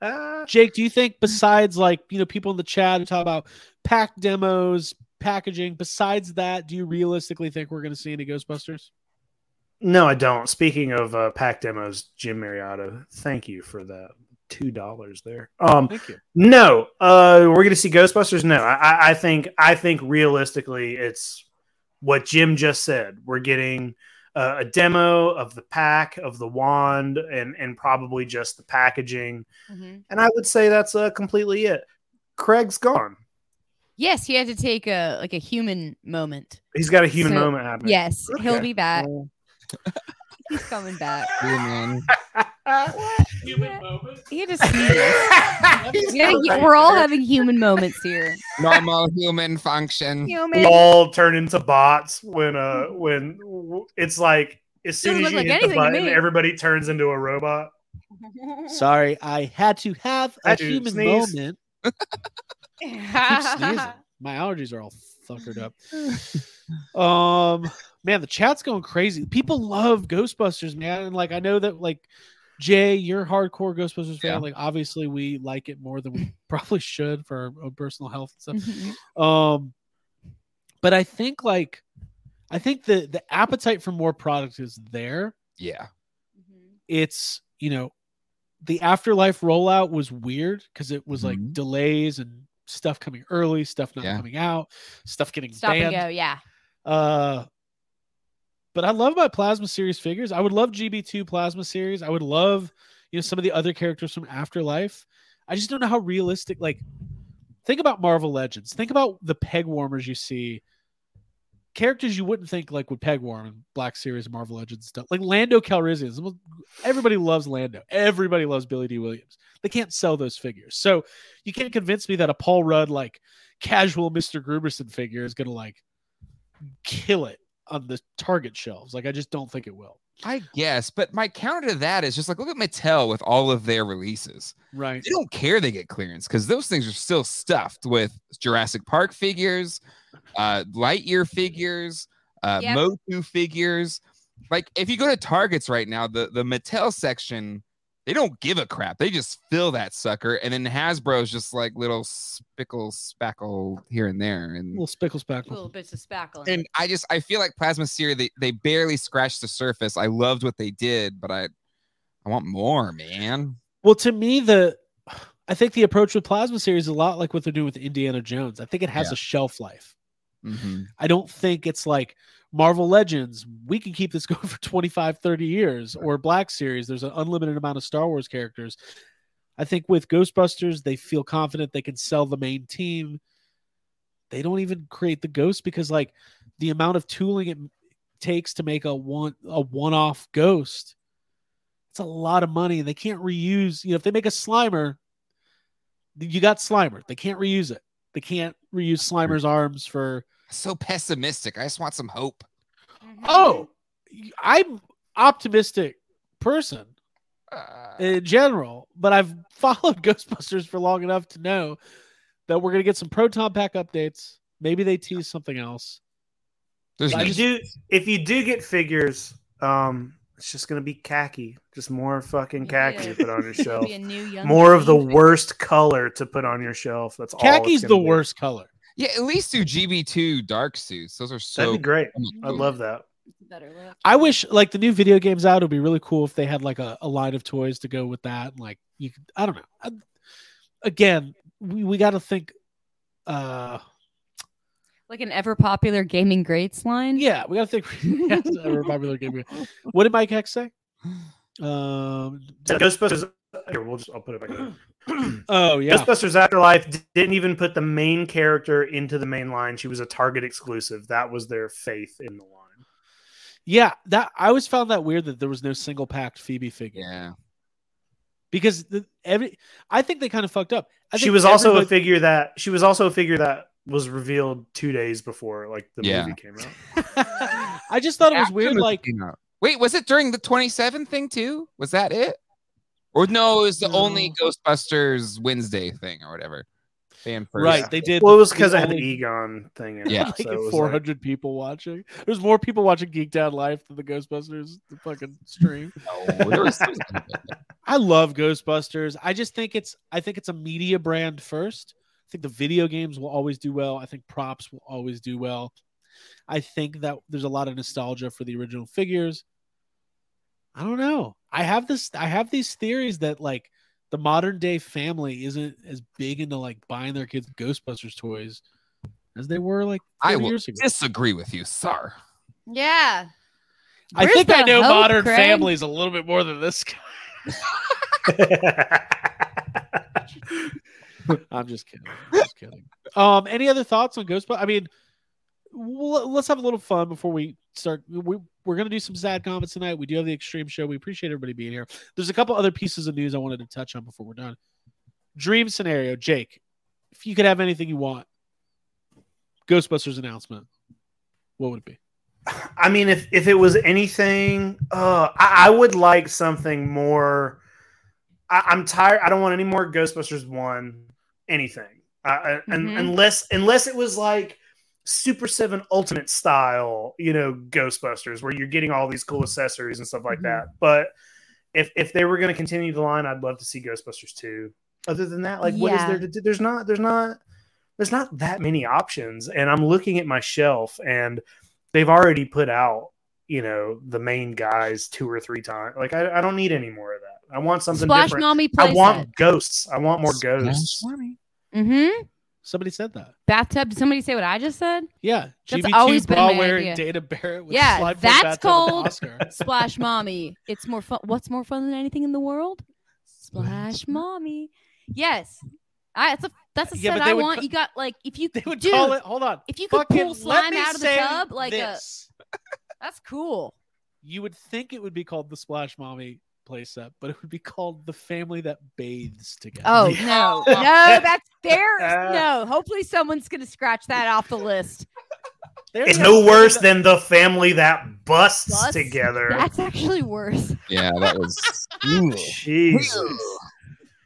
Speaker 3: Ah,
Speaker 1: Jake, do you think besides like you know people in the chat who talk about pack demos, packaging, besides that, do you realistically think we're going to see any Ghostbusters?
Speaker 3: no, I don't. Speaking of uh, pack demos, Jim Mariotta, thank you for that two dollars there. Um,
Speaker 1: Thank you.
Speaker 3: no, uh, we're gonna see Ghostbusters. No, I, I- I think I think realistically, it's what Jim just said. We're getting uh, a demo of the pack of the wand and and probably just the packaging. And I would say that's uh, completely it. Craig's gone.
Speaker 2: Yes, he had to take a like a human moment.
Speaker 3: He's got a human
Speaker 2: So-
Speaker 3: moment happening.
Speaker 2: Yes, he'll
Speaker 3: Okay.
Speaker 2: be back. He's coming back.
Speaker 4: man.
Speaker 2: Human moment. He had to see this. Yeah, yeah, we're all having human moments here.
Speaker 4: Normal human function.
Speaker 3: we
Speaker 2: Human.
Speaker 3: all turn into bots when uh when w- it's like as soon
Speaker 2: Mm-hmm. Doesn't
Speaker 3: as you
Speaker 2: look like
Speaker 3: hit the
Speaker 2: anything to
Speaker 3: button,
Speaker 2: me.
Speaker 3: everybody turns into a robot.
Speaker 1: Mm. Sorry, I had to have a
Speaker 3: Had to
Speaker 1: human
Speaker 3: sneeze.
Speaker 1: moment. I keep sneezing. My allergies are all fuckered up. Um, man, the chat's going crazy. People love Ghostbusters, man, and like I know that like Jay, you're a hardcore Ghostbusters fan.
Speaker 4: Yeah.
Speaker 1: Like obviously we like it more than we probably should for our own personal health and stuff.
Speaker 3: Mm-hmm.
Speaker 2: Mhm.
Speaker 1: Um, but I think like I think the the appetite for more product is there.
Speaker 4: Yeah.
Speaker 1: It's you know the afterlife rollout was weird because it was like
Speaker 4: Mhm.
Speaker 1: delays and stuff coming early, stuff not
Speaker 4: Yeah.
Speaker 1: coming out, stuff getting
Speaker 2: Stop
Speaker 1: banned.
Speaker 2: and go. Yeah.
Speaker 1: Uh, but I love my plasma series figures. I would love GB2 plasma series. I would love, you know, some of the other characters from Afterlife. I just don't know how realistic. Like, think about Marvel Legends. Think about the peg warmers you see. Characters you wouldn't think like would peg warm in Black Series, and Marvel Legends stuff. Like Lando Calrissian. Someone- Everybody loves Lando. Everybody loves Billy D. Williams. They can't sell those figures. So you can't convince me that a Paul Rudd like casual Mr. Gruberson figure is gonna like kill it on the target shelves. Like I just don't think it will.
Speaker 4: I guess. But my counter to that is just like look at Mattel with all of their releases.
Speaker 1: Right.
Speaker 4: They don't care they get clearance because those things are still stuffed with Jurassic Park figures, uh, Lightyear figures, uh,
Speaker 2: Yep.
Speaker 4: Motu figures. Like if you go to Targets right now, the the Mattel section, they don't give a crap. They just fill that sucker, and then Hasbro's just like little spickle spackle here and there, and
Speaker 1: little spickle spackle.
Speaker 2: Little bits of spackle.
Speaker 4: and I just I feel like Plasma Series they, they barely scratched the surface. I loved what they did, but I I want more, man.
Speaker 1: Well, to me, the I think the approach with Plasma Series is a lot like what they're doing with Indiana Jones. I think it has
Speaker 4: Yeah.
Speaker 1: a shelf life.
Speaker 4: Mhm.
Speaker 1: I don't think it's like Marvel Legends, we can keep this going for 25, 30 years, or Black Series, there's an unlimited amount of Star Wars characters. I think with Ghostbusters, they feel confident they can sell the main team. They don't even create the ghost because, like, the amount of tooling it takes to make a one a one off ghost It's a lot of money. They can't reuse. You know, if they make a Slimer, you got Slimer. They can't reuse it. They can't reuse Slimer's arms for.
Speaker 4: So pessimistic. I just want some hope.
Speaker 2: Mm-hmm.
Speaker 1: Oh, I'm optimistic person
Speaker 4: Uh,
Speaker 1: in general, but I've followed Ghostbusters for long enough to know that we're gonna get some proton pack updates. Maybe they tease something else.
Speaker 4: there's
Speaker 1: I
Speaker 4: no-
Speaker 3: If you do if you do get figures, um, it's just gonna be khaki, just more fucking khaki
Speaker 2: Yeah.
Speaker 3: to put on your
Speaker 2: It'll
Speaker 3: shelf.
Speaker 2: be a new young
Speaker 3: More of the
Speaker 2: Green
Speaker 3: worst color to put on your shelf. That's all. it's
Speaker 1: Khaki's
Speaker 3: gonna
Speaker 1: the
Speaker 3: be.
Speaker 1: worst color.
Speaker 4: yeah, at least do GB2 dark suits. Those are so.
Speaker 3: That'd be great.
Speaker 4: cool.
Speaker 1: Mm.
Speaker 3: I love that.
Speaker 2: Panther, better look.
Speaker 1: I wish like the new video games out. It'd be really cool if they had like a, a line of toys to go with that. Like you, could, I don't know. I, again, we, we got to think. Uh,
Speaker 2: like an ever popular gaming greats line.
Speaker 1: yeah, we got to think. Yes, ever popular game. What did Mike Hex say? Um,
Speaker 3: Ghostbusters. Here, we'll just. I'll put it back. in.
Speaker 1: oh yeah,
Speaker 3: Ghostbusters Afterlife d- didn't even put the main character into the main line. She was a Target exclusive. That was their faith in the line.
Speaker 1: yeah. That I always found that weird that there was no single packed Phoebe figure
Speaker 4: Yeah.
Speaker 1: because the, every I think they kind of fucked up. I
Speaker 3: She
Speaker 1: think
Speaker 3: was also a
Speaker 1: everybody-
Speaker 3: figure that she was also a figure that was revealed two days before like the
Speaker 4: Yeah.
Speaker 3: movie came out.
Speaker 1: I just thought it was
Speaker 4: After
Speaker 1: weird.
Speaker 4: the
Speaker 1: Like
Speaker 4: came out. wait, was it during the 27 thing too? Was that it? Or no, it was the only Ghostbusters Wednesday thing or whatever. Fan first.
Speaker 1: right, they did.
Speaker 3: Well, it
Speaker 1: the-
Speaker 3: was
Speaker 1: the
Speaker 3: because I had the
Speaker 1: only-
Speaker 3: Egon thing. In it,
Speaker 4: Yeah.
Speaker 1: like
Speaker 3: so it was
Speaker 1: four
Speaker 3: like-
Speaker 1: hundred people watching. There's more people watching Geek Down Live than the Ghostbusters the fucking stream.
Speaker 4: No, there was-
Speaker 1: I love Ghostbusters. I just think it's I think it's a media brand first. I think the video games will always do well. I think props will always do well. I think that there's a lot of nostalgia for the original figures. I don't know. I have this I have these theories that like the modern day family isn't as big into like buying their kids Ghostbusters toys as they were like
Speaker 4: I
Speaker 1: 30
Speaker 4: will
Speaker 1: years ago.
Speaker 4: disagree with you, sir.
Speaker 2: Yeah.
Speaker 1: I
Speaker 2: Where's
Speaker 1: think I
Speaker 2: the
Speaker 1: know
Speaker 2: hope,
Speaker 1: Modern
Speaker 2: Craig?
Speaker 1: Families a little bit more than this guy. I'm just kidding. I'm just kidding. Um, any other thoughts on Ghostbusters? I mean, well, let's have a little fun before we start. We, we're going to do some sad comments tonight. We do have the Extreme Show. We appreciate everybody being here. There's a couple other pieces of news I wanted to touch on before we're done. Dream scenario, Jake. If you could have anything you want, Ghostbusters announcement. What would it be?
Speaker 3: I mean, if if it was anything, uh, I, I would like something more. I, I'm tired. I don't want any more Ghostbusters one anything, I, I, un-
Speaker 2: Mhm.
Speaker 3: unless unless it was like Super Seven Ultimate style, you know, Ghostbusters, where you're getting all these cool accessories and stuff like
Speaker 2: Mhm.
Speaker 3: that. But if if they were going to continue the line, I'd love to see Ghostbusters two. Other than that, like, what is
Speaker 2: Yeah.
Speaker 3: there to do? There's not. There's not. There's not that many options, and I'm looking at my shelf, and they've already put out you know the main guys two or three times like i, I don't need any more of that i want something
Speaker 2: Splash
Speaker 3: different
Speaker 2: Nami
Speaker 3: i
Speaker 2: plays
Speaker 3: want ghosts i want more ghosts
Speaker 2: Mm-hmm.
Speaker 1: Somebody said that.
Speaker 2: Bathtub. Did somebody say what I just said?
Speaker 1: Yeah.
Speaker 2: That's
Speaker 1: GB2
Speaker 2: always been my
Speaker 1: bra wearing
Speaker 2: idea.
Speaker 1: Data Barrett with
Speaker 2: Yeah,
Speaker 1: slide foot
Speaker 2: that's
Speaker 1: bats and
Speaker 2: called-
Speaker 1: Oscar.
Speaker 2: Splash mommy. It's more fun. What's more fun than anything in the world? Splash mommy. Yes. I, that's a that's a
Speaker 1: Yeah,
Speaker 2: set
Speaker 1: but they
Speaker 2: I
Speaker 1: would
Speaker 2: want.
Speaker 1: ca-
Speaker 2: you got like if you
Speaker 1: They would
Speaker 2: dude,
Speaker 1: call it. Hold on.
Speaker 2: if you could
Speaker 1: Fucking
Speaker 2: pull
Speaker 1: let
Speaker 2: slime
Speaker 1: me
Speaker 2: out of the
Speaker 1: say
Speaker 2: tub like uh, a
Speaker 1: this.
Speaker 2: that's cool.
Speaker 1: you would think it would be called the Splash Mommy playset, but it would be called the family that bathes together.
Speaker 2: Oh
Speaker 3: Yeah.
Speaker 2: no, no, that's there. No, hopefully someone's gonna scratch that off the list.
Speaker 1: There
Speaker 3: it's
Speaker 1: you
Speaker 3: no
Speaker 1: go.
Speaker 3: worse than the family that busts
Speaker 2: Busts?
Speaker 3: together
Speaker 2: That's actually worse.
Speaker 4: Yeah, that was.
Speaker 3: jesus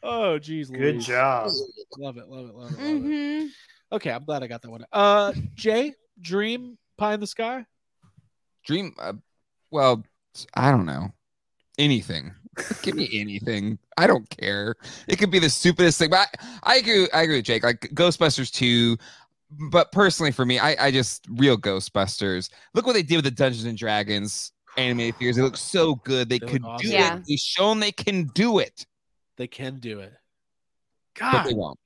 Speaker 1: Oh, geez,
Speaker 3: good
Speaker 1: Louise.
Speaker 3: job
Speaker 1: Love it, love it, love it. Love it.
Speaker 2: Mm-hmm.
Speaker 1: Okay, I'm glad I got that one. Uh, Jay, Dream, Pie in the Sky.
Speaker 4: Dream. Uh, well, I don't know. Anything. Give me anything. I don't care. It could be the stupidest thing, but I, I agree. I agree with Jake. Like Ghostbusters two, but personally for me, I, I just real Ghostbusters. Look what they did with the Dungeons and Dragons animated figures. They look so good. They,
Speaker 1: They look
Speaker 4: could
Speaker 1: awesome.
Speaker 4: do
Speaker 2: Yeah.
Speaker 4: it. They've shown they can do it,
Speaker 1: They can do it.
Speaker 4: but
Speaker 1: God,
Speaker 4: they won't.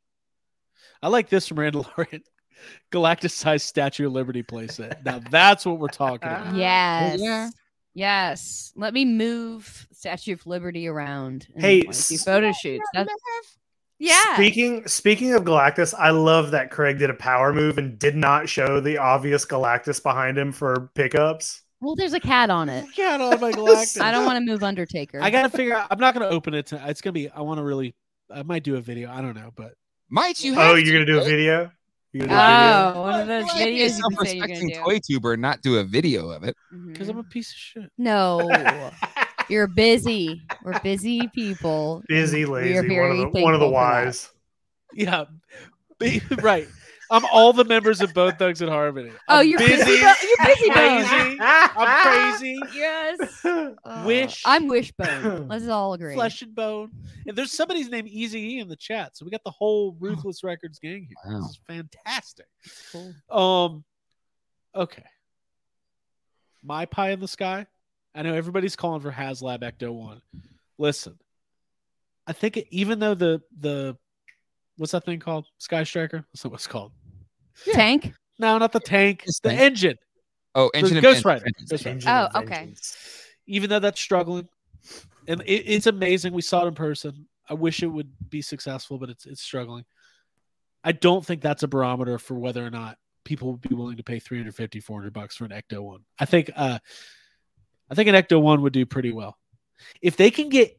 Speaker 1: I like this from Randall Lauren. Galactus-sized Statue of Liberty playset. Now that's what we're talking about.
Speaker 2: Yes.
Speaker 4: Yeah.
Speaker 2: Yes. Let me move Statue of Liberty around. and
Speaker 3: Hey,
Speaker 2: wanna do
Speaker 3: s-
Speaker 2: photo shoots. That's, yeah.
Speaker 3: Speaking speaking of Galactus, I love that Craig did a power move and did not show the obvious Galactus behind him for pickups.
Speaker 2: Well, there's a cat on it.
Speaker 1: Cat on my galactic.
Speaker 2: I don't want to move Undertaker.
Speaker 1: I gotta figure out. I'm not gonna open it tonight. It's gonna be. I want to really. I might do a video. I don't know, but
Speaker 4: Might you have
Speaker 3: Oh, you're gonna do a video? You're gonna
Speaker 2: Oh, one of those
Speaker 4: Well, be a
Speaker 2: videos you can say you're gonna
Speaker 4: self-respecting
Speaker 2: do.
Speaker 4: toy tuber, not do a video of it.
Speaker 1: because I'm
Speaker 2: Mhm.
Speaker 1: a piece of shit.
Speaker 2: No,
Speaker 3: do a video?
Speaker 2: you're busy. We're busy people.
Speaker 3: Busy,
Speaker 2: and we are
Speaker 3: lazy, one
Speaker 2: very
Speaker 3: of the one of the
Speaker 2: thankful for that.
Speaker 3: wise.
Speaker 1: Yeah, Be- right. I'm all the members of Bone Thugs and Harmony.
Speaker 2: Oh,
Speaker 1: I'm
Speaker 2: you're busy. Ah.
Speaker 1: busy.
Speaker 2: bo- You're busy.
Speaker 1: Crazy.
Speaker 2: Bone.
Speaker 1: I'm crazy.
Speaker 2: Yes. Uh,
Speaker 1: Wish.
Speaker 2: I'm wishbone. Let's all agree.
Speaker 1: Flesh and bone. And there's somebody's named Easy E in the chat, so we got the whole Ruthless Records gang here.
Speaker 4: Oh. Wow.
Speaker 1: This is fantastic.
Speaker 2: Cool.
Speaker 1: Um, okay. My pie in the sky. I know everybody's calling for HasLab Ecto One. Listen, I think it, even though the the what's that thing called? Sky Striker. That's not what it's called.
Speaker 2: Tank.
Speaker 1: No, not the tank.
Speaker 4: It's
Speaker 1: the
Speaker 4: tank.
Speaker 1: engine.
Speaker 4: Oh, engine of
Speaker 1: Ghost
Speaker 4: Vengeance.
Speaker 1: Rider. Ghost Rider.
Speaker 3: Engine
Speaker 2: Oh,
Speaker 3: of
Speaker 2: okay.
Speaker 3: vengeance.
Speaker 1: Even though that's struggling, and it, it's amazing. We saw it in person. I wish it would be successful, but it's it's struggling. I don't think that's a barometer for whether or not people would be willing to pay 350 400 bucks for an ecto one i think uh i think an ecto one would do pretty well if they can get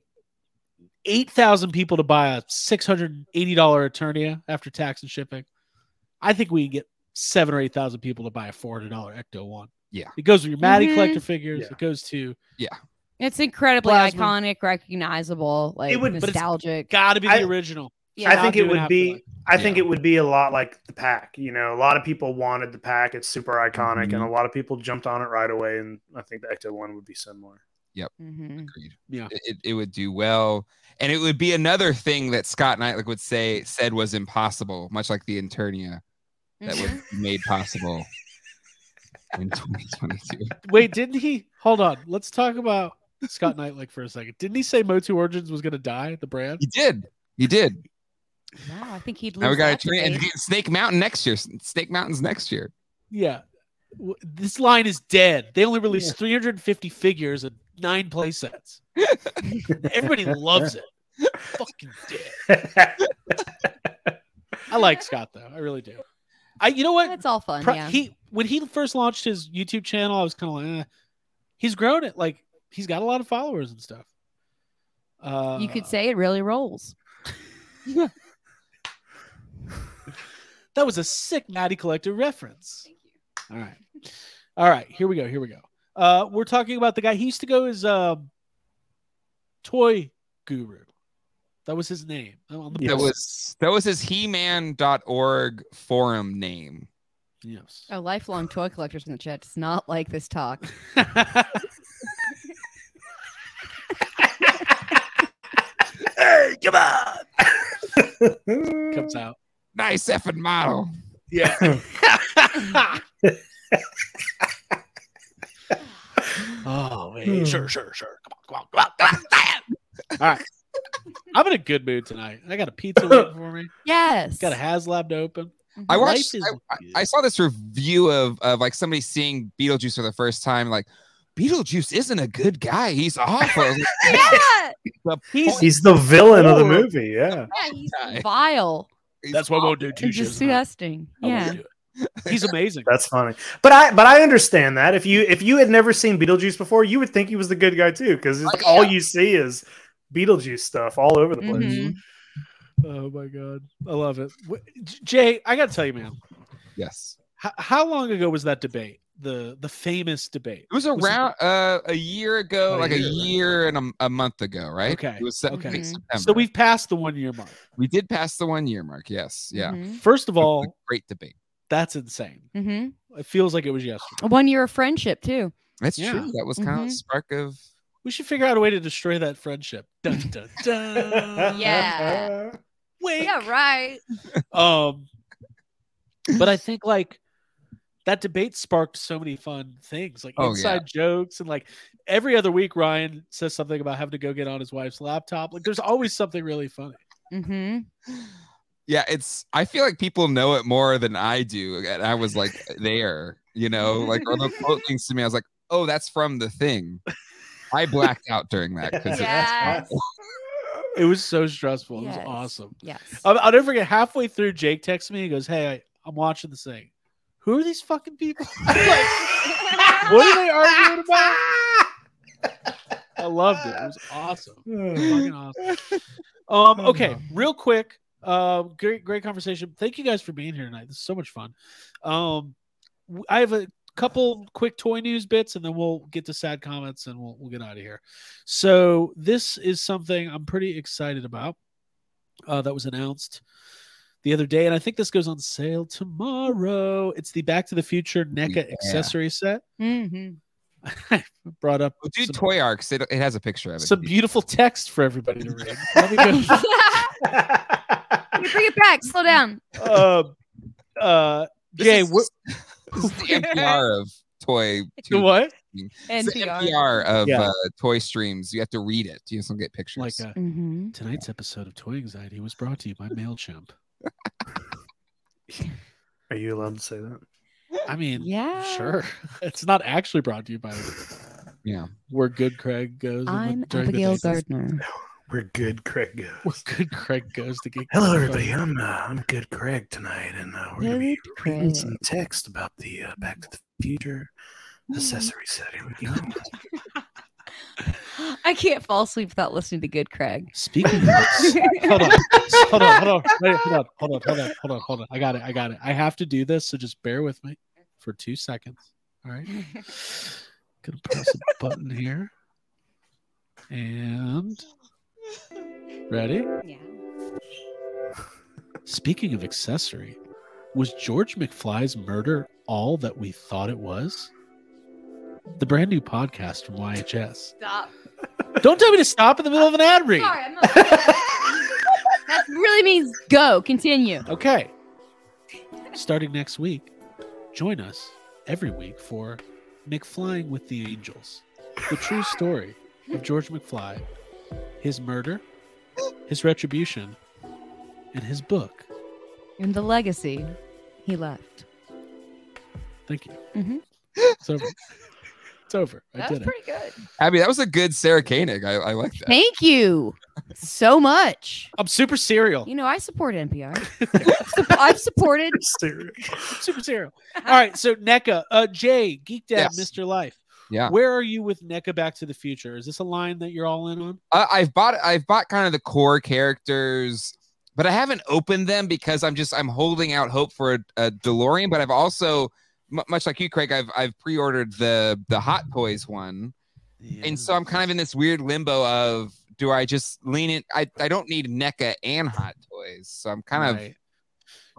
Speaker 1: 8000 people to buy a $680 eternia after tax and shipping i think we can get seven or eight thousand people to buy a $400 ecto one
Speaker 4: Yeah.
Speaker 1: it goes with your Maddie
Speaker 2: Mhm.
Speaker 1: collector figures
Speaker 3: Yeah.
Speaker 1: it goes to
Speaker 2: It's incredibly
Speaker 1: Plasma.
Speaker 2: iconic, recognizable, like
Speaker 3: would- but it's
Speaker 2: nostalgic.
Speaker 1: gotta be the
Speaker 3: I-
Speaker 1: original
Speaker 2: Yeah.
Speaker 3: I
Speaker 1: Not
Speaker 3: think it
Speaker 1: doing
Speaker 3: would
Speaker 1: half
Speaker 3: be.
Speaker 1: the
Speaker 3: I think
Speaker 4: Yeah.
Speaker 3: it would be a lot like the pack. You know, a lot of people wanted the pack. It's super iconic, and a
Speaker 4: Mhm.
Speaker 3: lot of people jumped on it right away. And I think the Ecto one would be similar.
Speaker 2: Mhm.
Speaker 4: Agreed.
Speaker 1: Yeah.
Speaker 4: It, it, it would do well. And it would be another thing that Scott Knightlick would say said was impossible, much like the Internia that was
Speaker 2: Mhm.
Speaker 4: made possible in 2022.
Speaker 1: wait didn't he hold on let's talk about scott knightlick for a second didn't he say motu origins was gonna die the brand
Speaker 4: He did. He did.
Speaker 2: Wow, I think he'd lose.
Speaker 4: Now we got
Speaker 2: that
Speaker 4: to train and
Speaker 2: debate.
Speaker 4: get Snake Mountain next year. Snake Mountain's next year.
Speaker 1: Yeah. W- This line is dead. They only released 350 figures and nine playsets. Everybody loves it. Fucking dead. I like Scott though. I really do. I you know what?
Speaker 2: Oh, That's all fun.
Speaker 1: Pro-
Speaker 2: yeah.
Speaker 1: He when he first launched his YouTube channel, I was kind of like, eh. he's grown it. Like he's got a lot of followers and stuff. Uh,
Speaker 2: you could say it really rolls.
Speaker 1: that was a sick Maddie Collector reference. All right. All right. Here we go. Here we go. Uh, we're talking about the guy. He used to go as um, Toy Guru. That was his name. Oh, On the
Speaker 3: Yes.
Speaker 4: That was that was his he-man.org forum name.
Speaker 1: yes.
Speaker 2: Oh, lifelong toy collectors in the chat does not like this talk.
Speaker 3: hey, come on!
Speaker 1: Comes out.
Speaker 4: Nice effing model.
Speaker 3: Yeah.
Speaker 1: Oh,
Speaker 3: Hmm.
Speaker 1: wait. sure, sure, sure. Come on, come on, come on. Come on. All right. I'm in a good mood tonight. I got a pizza waiting for me.
Speaker 2: Yes.
Speaker 1: Got a HasLab to open.
Speaker 4: I
Speaker 1: Life
Speaker 4: watched.
Speaker 1: is
Speaker 4: I,
Speaker 1: good.
Speaker 4: I- I saw this review of of like somebody seeing Beetlejuice for the first time. Like, Beetlejuice isn't a good guy. He's awful. I was like,
Speaker 2: yeah.
Speaker 1: He's,
Speaker 3: He's the villain of the
Speaker 1: Horrible.
Speaker 3: movie. Yeah.
Speaker 2: Yeah, he's
Speaker 4: Guy.
Speaker 2: vile.
Speaker 4: "He's
Speaker 1: that's why I won't do two
Speaker 2: and
Speaker 1: shows. tonight.
Speaker 2: disgusting.
Speaker 1: I won't
Speaker 2: Yeah.
Speaker 1: do it. He's amazing.
Speaker 3: That's funny. But I but I understand that. If you if you had never seen Beetlejuice before, you would think he was the good guy too, because
Speaker 4: Oh,
Speaker 3: all you see is Beetlejuice stuff all over the place.
Speaker 2: Mhm.
Speaker 1: Oh my god, I love it. Wh- J- Jay, I gotta tell you, man,
Speaker 4: Yes.
Speaker 1: how, how long ago was that debate? The the famous debate.
Speaker 4: It was
Speaker 1: Was it-
Speaker 4: around uh, a year ago, Mm-hmm.
Speaker 1: About a
Speaker 4: like a
Speaker 1: year, right?
Speaker 4: year and a, a month ago, right?
Speaker 1: Okay,
Speaker 4: It was se-
Speaker 1: okay.
Speaker 4: I think
Speaker 2: Mhm.
Speaker 4: September.
Speaker 1: So we've passed the one year mark.
Speaker 4: we did pass the one year mark. Yes. Yeah.
Speaker 2: Mhm.
Speaker 1: First of all,
Speaker 4: Great debate.
Speaker 1: that's insane.
Speaker 2: Mhm.
Speaker 1: It feels like it was yesterday.
Speaker 2: A One year of friendship too.
Speaker 4: That's
Speaker 1: Yeah.
Speaker 4: true. Mm-hmm. That was kind of
Speaker 2: Mhm.
Speaker 4: the spark of.
Speaker 1: We should figure out a way to destroy that friendship. Dun dun dun.
Speaker 2: Yeah.
Speaker 1: Wait.
Speaker 2: Yeah. Right.
Speaker 1: Um. But I think like that debate sparked so many fun things, like
Speaker 4: Oh, yeah.
Speaker 1: inside jokes and like every other week Ryan says something about having to go get on his wife's laptop. Like there's always something really funny.
Speaker 2: Mm-hmm.
Speaker 4: Yeah, it's. I feel like people know it more than I do, and I was like there, you know, like or they'll quote things to me. I was like, "Oh, that's from the thing." I blacked out during that because
Speaker 2: Yeah. Yes.
Speaker 1: It was so stressful. It
Speaker 2: Yes.
Speaker 1: was awesome. Uh,
Speaker 2: Yes.
Speaker 1: I'll, I'll never forget. Halfway through, Jake texts me. He goes, "Hey, I, I'm watching this thing. Who are these fucking people?" I'm like, What are they arguing about? I loved it. It was awesome. Fucking awesome. Um,
Speaker 4: Oh,
Speaker 1: okay, real quick. Uh, great, great conversation. Thank you guys for being here tonight. This is so much fun. Um, w- I have a couple quick toy news bits, and then we'll get to sad comments, and we'll we'll get out of here. So this is something I'm pretty excited about. Uh, that was announced the other day, and I think this goes on sale tomorrow. It's the Back to the Future NECA
Speaker 4: Yeah.
Speaker 1: accessory set.
Speaker 2: hmm
Speaker 1: I brought up
Speaker 4: Well, do
Speaker 1: some-
Speaker 4: Toy Arcs. It, it has a picture of it.
Speaker 1: some beautiful text for everybody to read. Let me go.
Speaker 2: you bring it back. Slow down.
Speaker 1: uh, uh,
Speaker 4: This
Speaker 1: Jay,
Speaker 4: is-
Speaker 1: what?
Speaker 4: This is the NPR of Toy.
Speaker 1: The
Speaker 4: Tube.
Speaker 1: what?
Speaker 4: It's the
Speaker 2: NPR.
Speaker 4: NPR of
Speaker 1: Yeah.
Speaker 4: uh, Toy Streams. You have to read it. You just don't get pictures.
Speaker 1: Like uh,
Speaker 2: Mm-hmm.
Speaker 1: tonight's episode of Toy Anxiety was brought to you by Mailchimp.
Speaker 3: Are you allowed to say that?
Speaker 1: I mean,
Speaker 2: Yeah.
Speaker 1: sure, it's not actually brought to you by
Speaker 4: yeah.
Speaker 1: where Good Craig goes. in the-
Speaker 2: I'm
Speaker 1: during the
Speaker 2: Abigail
Speaker 1: day.
Speaker 2: Gardner.
Speaker 3: We're good, Craig.
Speaker 1: Where Good Craig goes to get.
Speaker 3: Hello, everybody. I'm uh, I'm good, Craig tonight, and uh, we're gonna be
Speaker 2: Good
Speaker 3: reading
Speaker 2: Craig.
Speaker 3: some text about the uh, Back to the Future
Speaker 1: Mm.
Speaker 3: accessory set. Here we go.
Speaker 2: I can't fall asleep without listening to Good Craig.
Speaker 1: Speaking of which- hold on, hold on, hold on, Wait, hold on, hold on, hold on, hold on, hold on. I got it, I got it. I have to do this, so just bear with me for two seconds. All right. Gonna press a button here. And ready?
Speaker 2: yeah.
Speaker 1: Speaking of accessory, was George McFly's murder all that we thought it was? The brand new podcast from YHS.
Speaker 2: Stop.
Speaker 1: Don't tell me to stop in the middle of an ad read.
Speaker 2: Sorry, I'm not. that really means go. Continue.
Speaker 1: Okay. Starting next week, join us every week for McFlying with the Angels, the true story of George McFly, his murder, his retribution, and his book.
Speaker 2: And the legacy he left.
Speaker 1: Thank you.
Speaker 2: Mhm.
Speaker 1: It's over. It's over. I did it.
Speaker 2: good.
Speaker 4: Abby, that was a good Sarah Koenig. I, I like that.
Speaker 2: Thank you so much.
Speaker 1: I'm super serial.
Speaker 2: You know, I support NPR. Sup- I've supported.
Speaker 1: I'm super serial. All right. So NECA, uh, Jay, Geek Dad,
Speaker 4: Yes.
Speaker 1: Mr. Life.
Speaker 4: Yeah.
Speaker 1: Where are you with NECA Back to the Future? Is this a line that you're all in on?
Speaker 4: Uh, I've bought I've bought kind of the core characters, but I haven't opened them because I'm just I'm holding out hope for a, a DeLorean. But I've also, m- much like you, Craig, I've I've pre-ordered the the Hot Toys one, and so I'm kind of in this weird limbo of do I just lean in? I, I don't need NECA and Hot Toys, so I'm kind of kind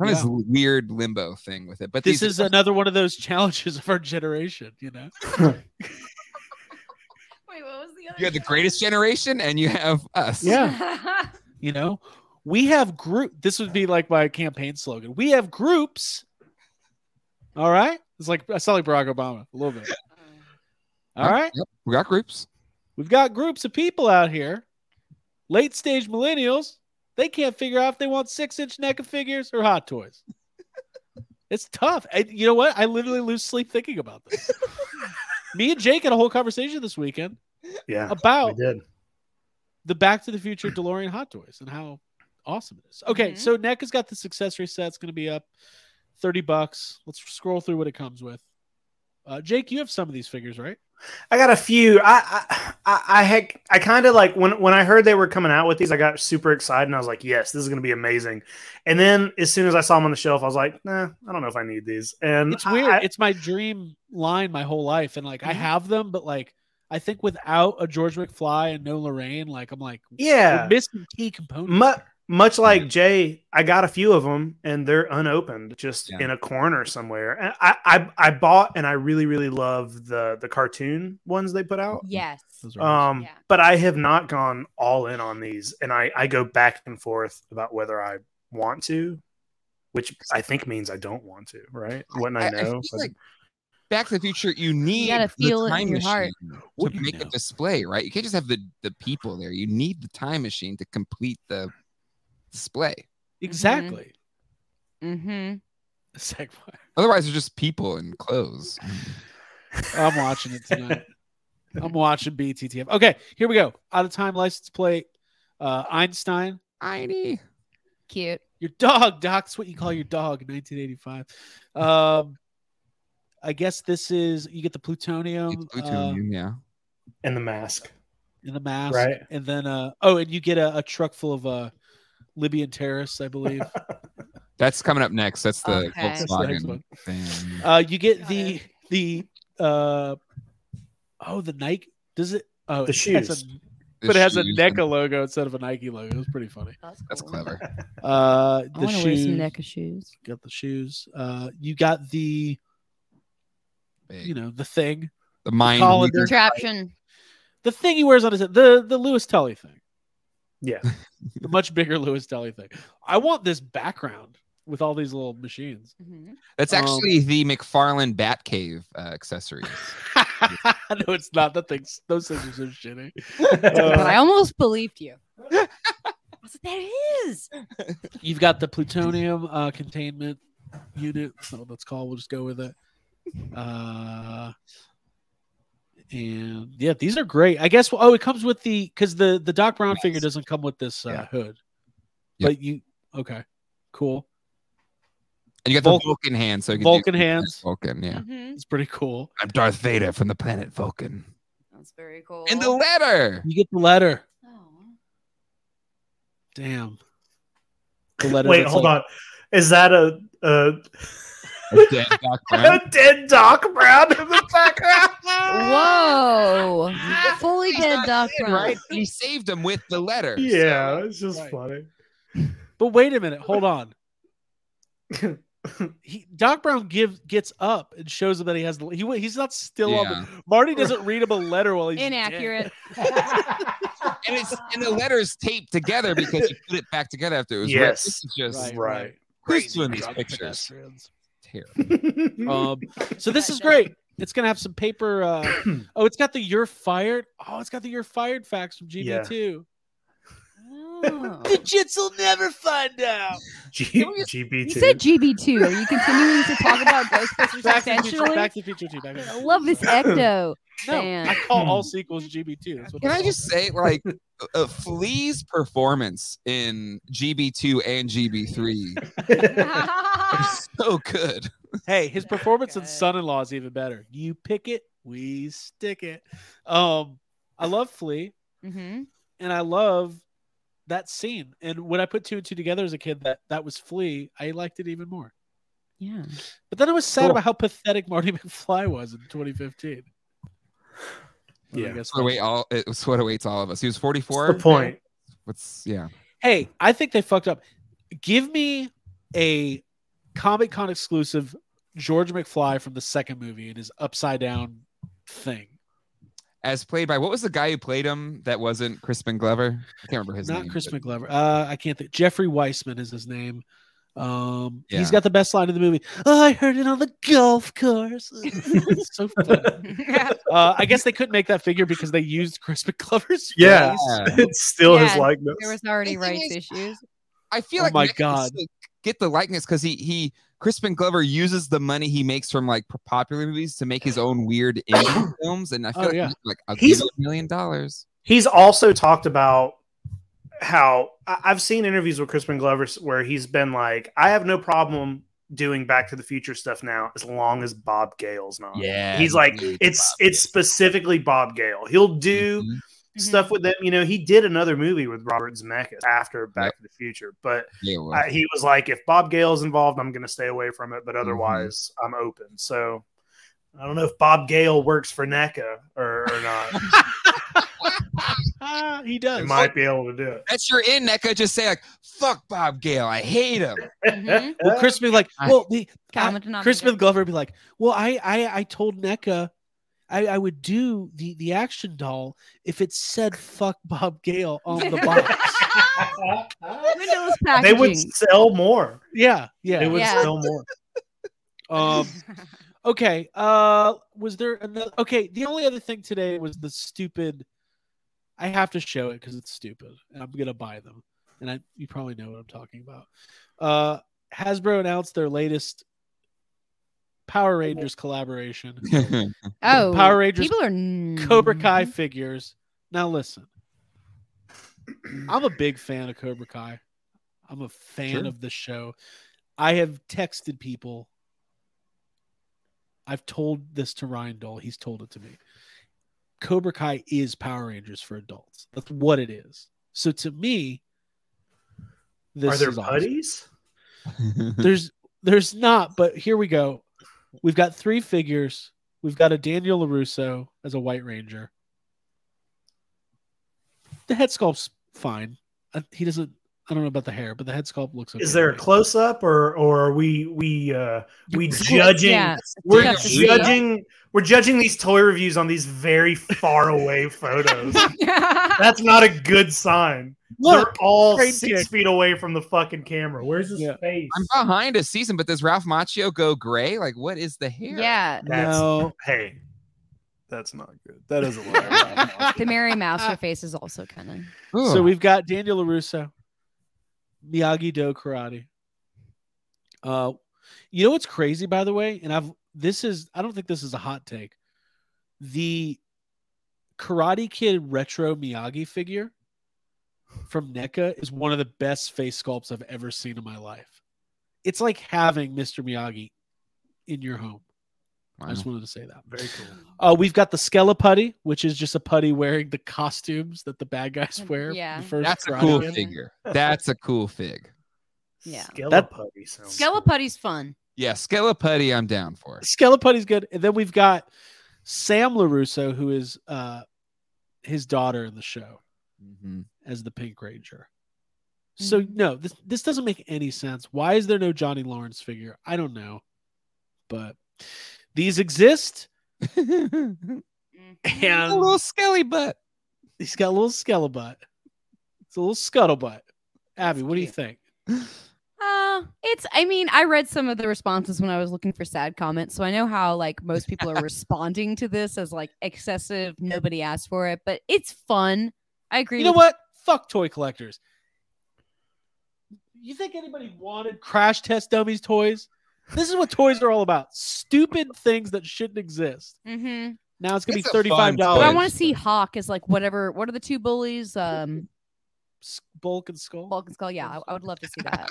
Speaker 4: of this weird limbo thing with it. But
Speaker 1: this
Speaker 4: these,
Speaker 1: is another one of those challenges of our generation, you know.
Speaker 2: Wait, what was the other?
Speaker 4: you have the greatest generation, and you have us.
Speaker 2: Yeah.
Speaker 1: You know, we have group. This would be like my campaign slogan. We have groups. All right, it's like I sound like Barack Obama a little bit. All right,
Speaker 4: Yep, we got groups.
Speaker 1: we've got groups of people out here, late stage millennials. They can't figure out if they want six inch NECA figures or hot toys. It's tough. I, you know what? I literally lose sleep thinking about this. Me and Jake had a whole conversation this weekend
Speaker 3: Yeah,
Speaker 1: about
Speaker 3: we did.
Speaker 1: the Back to the Future DeLorean Hot Toys and how awesome it is. Okay,
Speaker 2: Mhm.
Speaker 1: so Neck has got this accessory set. It's going to be up 30 bucks. Let's scroll through what it comes with. Uh, Jake, you have some of these figures, right?
Speaker 3: I got a few. I I I, I had I kind of like when when I heard they were coming out with these, I got super excited and I was like, yes, this is gonna be amazing. And then as soon as I saw them on the shelf, I was like, nah, I don't know if I need these. And
Speaker 1: It's weird.
Speaker 3: Mm, I- Mm-hmm. I-
Speaker 1: it's my dream line my whole life. And like, I
Speaker 2: Mhm.
Speaker 1: have them, but like, I think without a George McFly and no Lorraine, like, I'm like,
Speaker 3: yeah,
Speaker 1: we're missing key components.
Speaker 3: Mu- much like Jay, I got a few of them and they're unopened, just
Speaker 4: Yeah.
Speaker 3: in a corner somewhere. And I, I I bought and I really really love the the cartoon ones they put out.
Speaker 2: yes.
Speaker 1: Those are awesome.
Speaker 3: Um,
Speaker 2: Yeah.
Speaker 3: but I have not gone all in on these, and I I go back and forth about whether I want to, which I think means I don't want to, right? What I,
Speaker 4: I, I
Speaker 3: know,
Speaker 4: feel
Speaker 3: but-
Speaker 4: like Back to the Future, you need
Speaker 2: gotta feel it
Speaker 4: the
Speaker 2: in
Speaker 4: time
Speaker 2: your heart.
Speaker 4: machine
Speaker 1: What do
Speaker 4: to
Speaker 1: you
Speaker 4: make a
Speaker 1: know?
Speaker 4: display, right? You can't just have the the people there. You need the time machine to complete the display.
Speaker 1: exactly.
Speaker 2: Mm-hmm.
Speaker 1: Segway.
Speaker 4: Otherwise, they're just people in clothes.
Speaker 1: I'm watching it tonight. I'm watching BTTF. Okay, here we go. Out of time license plate. Uh, Einstein,
Speaker 4: Tiny.
Speaker 2: Cute.
Speaker 1: your dog. Doc's what you call your dog. in 1985. Um, I guess this is you get the plutonium,
Speaker 4: It's
Speaker 1: uh,
Speaker 4: plutonium, yeah.
Speaker 3: and the mask.
Speaker 1: in the mask,
Speaker 3: Right.
Speaker 1: and then uh oh, and you get a, a truck full of uh Libyan terrorists, I believe.
Speaker 4: That's coming up next. That's the
Speaker 2: Okay. That's
Speaker 1: the next
Speaker 4: Volkswagen
Speaker 1: one.
Speaker 4: thing.
Speaker 1: Uh, you get
Speaker 2: Got
Speaker 1: the the uh oh the Nike does it oh
Speaker 3: The
Speaker 1: it has a-
Speaker 3: shoes.
Speaker 1: but it has a
Speaker 4: Issues.
Speaker 1: NECA logo instead of a Nike logo. It's pretty funny.
Speaker 4: That's clever.
Speaker 1: Uh,
Speaker 2: I
Speaker 1: the
Speaker 2: want to wear
Speaker 1: shoes.
Speaker 2: some NECA shoes.
Speaker 1: Got the shoes. Uh, you got the you
Speaker 4: Big.
Speaker 1: know the thing,
Speaker 4: The mind
Speaker 1: colander.
Speaker 4: reader.
Speaker 2: Contraption.
Speaker 1: the thing he wears on his head, the the Lewis Tully thing,
Speaker 3: Yeah. Uh,
Speaker 1: the much bigger Lewis Tully thing. I want this background with all these little machines.
Speaker 2: Mhm.
Speaker 4: That's
Speaker 1: Um,
Speaker 4: actually the McFarlane Batcave uh, accessory.
Speaker 1: no, it's not. That thing's those things are so shitty.
Speaker 2: But
Speaker 1: Uh,
Speaker 2: I almost believed you. I was like, there it is.
Speaker 1: You've got the plutonium uh, containment unit. So that's called. We'll just go with it. Uh, and yeah, these are great. I guess. Oh, it comes with the because the the Doc Brown figure doesn't come with this uh,
Speaker 4: Yeah.
Speaker 1: hood,
Speaker 4: Yeah.
Speaker 1: but you okay, cool.
Speaker 4: And you got the
Speaker 1: Vulcan-
Speaker 4: Vulcan hands. So you can do-
Speaker 1: Vulcan hands.
Speaker 4: Vulcan, yeah.
Speaker 2: Mhm.
Speaker 1: It's pretty cool.
Speaker 4: I'm Darth Vader from the planet Vulcan.
Speaker 2: That's very cool.
Speaker 4: And
Speaker 3: Oh.
Speaker 4: the letter.
Speaker 1: You get the letter.
Speaker 2: Oh.
Speaker 1: Damn. The letter.
Speaker 3: Wait,
Speaker 1: that's
Speaker 3: hold
Speaker 1: like-
Speaker 3: on. Is that a a,
Speaker 4: That's Dead Doc
Speaker 3: a
Speaker 4: Brown.
Speaker 3: dead Doc Brown in the background?
Speaker 2: Whoa! Fully
Speaker 4: He's
Speaker 2: Ah! dead
Speaker 4: not
Speaker 2: Doc
Speaker 4: dead,
Speaker 2: Brown.
Speaker 4: Right? He saved him with the letter.
Speaker 3: Yeah, it's just
Speaker 1: Right.
Speaker 3: funny.
Speaker 1: But wait a minute. Hold on. He, Doc Brown give, gets up and shows him that he has. the- He wa- he's not still on.
Speaker 4: Yeah.
Speaker 1: The, Marty doesn't read him a letter while he's dead.
Speaker 2: Inaccurate.
Speaker 4: And it's and the letters taped together because you put it back together after it was written.
Speaker 3: Yes.
Speaker 4: This is just
Speaker 1: Right.
Speaker 4: Who's
Speaker 1: Crazy
Speaker 4: doing these
Speaker 1: drunk
Speaker 4: pictures?
Speaker 1: pedestrians.
Speaker 4: terrible.
Speaker 1: Um, so this is great. It's gonna have some paper. Uh, oh, it's got the "You're fired." Oh, it's got the "You're fired" facts from
Speaker 3: Yeah.
Speaker 1: GB two.
Speaker 2: Oh.
Speaker 1: The jits will never find out.
Speaker 3: G-
Speaker 2: Oh, yeah.
Speaker 3: GB
Speaker 2: You
Speaker 3: two.
Speaker 2: said GB2. Are you continuing to talk about Ghostbusters
Speaker 1: Back to the future.
Speaker 2: intentionally?
Speaker 1: Back to the future two. Back to the
Speaker 2: I
Speaker 1: future.
Speaker 2: love this ecto.
Speaker 1: No,
Speaker 2: Man.
Speaker 1: I call all sequels GB two.
Speaker 4: Can I just say, like, uh, Flea's performance in GB2 and GB3
Speaker 2: I
Speaker 4: is so good.
Speaker 1: Hey, his
Speaker 2: Yeah,
Speaker 1: performance in
Speaker 2: okay.
Speaker 1: Son-in-Law is even better. You pick it, we stick it. Um, I love Flea,
Speaker 2: hmm
Speaker 1: and I love that scene. And when I put two and two together as a kid, that that was Flea. I liked it even more.
Speaker 2: Yeah.
Speaker 1: But then I was sad
Speaker 3: Cool.
Speaker 1: about how pathetic Marty McFly was in 2015. But I
Speaker 3: Yeah.
Speaker 1: guess
Speaker 4: That's what, await all, it's what awaits all of us. He was 44.
Speaker 3: What's the point?
Speaker 4: What's, yeah.
Speaker 1: Hey, I think they fucked up. Give me a Comic Con exclusive George McFly from the second movie and his upside down thing.
Speaker 4: As played by, what was the guy who played him that wasn't Crispin Glover? I can't remember his
Speaker 1: Not
Speaker 4: name.
Speaker 1: Chris
Speaker 4: but-
Speaker 1: McGlover. Uh, I can't think. Jeffrey Weissman is his name. Um, he's
Speaker 4: Yeah.
Speaker 1: got the best line in the movie. Oh, I heard it on the golf course. It's so funny. Uh, I guess they couldn't make that figure because they used Chris McGlover's.
Speaker 3: Yeah,
Speaker 1: face.
Speaker 3: it's still his
Speaker 2: Yeah,
Speaker 3: likeness.
Speaker 2: there was already
Speaker 4: The thing
Speaker 2: rights
Speaker 4: is-
Speaker 2: issues.
Speaker 4: I feel
Speaker 1: Oh
Speaker 4: like
Speaker 1: my
Speaker 4: Nick needs
Speaker 1: God.
Speaker 4: to get the likeness because he he Crispin Glover uses the money he makes from like p- popular movies to make his own weird indie films, and I feel
Speaker 1: Oh,
Speaker 4: like,
Speaker 1: yeah.
Speaker 4: he's like I'll
Speaker 3: He's-
Speaker 4: give you a million dollars.
Speaker 3: He's also talked about how I- I've seen interviews with Crispin Glover s- where he's been like, "I have no problem doing Back to the Future stuff now, as long as Bob Gale's not."
Speaker 4: Yeah,
Speaker 3: he's like, "It's it's specifically Bob Gale. He'll do."
Speaker 2: Mm-hmm.
Speaker 3: Stuff with them, you know, he did another movie with Robert Zemeckis after Back
Speaker 4: Yep.
Speaker 3: to the Future, but
Speaker 4: Yeah, well,
Speaker 3: I, he was like, if Bob Gale's involved, I'm going to stay away from it, but
Speaker 1: Mm-hmm.
Speaker 3: otherwise, I'm open. So I don't know if Bob Gale works for NECA or, or not.
Speaker 1: Ah, he does.
Speaker 3: he might be able to do it.
Speaker 4: that's your in NECA. Just say like, "Fuck Bob Gale, I hate him."
Speaker 2: Mhm.
Speaker 1: well, Chris be like, well, the,
Speaker 2: Common
Speaker 1: I,
Speaker 2: denominator.
Speaker 1: Crispin Glover be like, well, I, I, I told NECA I, I would do the, the action doll if it said "fuck Bob Gale" on the box.
Speaker 2: Windows
Speaker 3: they would
Speaker 2: packaging.
Speaker 3: sell more.
Speaker 1: yeah, yeah.
Speaker 3: They would
Speaker 2: Yeah.
Speaker 3: sell more.
Speaker 1: Um, okay. Uh, was there another? Okay, the only other thing today was the stupid. I have to show it because it's stupid, and I'm gonna buy them. And I, you probably know what I'm talking about. Uh, Hasbro announced their latest Power Rangers collaboration.
Speaker 2: oh,
Speaker 1: Power Rangers
Speaker 2: People are
Speaker 1: Cobra
Speaker 3: Mm-hmm.
Speaker 1: Kai figures. Now listen, I'm a big fan of Cobra Kai. I'm a fan
Speaker 4: Sure.
Speaker 1: of the show. I have texted people I've told this to Ryan Dole. He's told it to me. Cobra Kai is Power Rangers for adults. That's what it is. So to me, this
Speaker 3: Are there
Speaker 1: is awesome.
Speaker 3: buddies?
Speaker 4: Hmm.
Speaker 1: There's there's not, but here we go. We've got three figures. We've got a Daniel LaRusso as a White Ranger. The head sculpt's fine. Uh, He doesn't. I don't know about the hair, but the head sculpt looks. Okay
Speaker 3: Is there
Speaker 1: to
Speaker 3: a
Speaker 1: me.
Speaker 3: close up or or are we we uh we judging
Speaker 2: Yeah.
Speaker 3: we're
Speaker 2: Tough to see.
Speaker 3: judging we're judging these toy reviews on these very far away photos. That's not a good sign. They're
Speaker 1: Look,
Speaker 3: all
Speaker 1: great
Speaker 3: six
Speaker 1: dick.
Speaker 3: feet away from the fucking camera. Where's his
Speaker 1: Yeah.
Speaker 3: face?
Speaker 4: I'm behind a season, but does Ralph Macchio go gray? Like, what is the hair?
Speaker 2: yeah.
Speaker 3: That's-
Speaker 1: no,
Speaker 3: Hey,
Speaker 5: That's not good. That is a lie.
Speaker 2: The Mary Mouse, her face is also kind of.
Speaker 4: Ooh.
Speaker 1: So we've got Daniel LaRusso, Miyagi Do karate. Uh, you know what's crazy, by the way, and I've this is I don't think this is a hot take. The Karate Kid retro Miyagi figure from NECA is one of the best face sculpts I've ever seen in my life. It's like having Mr. Miyagi in your home. I
Speaker 4: Wow.
Speaker 1: just wanted to say that.
Speaker 3: very cool.
Speaker 1: Uh, we've got the Skeleputty, which is just a putty wearing the costumes that the bad guys wear.
Speaker 2: Mm, Yeah.
Speaker 1: from the first
Speaker 4: That's a
Speaker 1: Karate
Speaker 4: cool
Speaker 1: Kid.
Speaker 4: figure. That's a cool fig.
Speaker 2: Yeah.
Speaker 1: That-
Speaker 3: Skeleputty sounds
Speaker 2: Skeleputty's fun.
Speaker 4: Yeah, Skeleputty, I'm down for.
Speaker 1: Skeleputty's good. And then we've got Sam LaRusso, who is uh his daughter in the show
Speaker 4: Mhm.
Speaker 1: as the Pink Ranger. So
Speaker 2: Mm-hmm.
Speaker 1: no, this this doesn't make any sense. Why is there no Johnny Lawrence figure? I don't know. But these exist
Speaker 4: a
Speaker 1: and
Speaker 4: little skelly butt.
Speaker 1: he's got a little skelebutt. It's a little scuttlebutt. Abby, what do you
Speaker 2: cute.
Speaker 1: think?
Speaker 2: Uh, it's. I mean, I read some of the responses when I was looking for sad comments, so I know how like most people are responding to this as like excessive. Nobody asked for it, but it's fun. I agree.
Speaker 1: You know
Speaker 2: with
Speaker 1: what? Fuck toy collectors. You think anybody wanted crash test dummies toys? This is what toys are all about. Stupid things that shouldn't exist.
Speaker 2: Mm-hmm.
Speaker 1: Now Oh, it's gonna
Speaker 4: It's
Speaker 1: be
Speaker 4: a fun
Speaker 1: thirty-five
Speaker 2: But I
Speaker 4: toy.
Speaker 1: dollars.
Speaker 2: want to see Hawk as like whatever. What are the two bullies? Um,
Speaker 1: Bulk and skull.
Speaker 2: Vulcan Skull. Yeah, I, I would love to see that.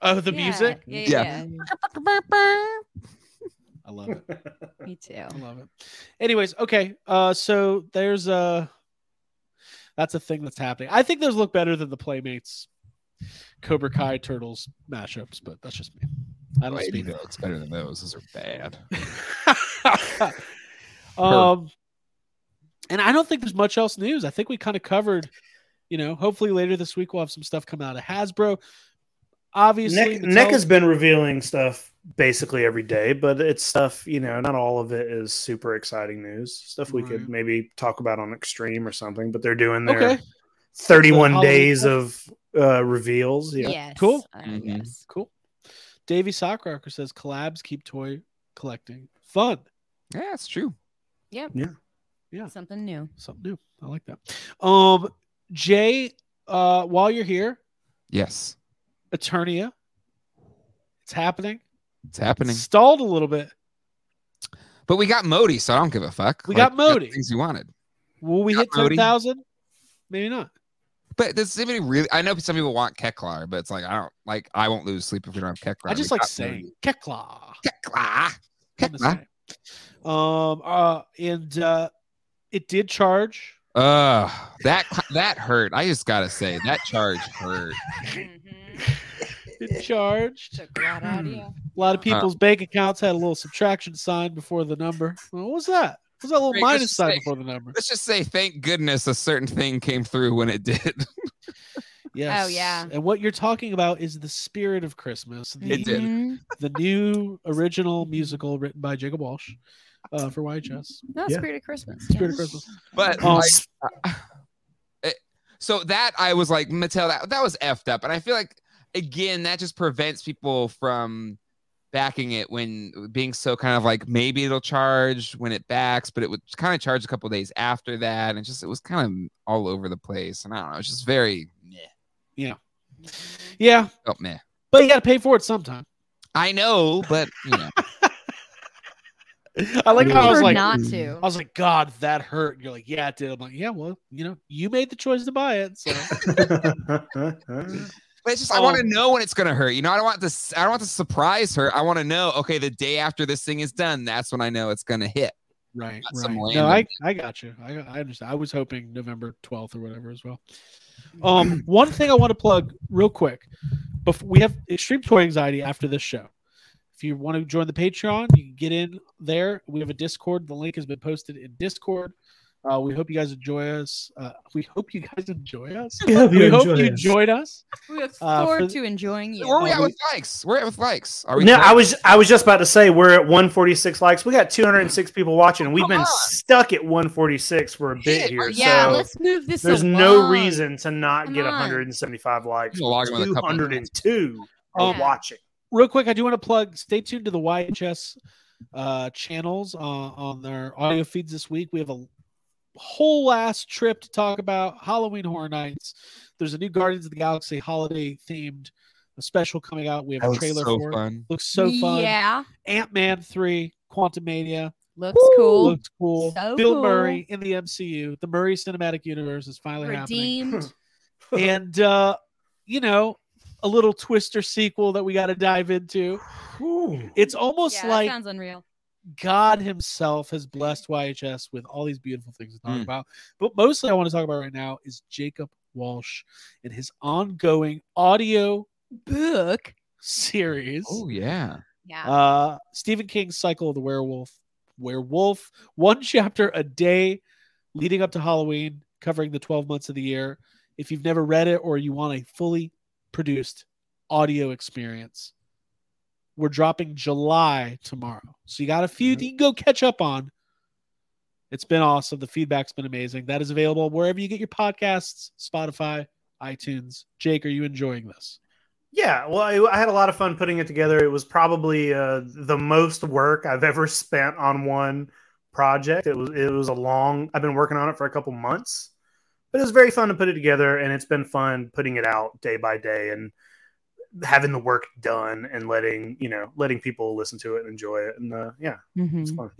Speaker 1: Oh, the
Speaker 2: Yeah,
Speaker 1: music.
Speaker 2: Yeah,
Speaker 4: Yeah.
Speaker 2: yeah,
Speaker 1: I love it.
Speaker 2: yeah. me too.
Speaker 1: I love it. Anyways, okay. Uh, so there's uh that's a thing that's happening. I think those look better than the Playmates, Cobra Kai, Turtles mashups, but that's just me. I don't
Speaker 4: Wait,
Speaker 1: speak.
Speaker 4: no, it's better than those. Those are bad.
Speaker 1: um, and I don't think there's much else news. I think we kind of covered, you know, hopefully later this week we'll have some stuff come out of Hasbro. Obviously,
Speaker 3: Neck,
Speaker 1: Mattel-
Speaker 3: Neck has been revealing stuff basically every day, but it's stuff you know. Not all of it is super exciting news. Stuff we
Speaker 1: Right.
Speaker 3: could maybe talk about on Extreme or something. But they're doing their
Speaker 1: okay. The
Speaker 3: 31
Speaker 1: Halloween
Speaker 3: days
Speaker 1: stuff?
Speaker 3: of uh, reveals. Yeah,
Speaker 2: Yes.
Speaker 1: Cool.
Speaker 2: Uh,
Speaker 4: Mhm.
Speaker 2: Yes.
Speaker 1: Cool. Davey Sockrocker says collabs keep toy collecting fun.
Speaker 4: Yeah, it's true.
Speaker 2: Something new.
Speaker 1: Something new. I like that. Um, Jay, uh, while you're here,
Speaker 4: Yes,
Speaker 1: Eternia. It's happening.
Speaker 4: it's happening.
Speaker 1: Stalled a little bit.
Speaker 4: But we got Modi, so I don't give a fuck.
Speaker 1: We got
Speaker 4: we got the
Speaker 1: Modi.
Speaker 4: Things you wanted.
Speaker 1: Will we
Speaker 4: Yeah,
Speaker 1: hit
Speaker 4: Cody.
Speaker 1: ten thousand? Maybe not.
Speaker 4: But does anybody really? I know some people want Keklar, but it's like I don't like. I won't lose sleep if we don't have Keklar.
Speaker 1: I just
Speaker 4: We
Speaker 1: like
Speaker 4: got
Speaker 1: saying Kekla.
Speaker 4: Keklar.
Speaker 1: I'm just
Speaker 4: Keklar.
Speaker 1: saying. Um. Uh. And uh, it did charge.
Speaker 4: Uh, that that hurt. I just gotta say that charge hurt.
Speaker 1: It charged.
Speaker 2: Glad audio.
Speaker 1: A lot of people's bank accounts had a little subtraction sign before the number. Well, what was that? What was that little
Speaker 4: Wait, let's
Speaker 1: minus sign
Speaker 4: say-
Speaker 1: before the number?
Speaker 4: Let's just say, thank goodness a certain thing came through when it did.
Speaker 1: Yes.
Speaker 2: Oh, yeah.
Speaker 1: And what you're talking about is the spirit of Christmas. The,
Speaker 4: It did.
Speaker 2: Mhm.
Speaker 1: the new original musical written by Jacob Walsh uh, for YHS.
Speaker 2: No,
Speaker 3: Yeah.
Speaker 2: Spirit of Christmas.
Speaker 1: Spirit of
Speaker 2: yes.
Speaker 1: Christmas.
Speaker 4: But
Speaker 1: Um,
Speaker 4: like, uh, it, so that I was like Mattel, that, that was effed up, and I feel like again that just prevents people from backing it when being so kind of like maybe it'll charge when it backs, but it would kind of charge a couple days after that, and just it was kind of all over the place, and I don't know, it's just very meh.
Speaker 1: Yeah,
Speaker 4: oh meh.
Speaker 1: but you got to pay for it sometime.
Speaker 4: I know, but you know,
Speaker 1: I like how I was
Speaker 2: Prefer
Speaker 1: like, "Mm, uh,
Speaker 2: not to.
Speaker 1: I was like, God, that hurt. And you're like, yeah, it did. I'm like, yeah, well, you know, you made the choice to buy it. So
Speaker 4: But it's just I want to know when it's gonna hurt. You know, I don't want this. I don't want to surprise her. I want to know. Okay, the day after this thing is done, that's when I know it's gonna hit.
Speaker 1: Right.
Speaker 4: Got
Speaker 1: right.
Speaker 4: some
Speaker 1: No,
Speaker 4: random-
Speaker 1: I, I got you. I, I understand. I was hoping November 12th or whatever as well. Um, one thing I want to plug real quick. Before, we have Extreme Toy Anxiety after this show. If you want to join the Patreon, you can get in there. We have a Discord. The link has been posted in Discord. Uh, we hope you guys enjoy us. Uh, we hope you guys enjoy us.
Speaker 3: hope you
Speaker 1: we hope
Speaker 3: enjoy
Speaker 1: you
Speaker 3: us.
Speaker 1: enjoyed us.
Speaker 2: We look
Speaker 1: Uh, for
Speaker 2: forward
Speaker 1: the-
Speaker 2: to enjoying you.
Speaker 4: Where are we
Speaker 1: Are
Speaker 4: at
Speaker 1: we-
Speaker 4: with likes? We're at with likes. Are we?
Speaker 3: no,
Speaker 4: close?
Speaker 3: I was I was just about to say we're at 146 likes. We got 206 people watching, and we've
Speaker 4: Come
Speaker 3: been
Speaker 4: on.
Speaker 3: stuck at 146 for a bit
Speaker 4: Shit,
Speaker 3: here.
Speaker 2: yeah,
Speaker 3: so
Speaker 2: let's move this.
Speaker 3: there's no
Speaker 2: along.
Speaker 3: reason to not
Speaker 2: Come
Speaker 3: get
Speaker 2: on.
Speaker 3: 175 likes.
Speaker 4: Just log in with a couple of
Speaker 3: 202 are
Speaker 2: Yeah.
Speaker 3: watching.
Speaker 1: real quick, I do want to plug. Stay tuned to the YHS uh, channels uh, on their audio feeds this week. We have a whole last trip to talk about Halloween Horror Nights. There's a new Guardians of the Galaxy holiday themed uh, special coming out. We
Speaker 4: That
Speaker 1: have a
Speaker 4: was
Speaker 1: trailer
Speaker 4: so
Speaker 1: for it.
Speaker 4: fun.
Speaker 1: Looks so fun.
Speaker 2: Yeah,
Speaker 1: Ant Man three, Quantum Mania.
Speaker 2: looks cool.
Speaker 1: Looks cool.
Speaker 2: So
Speaker 1: Bill
Speaker 2: cool.
Speaker 1: Murray in the MCU. The Murray Cinematic Universe is finally happening
Speaker 2: Redeemed.
Speaker 1: and uh, you know, a little twister sequel that we got to dive into. It's almost
Speaker 2: yeah, that
Speaker 1: like
Speaker 2: sounds unreal.
Speaker 1: God Himself has blessed YHS with all these beautiful things to talk
Speaker 4: Mm.
Speaker 1: about. But mostly, I want to talk about right now is Jacob Walsh and his ongoing audio
Speaker 2: Book.
Speaker 1: series.
Speaker 4: Oh yeah.
Speaker 2: Yeah.
Speaker 1: Uh, Stephen King's Cycle of the Werewolf, Werewolf, one chapter a day leading up to Halloween, covering the 12 months of the year. If you've never read it or you want a fully produced audio experience, we're dropping July tomorrow. So you got a few that you can go catch up on. It's been awesome. The feedback's been amazing. That is available wherever you get your podcasts, Spotify, iTunes. Jake, are you enjoying this?
Speaker 3: Yeah, well, I, I had a lot of fun putting it together. It was probably uh, the most work I've ever spent on one project. It was it was a long. I've been working on it for a couple months, but it was very fun to put it together, and it's been fun putting it out day by day and having the work done and letting you know letting people listen to it and enjoy it. And uh, yeah,
Speaker 2: Mhm.
Speaker 3: it's fun.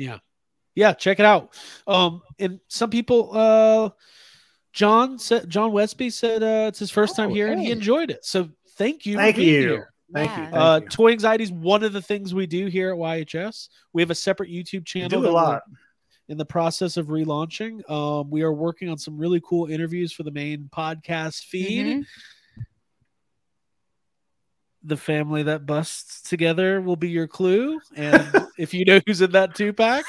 Speaker 1: yeah check it out um and some people uh john said john westby said uh it's his first time
Speaker 4: Oh,
Speaker 1: here and he
Speaker 4: hey.
Speaker 1: enjoyed it so thank you for
Speaker 3: Thank
Speaker 1: being
Speaker 3: you.
Speaker 1: here.
Speaker 3: Thank you.
Speaker 2: Yeah.
Speaker 3: Thank
Speaker 1: uh
Speaker 3: you.
Speaker 1: toy anxiety is one of the things we do here at yhs we have a separate youtube
Speaker 3: You
Speaker 1: channel
Speaker 3: do
Speaker 1: that
Speaker 3: a
Speaker 1: we're
Speaker 3: lot.
Speaker 1: in the process of relaunching um we are working on some really cool interviews for the main podcast feed
Speaker 4: Mm-hmm.
Speaker 2: Mhm.
Speaker 1: the family that busts together will be your clue and if you know who's in that two pack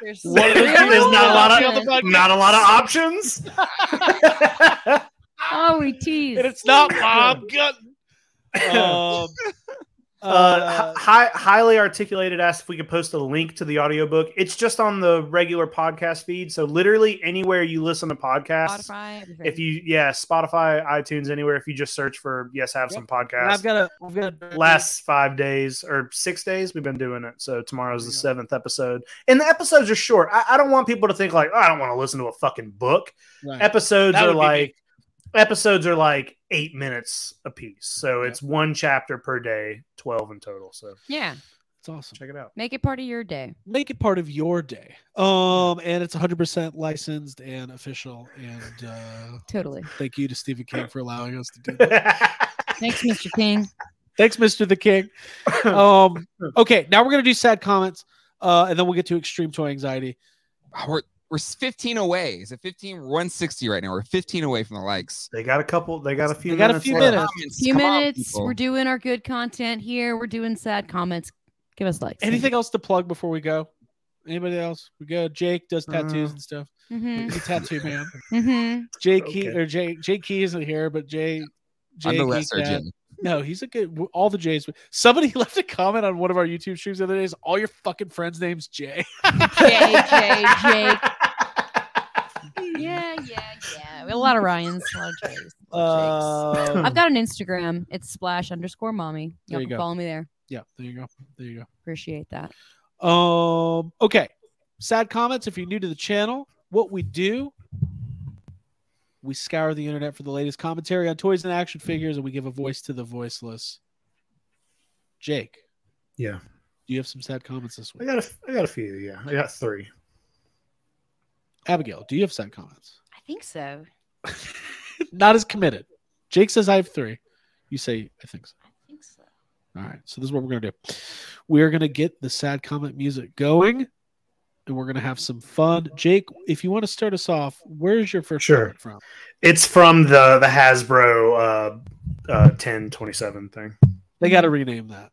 Speaker 2: There's
Speaker 3: What is-
Speaker 2: really
Speaker 3: Uh, there's not a lot of-
Speaker 2: nothing.
Speaker 3: Not a lot of options.
Speaker 2: Oh, we tease.
Speaker 1: and it's not bob Gunn. um,
Speaker 3: uh,
Speaker 1: uh,
Speaker 3: hi, highly articulated asked if we could post a link to the audiobook. It's just on the regular podcast feed. So literally anywhere you listen to podcasts,
Speaker 2: Spotify.
Speaker 3: if you yeah, Spotify, iTunes, anywhere. If you just search for yes, have
Speaker 1: Yep.
Speaker 3: some
Speaker 1: and I've
Speaker 3: podcast.
Speaker 1: got a I've got a
Speaker 3: Last five days or six days, we've been doing it. So tomorrow's the
Speaker 1: Yeah.
Speaker 3: seventh episode, and the episodes are short. I, I don't want people to think like "Oh, I don't want to listen to a fucking book.
Speaker 1: Right.
Speaker 3: Episodes
Speaker 1: That
Speaker 3: are
Speaker 1: would be me.
Speaker 3: like episodes are like eight minutes a piece, so
Speaker 1: Yeah.
Speaker 3: it's one chapter per day, twelve in total. So
Speaker 2: yeah,
Speaker 1: It's awesome.
Speaker 3: check it out.
Speaker 2: make it part of your day.
Speaker 1: Make it part of your day. Um, and it's 100% licensed and official. And uh,
Speaker 2: Totally.
Speaker 1: thank you to Stephen King for allowing us to do that.
Speaker 3: That's
Speaker 2: Thanks, Mr. King.
Speaker 1: Thanks, Mr. The King. Um, okay, now we're gonna do sad comments, uh, and then we'll get to extreme toy anxiety.
Speaker 4: Wow, We're we're 15 away. Is it 15? We're 160 right now. We're 15 away from the likes.
Speaker 3: They got a couple. They got a few.
Speaker 1: They got a
Speaker 3: minutes
Speaker 1: few
Speaker 3: left.
Speaker 1: minutes.
Speaker 4: Comments,
Speaker 2: Few
Speaker 4: come on,
Speaker 2: minutes.
Speaker 4: people.
Speaker 2: We're doing our good content here. We're doing sad comments. Give us likes.
Speaker 1: Anything else to plug before we go? Anybody else? We go. Jake does tattoos
Speaker 3: Uh,
Speaker 1: and stuff.
Speaker 2: hmm
Speaker 1: He's a tattoo man.
Speaker 2: hmm
Speaker 1: Jake Key
Speaker 3: Okay.
Speaker 1: or Jake Jake Key isn't here, but Jay. Jay
Speaker 4: I'm the
Speaker 1: Key
Speaker 4: lesser
Speaker 1: Cat-
Speaker 4: Jim.
Speaker 1: No, he's a good. All the Jays. Somebody left a comment on one of our YouTube streams the other day. Is all your fucking friends' names Jay?
Speaker 2: Jay, Jay, Jake. Yeah, yeah, yeah. We have A lot of Ryan's, a lot of Jays. a lot of Jakes.
Speaker 1: Uh,
Speaker 2: I've got an Instagram. It's splash underscore mommy.
Speaker 1: There
Speaker 2: Y'all
Speaker 1: you
Speaker 2: can
Speaker 1: go.
Speaker 2: follow me there.
Speaker 1: yeah, there you go. There you
Speaker 2: Appreciate that.
Speaker 1: go. Um. Okay. Sad comments. If you're new to the channel, what we do, we scour the internet for the latest commentary on toys and action figures, and we give a voice to the voiceless. Jake.
Speaker 3: Yeah.
Speaker 1: Do you have some sad comments this
Speaker 3: I
Speaker 1: week?
Speaker 3: got a. I got a few. Yeah, I got three.
Speaker 1: Abigail, do you have sad comments?
Speaker 2: I think so.
Speaker 1: Not as committed. Jake says I have three. You say I think so.
Speaker 2: think so.
Speaker 1: All right. So this is what we're gonna do. We are gonna get the sad comment music going, and we're gonna have some fun. Jake, if you want to start us off, where's your first
Speaker 3: Sure.
Speaker 1: comment from?
Speaker 3: It's from the the Hasbro uh, uh, ten twenty seven thing.
Speaker 1: They got to rename that.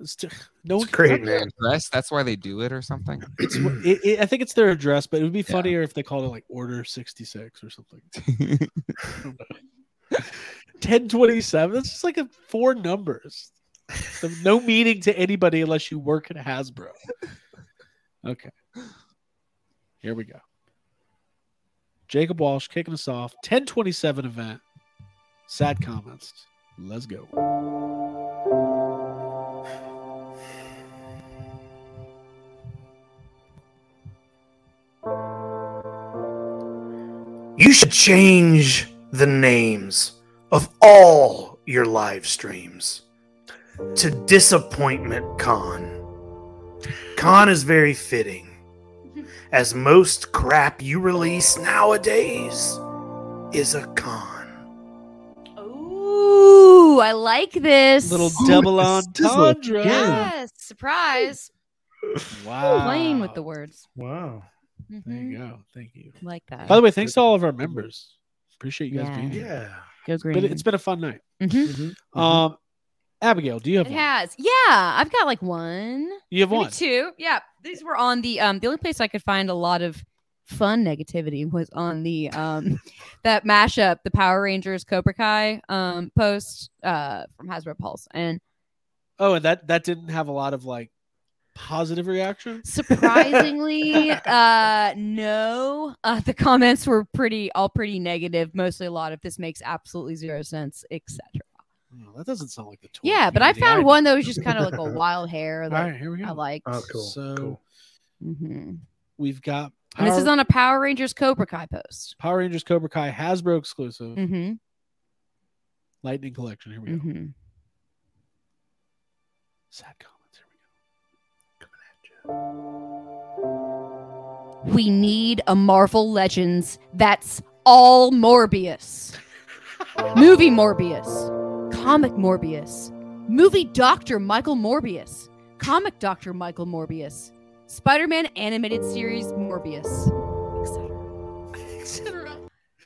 Speaker 1: It's t- no
Speaker 3: It's
Speaker 1: one.
Speaker 3: great,
Speaker 4: Their
Speaker 3: man.
Speaker 4: address, that's why they do it or something.
Speaker 1: It's, it, it- I think it's their address, but it would be
Speaker 4: Yeah.
Speaker 1: funnier if they called it like Order sixty six or something. Ten twenty seven. That's just like a four numbers. So no meaning to anybody unless you work at Hasbro. Okay. Here we go. Jacob Walsh kicking us off. Ten twenty seven event. Sad comments. Let's go.
Speaker 3: You should change the names of all your live streams to Disappointment Con. Con is very fitting, as most crap you release nowadays is a con.
Speaker 2: Ooh, I like this.
Speaker 1: Little
Speaker 4: Ooh,
Speaker 1: double
Speaker 4: it's a sizzle.
Speaker 1: entendre.
Speaker 4: Yeah.
Speaker 2: yes, surprise.
Speaker 1: Wow.
Speaker 2: Playing with the words.
Speaker 3: Wow.
Speaker 1: Uh, There
Speaker 2: Mhm.
Speaker 1: you go. Thank you.
Speaker 2: Like that.
Speaker 1: By the way, thanks to all of our members. Appreciate you guys
Speaker 2: Yeah.
Speaker 1: being here.
Speaker 3: Yeah.
Speaker 2: Go green.
Speaker 1: But it's been a fun night.
Speaker 2: Mhm.
Speaker 1: Um, Abigail, do you have
Speaker 2: It
Speaker 1: one?
Speaker 2: has. Yeah, I've got like one.
Speaker 1: you have
Speaker 2: Maybe
Speaker 1: one.
Speaker 2: two. Yeah, these were on the um. The only place I could find a lot of fun negativity was on the um that mashup, the Power Rangers Cobra Kai um post uh from Hasbro Pulse, and
Speaker 1: Oh, and that that didn't have a lot of like positive reaction.
Speaker 2: surprisingly, uh, no, uh, the comments were pretty all pretty negative. Mostly a lot of this makes absolutely zero sense, etc.
Speaker 1: Oh, that doesn't sound like the toy.
Speaker 2: Yeah, but I
Speaker 1: community
Speaker 2: found
Speaker 1: do.
Speaker 2: one that was just kind of like a wild hair
Speaker 1: All
Speaker 2: that
Speaker 1: right, Uh, here we go.
Speaker 2: I liked.
Speaker 3: Oh, cool.
Speaker 1: So
Speaker 3: cool.
Speaker 2: hmm
Speaker 1: we've got
Speaker 2: And
Speaker 1: Power,
Speaker 2: this is on a Power Rangers Cobra Kai post.
Speaker 1: Power Rangers Cobra Kai Hasbro exclusive
Speaker 2: Mm-hmm.
Speaker 1: Lightning Collection. Here we go.
Speaker 2: Mm-hmm.
Speaker 1: Sad comments. Here we go.
Speaker 2: We need a Marvel Legends that's all Morbius. Movie Morbius. Comic Morbius. Movie Doctor Michael Morbius. Comic Doctor Michael Morbius. Spider Man animated series Morbius. etc., etc.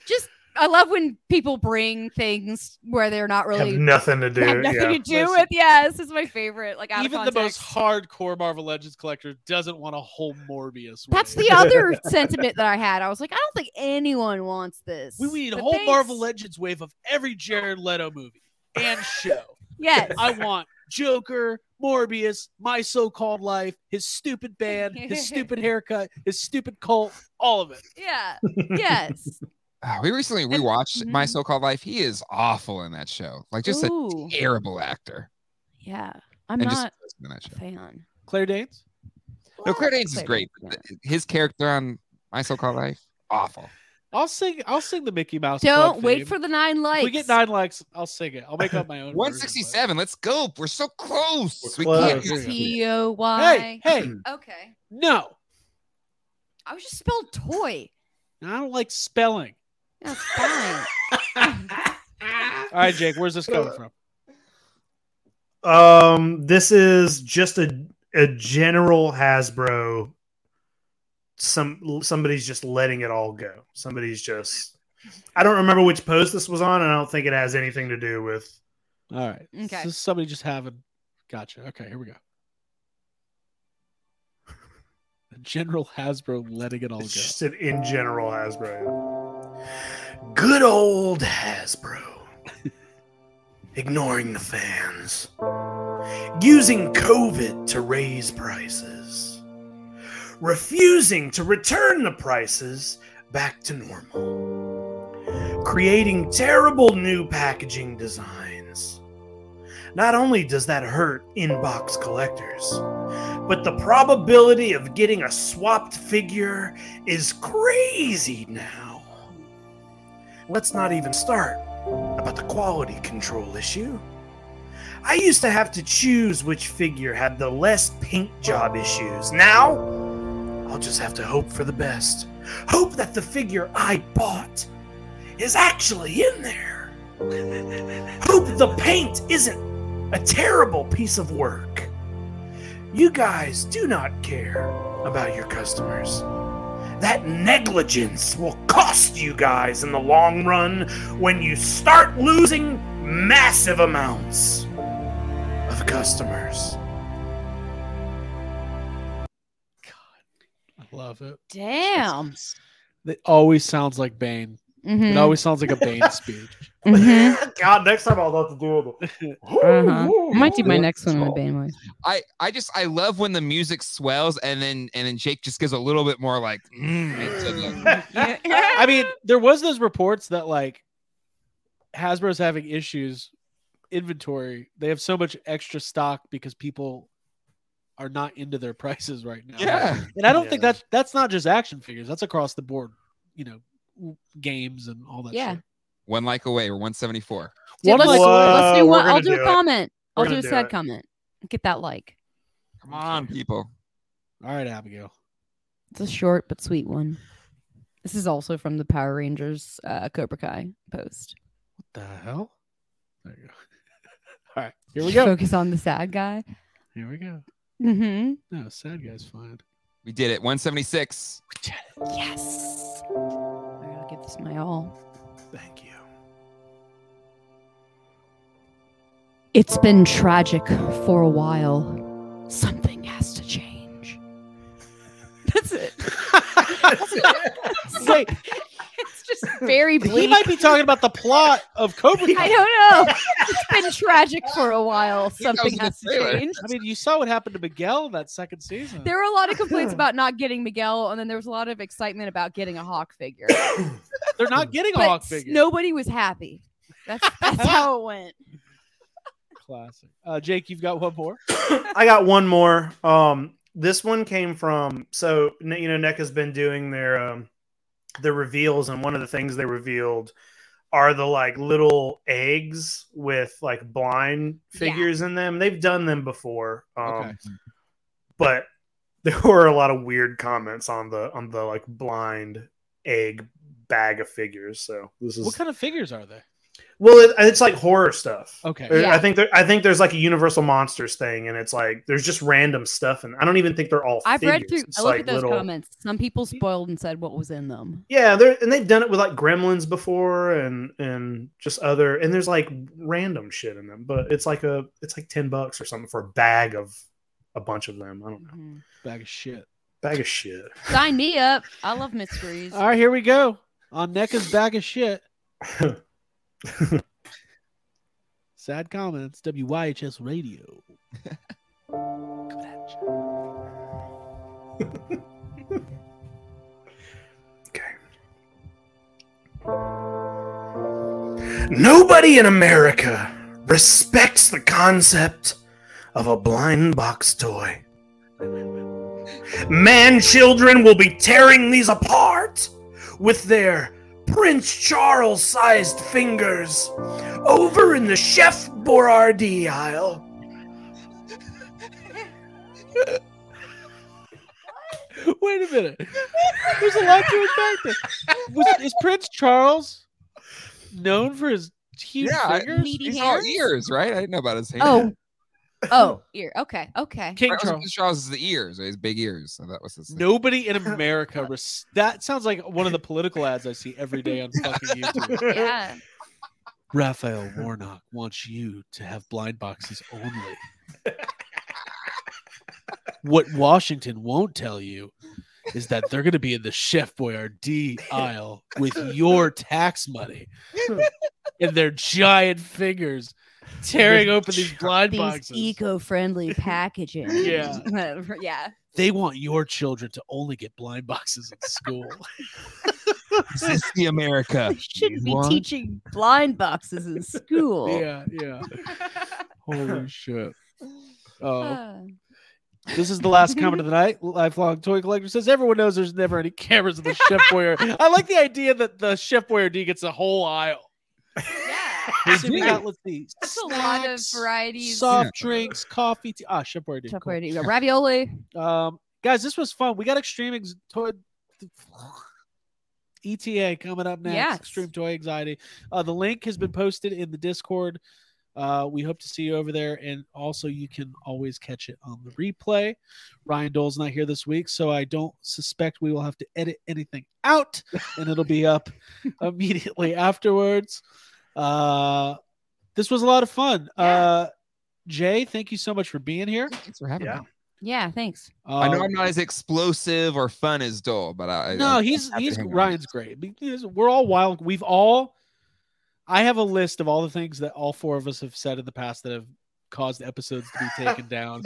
Speaker 2: Just, I love when people bring things where they're not really.
Speaker 3: Have nothing to do.
Speaker 2: have nothing
Speaker 3: yeah.
Speaker 2: to do
Speaker 1: listen.
Speaker 2: with. Yeah, this is my favorite. Like out
Speaker 1: Even
Speaker 2: of
Speaker 1: the most
Speaker 2: context.
Speaker 1: hardcore Marvel Legends collector doesn't want a whole Morbius.
Speaker 2: That's
Speaker 1: wave.
Speaker 2: the other sentiment that I had. I was like, I don't think anyone wants this.
Speaker 1: We need a
Speaker 2: But
Speaker 1: whole Marvel
Speaker 2: thanks.
Speaker 1: Legends wave of every Jared Leto movie and show.
Speaker 2: Yes.
Speaker 1: I want Joker, Morbius, my so-called life, his stupid band, his stupid haircut, his stupid cult, all of it.
Speaker 2: yeah. Yes.
Speaker 4: Ah, we recently rewatched My
Speaker 2: mhm.
Speaker 4: So Called Life. He is awful in that show. Like just
Speaker 2: Ooh.
Speaker 4: a terrible actor.
Speaker 2: Yeah. I'm
Speaker 4: and
Speaker 2: not
Speaker 4: just in that show.
Speaker 2: a fan.
Speaker 1: Claire Danes.
Speaker 4: No, Claire Danes is
Speaker 2: Claire
Speaker 4: great. but
Speaker 2: Danes,
Speaker 4: th- His character on My So Called Life, awful.
Speaker 1: I'll sing. I'll sing the Mickey Mouse. Club
Speaker 2: Don't
Speaker 1: theme.
Speaker 2: wait for the nine
Speaker 1: If
Speaker 2: lights.
Speaker 1: we get nine likes, I'll sing it. I'll make up my own. version, but-
Speaker 4: 167. Let's go. We're so close.
Speaker 3: We're
Speaker 4: We can't
Speaker 3: close.
Speaker 4: do it.
Speaker 2: T O
Speaker 1: Hey,
Speaker 2: Y.
Speaker 1: hey,
Speaker 2: Okay.
Speaker 1: no!
Speaker 2: I was just spelled toy.
Speaker 1: I don't like spelling.
Speaker 2: That's fine.
Speaker 1: All right, Jake, where's this coming from?
Speaker 3: Um, this is just a a general Hasbro. Some somebody's just letting it all go. Somebody's just. I don't remember which post this was on, and I don't think it has anything to do with.
Speaker 1: All right.
Speaker 2: Okay.
Speaker 1: This is somebody just having. Gotcha. Okay, here we go. General Hasbro letting it all go.
Speaker 3: It's just an in general Hasbro. Good old Hasbro. Ignoring the fans. Using COVID to raise prices. Refusing to return the prices back to normal. Creating terrible new packaging designs. Not only does that hurt inbox collectors, but the probability of getting a swapped figure is crazy now. Let's not even start about the quality control issue. I used to have to choose which figure had the less paint job issues. Now, I'll just have to hope for the best. Hope that the figure I bought is actually in there. Hope the paint isn't a terrible piece of work. You guys do not care about your customers. That negligence will cost you guys in the long run when you start losing massive amounts of customers.
Speaker 1: I love it.
Speaker 2: Damn.
Speaker 1: It always sounds like Bane. It
Speaker 2: Mhm.
Speaker 1: always sounds like a Bane speech.
Speaker 2: Mhm.
Speaker 3: God, next time I'll have to do it.
Speaker 2: Uh-huh. I might do my next one on a Bane voice.
Speaker 4: I I just I love when the music swells and then and then Jake just gives a little bit more like mm, into the-
Speaker 1: I mean, there was those reports that like Hasbro's having issues inventory. They have so much extra stock because people are not into their prices right now.
Speaker 4: yeah.
Speaker 1: And I don't
Speaker 3: Yeah.
Speaker 1: think that's that's not just action figures. That's across the board, you know, w- games and all that
Speaker 2: Yeah.
Speaker 1: shit.
Speaker 4: One like away or 174.
Speaker 2: Dude,
Speaker 1: One
Speaker 2: let's,
Speaker 1: like-
Speaker 2: let's do one.
Speaker 3: Whoa, we're
Speaker 2: I'll
Speaker 3: gonna
Speaker 2: do a
Speaker 3: do it.
Speaker 2: comment.
Speaker 3: We're
Speaker 2: I'll do
Speaker 3: gonna
Speaker 2: a
Speaker 3: do
Speaker 2: sad
Speaker 3: it.
Speaker 2: comment. Get that like.
Speaker 4: Come on, people.
Speaker 1: All right, Abigail.
Speaker 2: It's a short but sweet one. This is also from the Power Rangers uh, Cobra Kai post.
Speaker 1: What the hell? There you go. all right. Here we go.
Speaker 2: Focus on the sad guy.
Speaker 1: Here we go.
Speaker 2: hmm
Speaker 1: No, sad guy's fine.
Speaker 4: We did it. 176.
Speaker 2: Yes. I gotta give this my all.
Speaker 3: Thank you.
Speaker 2: It's been tragic for a while. Something has to change. That's it. It's
Speaker 1: Wait,
Speaker 2: it's just very
Speaker 1: he
Speaker 2: bleak.
Speaker 1: might be talking about the plot of Cobra Kai.
Speaker 2: I don't know. It's been tragic for a while. Something
Speaker 4: the
Speaker 2: has to
Speaker 4: trailer.
Speaker 2: change.
Speaker 1: I mean, you saw what happened to Miguel that second season.
Speaker 2: There were a lot of complaints about not getting Miguel, and then there was a lot of excitement about getting a Hawk figure.
Speaker 1: They're not getting a
Speaker 2: but
Speaker 1: hawk figure.
Speaker 2: nobody was happy. That's, that's how it went.
Speaker 1: Classic. Uh, Jake, you've got one more.
Speaker 3: I got one more. Um, this one came from so n- you know NECA's been doing their um, their reveals, and one of the things they revealed are the like little eggs with like blind
Speaker 2: Yeah.
Speaker 3: figures in them. They've done them before, um,
Speaker 1: Okay.
Speaker 3: but there were a lot of weird comments on the on the like blind egg bag of figures. So this is
Speaker 1: What kind of figures are there?
Speaker 3: well, it, it's like horror stuff.
Speaker 1: Okay.
Speaker 3: Or
Speaker 2: Yeah.
Speaker 3: I think there, I think there's like a Universal Monsters thing, and it's like there's just random stuff, and I don't even think they're all.
Speaker 2: I've read
Speaker 3: figures.
Speaker 2: through.
Speaker 3: It's
Speaker 2: I looked
Speaker 3: like
Speaker 2: at those
Speaker 3: little-
Speaker 2: comments. Some people spoiled and said what was in them.
Speaker 3: Yeah, they're, and they've done it with like Gremlins before, and and just other, and there's like random shit in them, but it's like a it's like ten bucks or something for a bag of a bunch of them. I don't know,
Speaker 2: Mm-hmm.
Speaker 1: Bag of shit.
Speaker 3: bag of shit.
Speaker 2: Sign me up. I love mysteries.
Speaker 1: All right, here we go. On NECA's bag of shit. Sad comments. WYHS Radio. Good at you.
Speaker 3: Nobody in America respects the concept of a blind box toy. Man children will be tearing these apart with their Prince Charles sized fingers over in the Chef Borardee aisle.
Speaker 1: Wait a minute. There's a lot to unpack there. Was, is Prince Charles known for his huge
Speaker 4: Yeah, I-
Speaker 1: fingers?
Speaker 2: Meaty
Speaker 4: He's all
Speaker 2: hairs?
Speaker 4: ears, right? I didn't know about his hair.
Speaker 2: Oh, oh, ear. Okay, okay.
Speaker 1: King
Speaker 4: Charles,
Speaker 1: Charles.
Speaker 4: Charles. Charles is the ears, right? his big ears. So that was his. thing.
Speaker 1: Nobody in America. Res- that sounds like one of the political ads I see every day on fucking YouTube.
Speaker 2: Yeah.
Speaker 1: Raphael Warnock wants you to have blind boxes only. what Washington won't tell you is that they're going to be in the Chef Boyardee aisle with your tax money and their giant fingers tearing open these blind
Speaker 2: These
Speaker 1: boxes.
Speaker 2: eco-friendly packaging.
Speaker 1: Yeah.
Speaker 2: yeah.
Speaker 1: they want your children to only get blind boxes at school.
Speaker 4: This is the America.
Speaker 2: They shouldn't be
Speaker 4: want-
Speaker 2: teaching blind boxes in school.
Speaker 1: yeah, yeah. Holy shit.
Speaker 2: Uh,
Speaker 1: Oh, This is the last comment of the night. Lifelong toy collector says everyone knows there's never any cameras in the Chef Boyardee. I like the idea that the Chef Boyardee gets a whole aisle.
Speaker 2: yeah.
Speaker 1: Let's see, we
Speaker 4: do.
Speaker 1: got- let's see,
Speaker 2: That's a lot of
Speaker 1: snacks,
Speaker 2: varieties.
Speaker 1: Soft drinks, coffee, tea. Ah, Chef Boyardee.
Speaker 2: Chuck
Speaker 1: cool.
Speaker 2: Berry, you got ravioli.
Speaker 1: Um, guys, this was fun. We got extreme ex- toy. ETA coming up next.
Speaker 2: Yes.
Speaker 1: Extreme Toy Anxiety. Uh, the link has been posted in the Discord. Uh, we hope to see you over there, and also you can always catch it on the replay. Ryan Dole's not here this week, so I don't suspect we will have to edit anything out, and it'll be up immediately afterwards. Uh, this was a lot of fun. Uh, Jay, thank you so much for being here.
Speaker 4: Thanks for having
Speaker 3: Yeah.
Speaker 4: me.
Speaker 2: Yeah, thanks.
Speaker 4: I know
Speaker 1: Um,
Speaker 4: I'm not as explosive or fun as Dole, but I
Speaker 1: no,
Speaker 4: I-
Speaker 1: he's
Speaker 4: I'm happy
Speaker 1: he's
Speaker 4: to hang around.
Speaker 1: Ryan's great. Because We're all wild. We've all. I have a list of all the things that all four of us have said in the past that have caused episodes to be taken down.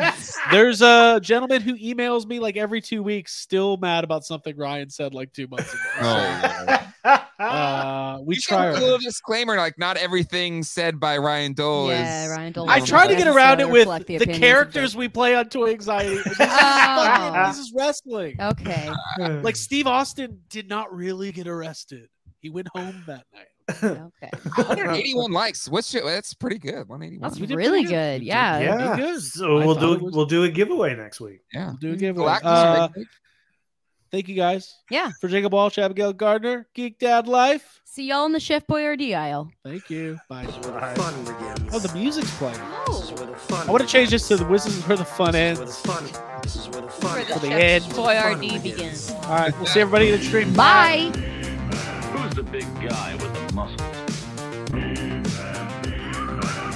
Speaker 1: There's a gentleman who emails me like every two weeks, still mad about something Ryan said like two months ago.
Speaker 4: Oh,
Speaker 1: So, uh, we
Speaker 4: You should
Speaker 1: try. our
Speaker 4: put a little disclaimer like not everything said by Ryan Dole
Speaker 2: yeah,
Speaker 4: is
Speaker 2: Ryan Dole.
Speaker 1: I
Speaker 4: Oh.
Speaker 2: does
Speaker 1: try to
Speaker 2: this
Speaker 1: get around it
Speaker 2: episode
Speaker 1: with
Speaker 2: reflect
Speaker 1: the,
Speaker 2: opinions of
Speaker 1: characters we play on Toy Anxiety. This is, fucking-
Speaker 2: Oh.
Speaker 1: this is wrestling.
Speaker 2: Jay. Okay.
Speaker 1: Like Steve Austin did not really get arrested. He went home that night.
Speaker 2: Okay.
Speaker 4: 81 likes. What's your, that's pretty good. 181.
Speaker 2: That's
Speaker 1: we did pretty
Speaker 2: really good.
Speaker 1: good.
Speaker 2: Yeah.
Speaker 1: Yeah.
Speaker 3: yeah.
Speaker 1: It is.
Speaker 3: So
Speaker 1: I
Speaker 3: we'll
Speaker 1: thought
Speaker 3: do
Speaker 1: it was-
Speaker 3: we'll do a giveaway next week.
Speaker 4: yeah.
Speaker 1: We'll do a giveaway.
Speaker 4: Galactus
Speaker 1: Uh,
Speaker 4: Rick.
Speaker 1: Thank you guys.
Speaker 2: Yeah.
Speaker 1: For Jacob Walsh, Abigail Gardner, Geek Dad Life.
Speaker 2: See y'all in the Chef Boyardee aisle.
Speaker 1: Thank you. Bye.
Speaker 6: This is where the fun begins.
Speaker 1: Oh, the music's playing.
Speaker 6: This is where the fun
Speaker 1: I want to change this to the Wizards is where the fun
Speaker 6: begins. This
Speaker 1: ends.
Speaker 6: is where the fun- This is where the fun.
Speaker 1: the the end.
Speaker 6: fun
Speaker 2: Boyardee begins.
Speaker 1: All right. We'll see everybody in the stream.
Speaker 2: Bye.
Speaker 7: Who's the big guy with the muscle?